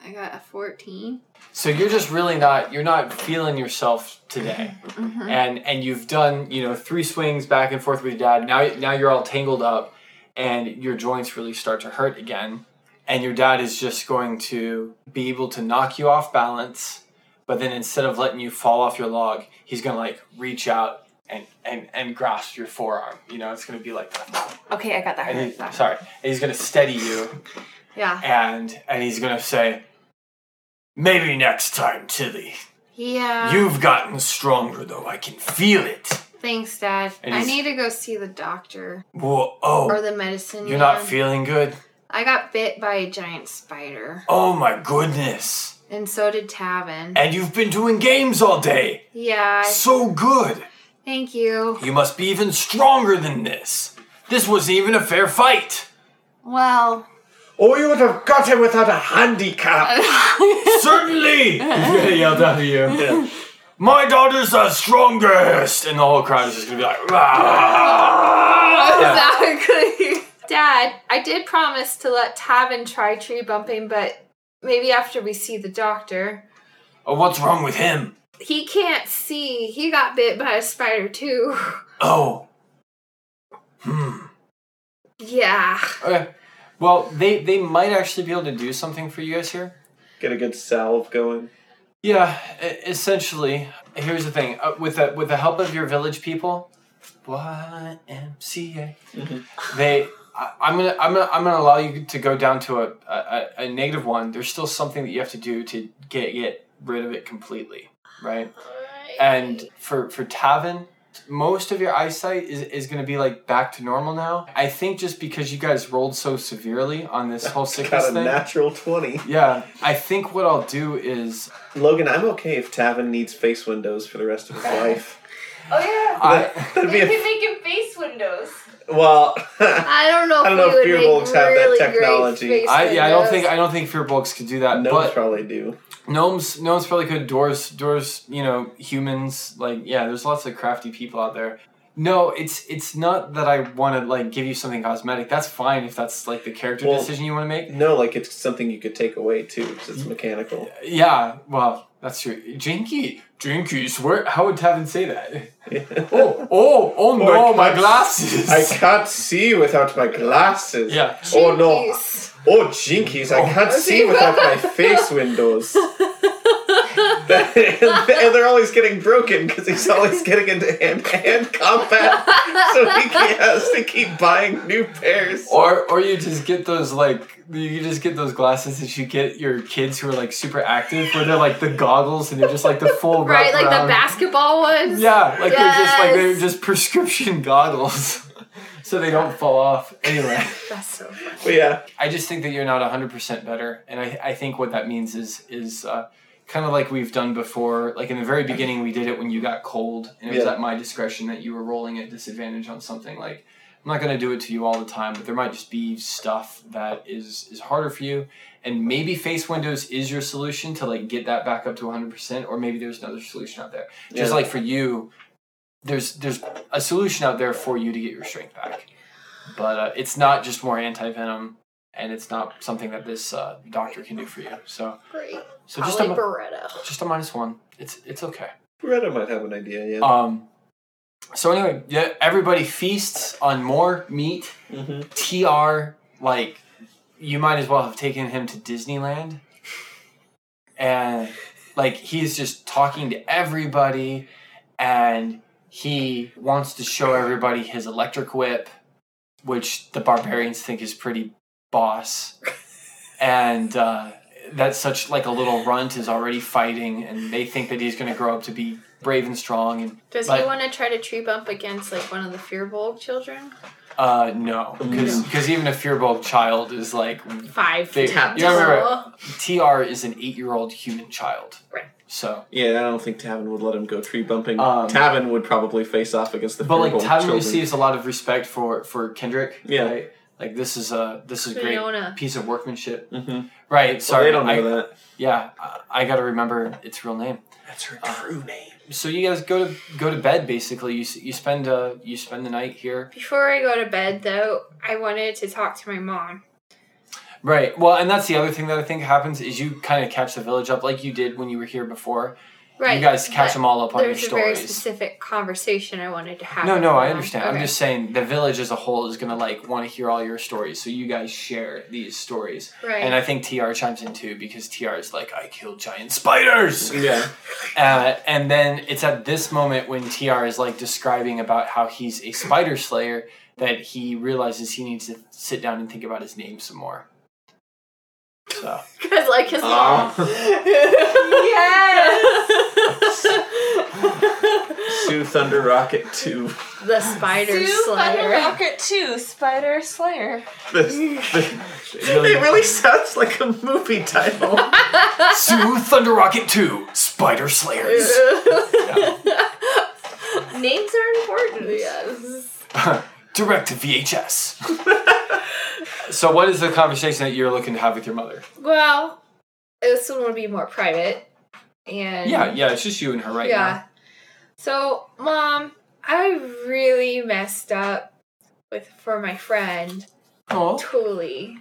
Speaker 17: I got a fourteen.
Speaker 1: So you're just really not you're not feeling yourself today,
Speaker 17: Mm-hmm.
Speaker 1: and and you've done you know three swings back and forth with your dad. Now now you're all tangled up, and your joints really start to hurt again. And your dad is just going to be able to knock you off balance, but then instead of letting you fall off your log, he's gonna like reach out and and and grasp your forearm. You know it's gonna be like that.
Speaker 6: Okay, I got that.
Speaker 1: And he, sorry, and he's gonna steady you
Speaker 17: Yeah.
Speaker 1: and and he's gonna say, "Maybe next time, Tilly."
Speaker 17: Yeah.
Speaker 1: You've gotten stronger, though. I can feel it.
Speaker 17: Thanks, Dad.
Speaker 1: And
Speaker 17: I
Speaker 1: he's-
Speaker 17: need to go see the doctor
Speaker 1: Whoa,
Speaker 17: or
Speaker 1: oh,
Speaker 17: the medicine.
Speaker 1: you're not
Speaker 17: man.
Speaker 1: feeling good?
Speaker 17: I got bit by a giant spider,
Speaker 1: Oh my goodness.
Speaker 17: and so did Tavin.
Speaker 1: And you've been doing games all day.
Speaker 17: Yeah. I-
Speaker 1: So good.
Speaker 17: Thank you.
Speaker 1: You must be even stronger than this. This wasn't even a fair fight.
Speaker 17: Well,
Speaker 4: Oh, you would have got him without a handicap.
Speaker 1: Certainly! He's gonna yell down to you. My daughter's the strongest! And the whole crowd is just gonna be like, "Rah." Yeah.
Speaker 17: exactly. Dad, I did promise to let Tavin try tree bumping, but maybe after we see the doctor.
Speaker 1: Oh, what's wrong with him?
Speaker 17: he can't see. He got bit by a spider too.
Speaker 1: Oh. Hmm.
Speaker 17: yeah.
Speaker 1: Okay. Well, they they might actually be able to do something for you guys here.
Speaker 4: Get a good salve going.
Speaker 1: Yeah, e- essentially. Here's the thing: uh, with the with the help of your village people, YMCA, they. I, I'm gonna I'm gonna I'm gonna allow you to go down to a, a a- a negative one. There's still something that you have to do to get get rid of it completely, right? And for for Tavin, most of your eyesight is, is going to be like back to normal now. I think just because you guys rolled so severely on this whole sickness
Speaker 4: Got a
Speaker 1: thing.
Speaker 4: natural 20.
Speaker 1: Yeah, I think what I'll do is
Speaker 4: Logan, I'm okay if Tavin needs face windows for the rest of his life.
Speaker 7: Oh yeah.
Speaker 1: I
Speaker 4: That'd be
Speaker 7: You
Speaker 4: a,
Speaker 7: can make him face windows.
Speaker 4: well.
Speaker 5: I don't know if
Speaker 4: I don't know
Speaker 5: we
Speaker 4: if
Speaker 5: would
Speaker 4: Fearbolgs
Speaker 5: make
Speaker 4: have that
Speaker 5: really
Speaker 4: technology.
Speaker 5: Great space
Speaker 1: I yeah, I don't
Speaker 5: windows.
Speaker 1: think I don't think fear bulks could do that.
Speaker 4: no,
Speaker 1: but
Speaker 4: probably do.
Speaker 1: gnomes gnomes probably could dwarves dwarves, you know, humans like yeah, there's lots of crafty people out there. No, it's it's not that I want to like give you something cosmetic. That's fine if that's like the character
Speaker 4: Well-
Speaker 1: decision you want to make.
Speaker 4: No, like it's something you could take away too, because it's mechanical.
Speaker 1: Yeah, well, that's true. Jinky, Jinky, swear. How would Tavin say that? oh, oh, oh
Speaker 4: Or
Speaker 1: no, my
Speaker 4: cuts.
Speaker 1: glasses.
Speaker 4: I can't see without my glasses.
Speaker 1: Yeah.
Speaker 4: Oh no.
Speaker 17: Jeez.
Speaker 4: Oh jinkies! I can't see without my face windows. and they're always getting broken because he's always getting into hand-to-hand combat, so he has to keep buying new pairs.
Speaker 1: Or, or you just get those like you just get those glasses that you get your kids who are like super active where they're like the goggles and they're just like the full
Speaker 5: right, like the
Speaker 1: wraparound-
Speaker 5: basketball ones.
Speaker 1: yeah like they're just like they're
Speaker 5: Yes.
Speaker 1: just prescription goggles so they don't fall off anyway
Speaker 4: But yeah,
Speaker 1: I just think that you're not 100% better. And I, I think what that means is, is uh, kind of like we've done before. Like in the very beginning, we did it when you got cold, and it was
Speaker 4: Yeah.
Speaker 1: at my discretion that you were rolling at disadvantage on something. Like I'm not gonna do it to you all the time, but there might just be stuff that is is harder for you, and maybe face windows is your solution to like get that back up to 100, percent or maybe there's another solution out there. Just
Speaker 4: Yeah.
Speaker 1: like for you, there's there's a solution out there for you to get your strength back, but uh, it's not just more anti venom, and it's not something that this uh, doctor can do for you. So
Speaker 5: Great.
Speaker 1: so just a,
Speaker 5: I like
Speaker 1: mi-
Speaker 5: Beretta.
Speaker 1: just a minus one. It's it's okay.
Speaker 4: Greta might have an idea, yeah.
Speaker 1: Um, so anyway, yeah, everybody feasts on more meat.
Speaker 4: Mhm.
Speaker 1: Tr like you might as well have taken him to Disneyland, and like he's just talking to everybody, and he wants to show everybody his electric whip, which the barbarians think is pretty boss, and. uh that's such like a little runt is already fighting and they think that he's going to grow up to be brave and strong and
Speaker 5: Does
Speaker 1: Like-
Speaker 5: he want to try to tree bump against like one of the Fearbold children?
Speaker 1: Uh, no, because even a fearball child is like
Speaker 17: Five.
Speaker 1: they,
Speaker 4: Tap
Speaker 1: you remember
Speaker 5: Oh,
Speaker 1: Tr is an eight-year-old human child,
Speaker 5: Right.
Speaker 1: So,
Speaker 4: Yeah, I don't think Tavin would let him go tree bumping.
Speaker 1: Um,
Speaker 4: Tavin would probably face off against the
Speaker 1: but like
Speaker 4: Firbolg
Speaker 1: Tavin
Speaker 4: children.
Speaker 1: receives a lot of respect for for Kendrick.
Speaker 4: Yeah.
Speaker 1: right? like this is a this is a great
Speaker 5: Fiona.
Speaker 1: piece of workmanship.
Speaker 4: Mhm.
Speaker 1: Right.
Speaker 4: Well,
Speaker 1: Sorry,
Speaker 4: they don't know
Speaker 1: I,
Speaker 4: that.
Speaker 1: Yeah, I, I got to remember its real name.
Speaker 4: That's her
Speaker 1: Uh,
Speaker 4: true name.
Speaker 1: So you guys go to go to bed. Basically, you s- you spend uh you spend the night here.
Speaker 5: Before I go to bed, though, I wanted to talk to my mom.
Speaker 1: Right. Well, and that's the other thing that I think happens is you kind of catch the village up like you did when you were here before.
Speaker 5: Right.
Speaker 1: you guys catch
Speaker 5: but
Speaker 1: them all up on your
Speaker 5: There's a very
Speaker 1: stories.
Speaker 5: specific conversation I wanted to have.
Speaker 1: No,
Speaker 5: with
Speaker 1: no,
Speaker 5: my
Speaker 1: I
Speaker 5: mom.
Speaker 1: understand. I'm
Speaker 5: Okay.
Speaker 1: just saying the village as a whole is gonna like want to hear all your stories, so you guys share these stories.
Speaker 5: Right.
Speaker 1: And I think Tr chimes in too because Tr is like, I killed giant spiders.
Speaker 4: Yeah.
Speaker 1: Uh, and then it's at this moment when Tr is like describing about how he's a spider slayer that he realizes he needs to sit down and think about his name some more. So
Speaker 5: Because like his
Speaker 1: Ah.
Speaker 5: mom.
Speaker 4: Sue Thunder Rocket 2.
Speaker 5: the spider
Speaker 3: Sue Thunder
Speaker 5: slayer.
Speaker 3: Rocket 2, Spider Slayer.
Speaker 4: This, it really sounds like a movie title.
Speaker 1: Sue Thunder Rocket 2, Spider Slayers.
Speaker 5: Names are important. Yes.
Speaker 1: direct to VHS. so, what is the conversation that you're looking to have with your mother?
Speaker 5: Well, this one would be more private. And
Speaker 1: Yeah, yeah, it's just you and her right
Speaker 5: yeah. So, mom, I really messed up with for my friend
Speaker 1: now. Oh,
Speaker 5: Thule,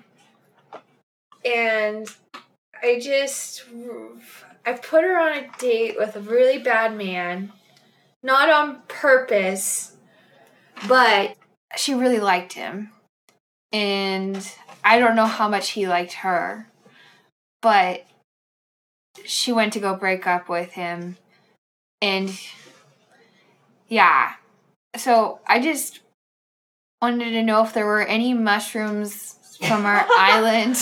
Speaker 5: and I just I put her on a date with a really bad man, not on purpose, but
Speaker 17: She really liked him. And I don't know how much he liked her. But she went to go break up with him. And yeah. So I just wanted to know if there were any mushrooms from our island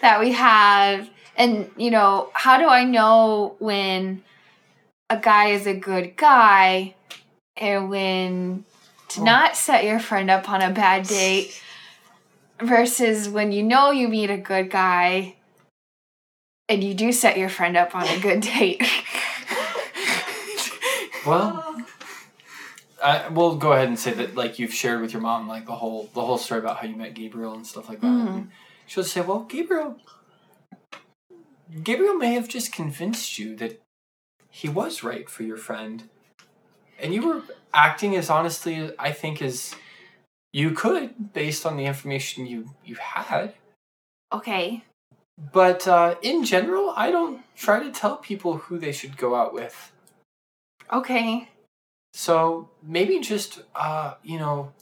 Speaker 17: that we have. And, you know, how do I know when a guy is a good guy and when to not set your friend up on a bad date versus when you know you meet a good guy and you do set your friend up on a good date?
Speaker 1: well. I, we'll go ahead and say that, like you've shared with your mom, like the whole the whole story about how you met Gabriel and stuff like that.
Speaker 5: Mm-hmm.
Speaker 1: And she'll say, "Well, Gabriel, Gabriel may have just convinced you that he was right for your friend, and you were acting as honestly, I think, as you could based on the information you you had."
Speaker 17: okay.
Speaker 1: But uh, in general, I don't try to tell people who they should go out with.
Speaker 17: Okay.
Speaker 1: So maybe just, uh, you know,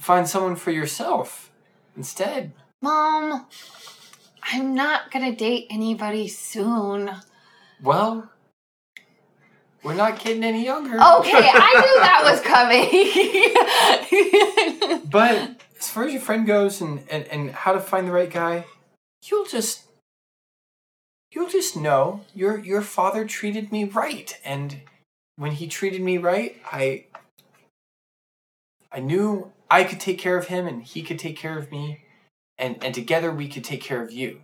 Speaker 1: find someone for yourself instead.
Speaker 17: Mom, I'm not gonna date anybody soon. Okay,
Speaker 1: Well, we're not getting any younger.
Speaker 5: Oh.
Speaker 17: I knew that was coming.
Speaker 1: But as far as your friend goes and, and, and how to find the right guy, you'll just you'll just know your your father treated me right and when he treated me right, I I knew I could take care of him and he could take care of me and and together we could take care of you.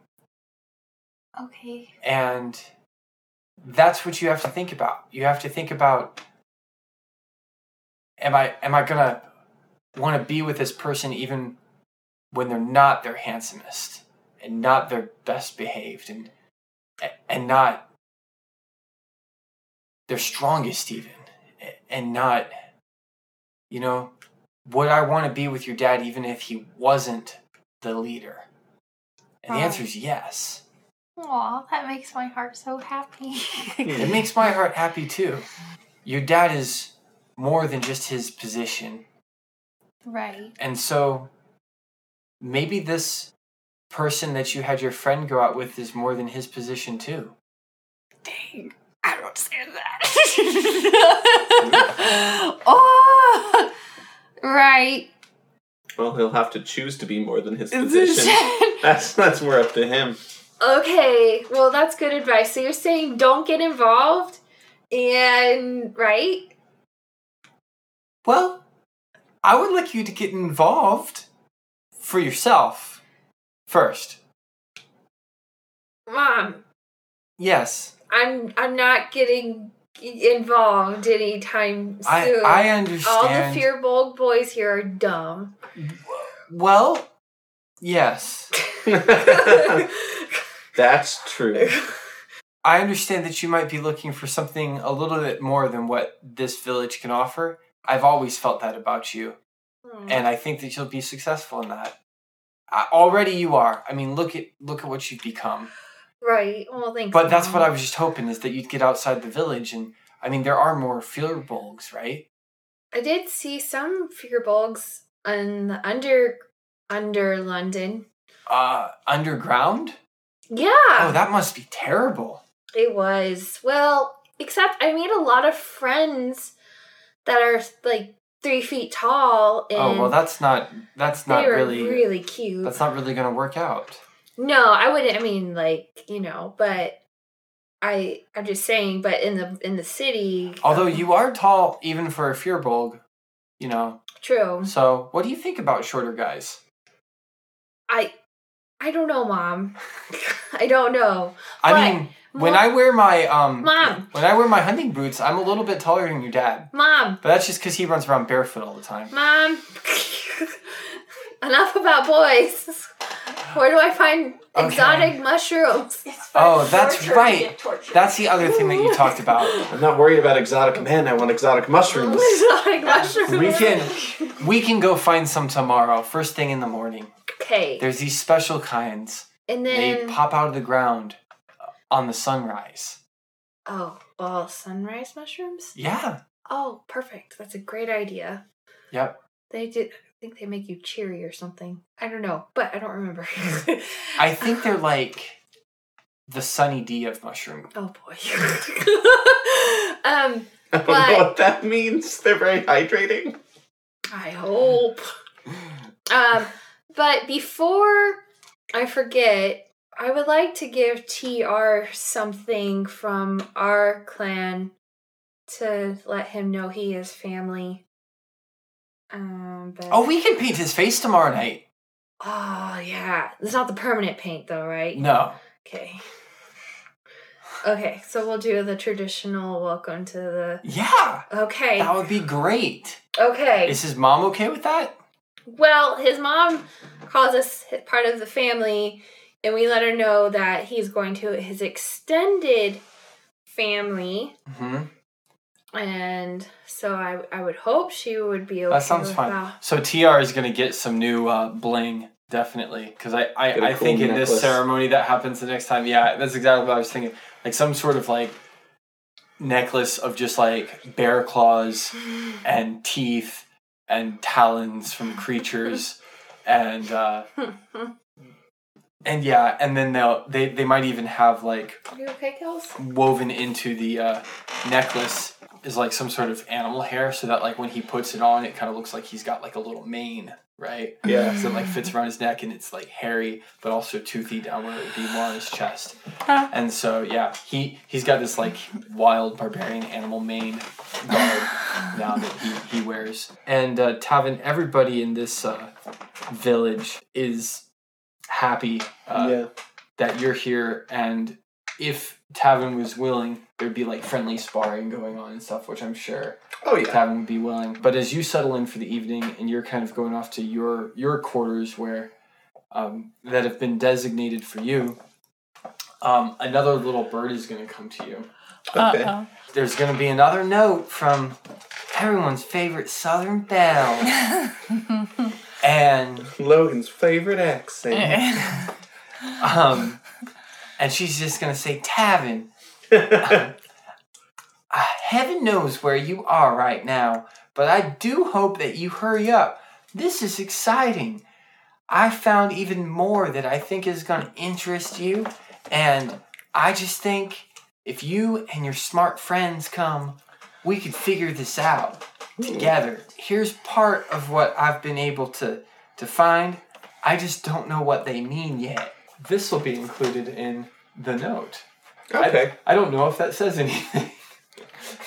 Speaker 17: okay.
Speaker 1: And that's what you have to think about. You have to think about am I am I going to want to be with this person even when they're not their handsomest and not their best behaved and and not their strongest even and not you know would i want to be with your dad even if he wasn't the leader and the answer is yes
Speaker 17: Aw, that makes my heart so happy.
Speaker 1: it makes my heart happy too your dad is more than just his position
Speaker 17: right.
Speaker 1: And so maybe this person that you had your friend go out with is more than his position too.
Speaker 17: I don't say that. oh, right.
Speaker 4: Well, he'll have to choose to be more than his
Speaker 17: It's
Speaker 4: position.
Speaker 17: insane.
Speaker 4: That's that's more up to him.
Speaker 5: Okay, well, that's good advice. So you're saying don't get involved, and right?
Speaker 1: Well, I would like you to get involved for yourself first.
Speaker 5: Mom,
Speaker 1: Yes,
Speaker 5: I'm I'm not getting involved anytime soon.
Speaker 1: I, I
Speaker 5: All the
Speaker 1: understand.
Speaker 5: fearbold boys here are dumb.
Speaker 1: well, yes.
Speaker 5: Hmm.
Speaker 4: That's true.
Speaker 1: I understand that you might be looking for something a little bit more than what this village can offer. I've always felt that about you,
Speaker 5: Mm.
Speaker 1: and I think that you'll be successful in that. I, already, you are. I mean, look at look at what you've become.
Speaker 5: Right. Well, thanks.
Speaker 1: But that's what I
Speaker 5: Mom.
Speaker 1: was just hoping is that you'd get outside the village, and I mean, there are more field bulgs, right?
Speaker 5: I did see some fearbolgs in the under under London.
Speaker 1: Uh, underground.
Speaker 5: Yeah,
Speaker 1: Oh, that must be terrible.
Speaker 5: it was. Well, except I made a lot of friends that are like three feet tall. And
Speaker 1: oh well, that's not that's
Speaker 5: they
Speaker 1: not
Speaker 5: were
Speaker 1: really,
Speaker 5: really cute.
Speaker 1: that's not really going to work out.
Speaker 5: No, I wouldn't. I mean, like you know, but I I'm just saying. But in the in the city,
Speaker 1: Although you are tall, even for a fear bulg, you know.
Speaker 5: true.
Speaker 1: So, what do you think about shorter guys?
Speaker 5: I I don't know, mom. I don't know.
Speaker 1: I
Speaker 5: But
Speaker 1: mean, when
Speaker 5: Mom-
Speaker 1: I wear my um,
Speaker 5: Mom.
Speaker 1: when I wear my hunting boots, I'm a little bit taller than your dad,
Speaker 5: mom,
Speaker 1: but that's just because he runs around barefoot all the time.
Speaker 5: mom. Enough about boys. Where do I find
Speaker 1: Okay.
Speaker 5: exotic mushrooms?
Speaker 1: Oh, that's
Speaker 7: torture to
Speaker 1: right.
Speaker 7: get tortured.
Speaker 1: That's the other thing that you talked about.
Speaker 4: I'm not worried about exotic men. I want exotic mushrooms.
Speaker 5: exotic mushrooms.
Speaker 1: We can we can go find some tomorrow, first thing in the morning.
Speaker 5: Okay,
Speaker 1: There's these special kinds.
Speaker 5: and
Speaker 1: They
Speaker 5: then
Speaker 1: pop out of the ground uh, on the sunrise.
Speaker 5: oh, well, sunrise mushrooms.
Speaker 1: Yeah.
Speaker 5: Oh, perfect. That's a great idea.
Speaker 1: Yep.
Speaker 5: They did. I think they make you cheery or something. I don't know, but I don't remember.
Speaker 1: I think they're like the sunny D of mushroom.
Speaker 5: oh boy. um,
Speaker 4: I don't
Speaker 5: But-
Speaker 4: know what that means. They're very hydrating.
Speaker 5: I hope. Um, but before I forget, I would like to give TR something from our clan to let him know he is family. Um, but
Speaker 1: Oh, we can paint his face tomorrow night.
Speaker 5: oh yeah, it's not the permanent paint though, right?
Speaker 1: No.
Speaker 5: Okay. Okay, so we'll do the traditional welcome to the.
Speaker 1: Yeah.
Speaker 5: Okay.
Speaker 1: That would be great.
Speaker 5: Okay.
Speaker 1: Is his mom okay with that?
Speaker 5: Well, his mom calls us hi- part of the family, and we let her know that he's going to his extended family,
Speaker 1: hmm
Speaker 5: and so I I would hope she would be okay.
Speaker 1: That sounds
Speaker 5: with
Speaker 1: fun.
Speaker 5: that.
Speaker 1: So TR is gonna get some new uh, bling, definitely. Because I,
Speaker 4: Get
Speaker 1: I,
Speaker 4: a
Speaker 1: I
Speaker 4: cool
Speaker 1: think in
Speaker 4: necklace.
Speaker 1: this ceremony that happens the next time. Yeah, that's exactly what I was thinking. Like some sort of like necklace of just like bear claws and teeth and talons from creatures and uh and yeah and then they'll they, they might even have like
Speaker 5: Are you okay, Kels?
Speaker 1: woven into the uh, necklace is like some sort of animal hair so that like when he puts it on it kind of looks like he's got like a little mane right
Speaker 4: Yeah.
Speaker 1: so it like fits around his neck and it's like hairy but also toothy down where it would be more on his chest and so yeah he he's got this like wild barbarian animal mane guard now that he, he wears and uh, tavin everybody in this uh, village is happy uh,
Speaker 4: yeah.
Speaker 1: that you're here and if Tavin was willing, there'd be like friendly sparring going on and stuff, which I'm sure
Speaker 4: Oh yeah.
Speaker 1: Tavin would be willing. But as you settle in for the evening and you're kind of going off to your your quarters where um, that have been designated for you, um, another little bird is going to come to you.
Speaker 4: Okay.
Speaker 1: There's going to be another note from everyone's favorite Southern Belle, and
Speaker 4: Logan's favorite accent.
Speaker 1: um, and she's just going to say, "Tavin,
Speaker 4: Eh.
Speaker 1: uh, heaven knows where you are right now, but I do hope that you hurry up. This is exciting. I found even more that I think is going to interest you, and I just think if you and your smart friends come, we could figure this out together. Here's part of what I've been able to to find. I just don't know what they mean yet. This will be included in the note. I-
Speaker 4: okay.
Speaker 1: I don't know if that says anything.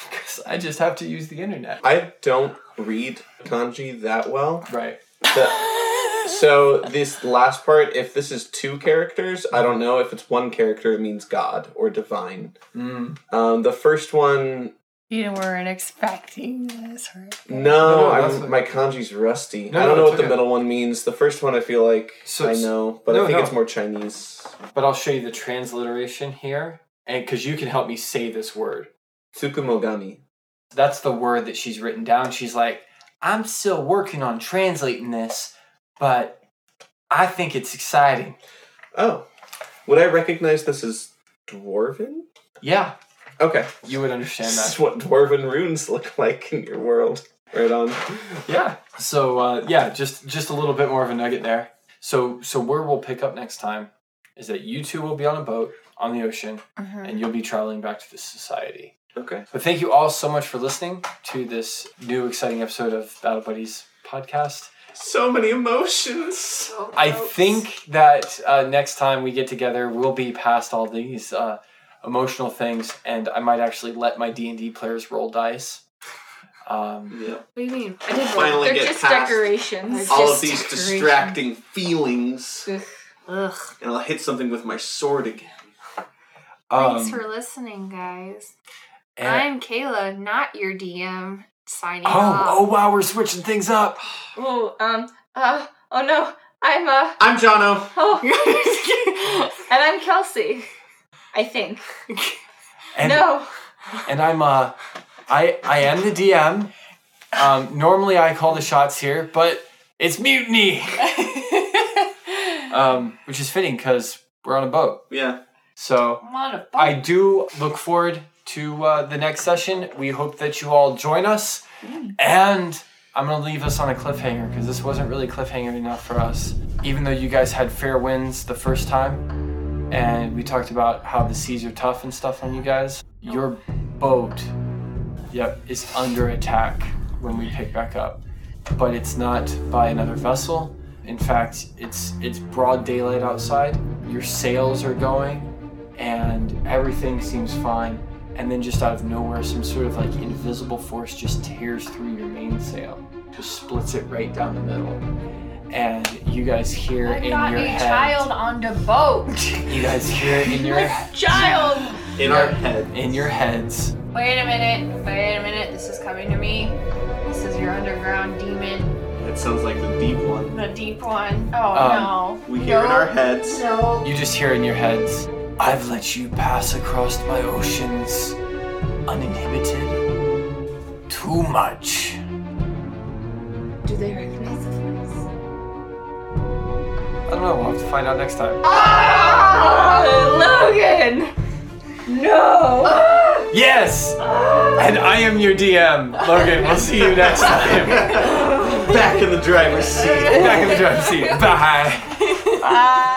Speaker 1: Because I just have to use the internet.
Speaker 4: I don't read kanji that well.
Speaker 1: Right.
Speaker 4: The- so this last part, if this is two characters, I don't know. If it's one character, it means God or divine.
Speaker 1: Mm.
Speaker 4: Um, the first one,
Speaker 6: You weren't expecting this, right?
Speaker 4: no,
Speaker 1: No, that's
Speaker 4: I'm,
Speaker 1: okay.
Speaker 4: my kanji's rusty.
Speaker 1: No,
Speaker 4: I don't
Speaker 1: no,
Speaker 4: know what
Speaker 1: it's
Speaker 4: the
Speaker 1: okay.
Speaker 4: middle one means. The first one, I feel like
Speaker 1: So
Speaker 4: I
Speaker 1: it's-
Speaker 4: know, but I
Speaker 1: no,
Speaker 4: think
Speaker 1: no.
Speaker 4: it's more Chinese.
Speaker 1: But I'll show you the transliteration here, and because you can help me say this word.
Speaker 4: Tsukumogami.
Speaker 1: That's the word that she's written down. She's like, I'm still working on translating this, but I think it's exciting.
Speaker 4: Oh, would I recognize this as dwarven?
Speaker 1: Yeah,
Speaker 4: Okay,
Speaker 1: you would understand
Speaker 4: this
Speaker 1: that.
Speaker 4: is what dwarven runes look like in your world. Right on.
Speaker 1: Yeah. So uh, yeah, just just a little bit more of a nugget there. So so where we'll pick up next time is that you two will be on a boat on the ocean,
Speaker 17: Mm-hmm.
Speaker 1: and you'll be traveling back to the society.
Speaker 4: Okay.
Speaker 1: But thank you all so much for listening to this new exciting episode of Battle Buddies podcast.
Speaker 4: So many emotions.
Speaker 5: Oh,
Speaker 1: I think that uh, next time we get together, we'll be past all these uh, emotional things, and I might actually let my D and D players roll dice. Um,
Speaker 4: Yeah.
Speaker 17: do you mean?
Speaker 4: I did finally
Speaker 3: They're
Speaker 4: get
Speaker 3: just
Speaker 4: past
Speaker 3: decorations.
Speaker 4: all of
Speaker 17: Just
Speaker 4: these
Speaker 17: decoration.
Speaker 4: distracting feelings,
Speaker 17: Ugh. Ugh.
Speaker 4: and I'll hit something with my sword again.
Speaker 17: Thanks
Speaker 1: um,
Speaker 17: for listening, guys.
Speaker 1: and-
Speaker 17: I'm Kayla, not your DM. Signing
Speaker 1: oh,
Speaker 17: off.
Speaker 1: oh wow, we're switching things up.
Speaker 3: Ooh, um, uh, oh no, I'm, uh,
Speaker 4: I'm Jono.
Speaker 3: oh, and I'm Kelsey. I think.
Speaker 1: And,
Speaker 3: no.
Speaker 1: and I'm uh, I I am the DM. Um, normally I call the shots here, but it's mutiny, um, which is fitting because we're on a boat.
Speaker 4: Yeah.
Speaker 1: So I do look forward to uh, the next session. We hope that you all join us, and I'm gonna leave us on a cliffhanger because this wasn't really cliffhanger enough for us. Even though you guys had fair winds the first time, and we talked about how the seas are tough and stuff on you guys, your boat, yep, is under attack when we pick back up. But it's not by another vessel. In fact, it's it's broad daylight outside. Your sails are going and everything seems fine. And then just out of nowhere, some sort of like invisible force just tears through your mainsail, just splits it right down the middle. And you guys hear in your
Speaker 17: got a
Speaker 1: head,
Speaker 17: child on the boat.
Speaker 1: you guys hear it in your
Speaker 3: Child!
Speaker 4: In our head.
Speaker 1: in your heads.
Speaker 17: Wait a minute. Wait a minute. This is coming to me. This is your underground demon,
Speaker 4: That sounds like the deep one.
Speaker 17: the deep one. Oh
Speaker 1: Um,
Speaker 17: no.
Speaker 4: We hear in
Speaker 17: No.
Speaker 4: our heads.
Speaker 17: No.
Speaker 1: You just hear in your heads, I've let you pass across my oceans uninhibited. Too much.
Speaker 5: Do they recognize the voice?
Speaker 1: I don't know, we'll have to find out next time.
Speaker 3: Uh, Logan! No!
Speaker 1: Yes! And I am your DM, Logan. We'll see you next time.
Speaker 4: Back in the driver's seat.
Speaker 1: Back in the driver's seat. Bye.
Speaker 3: Bye.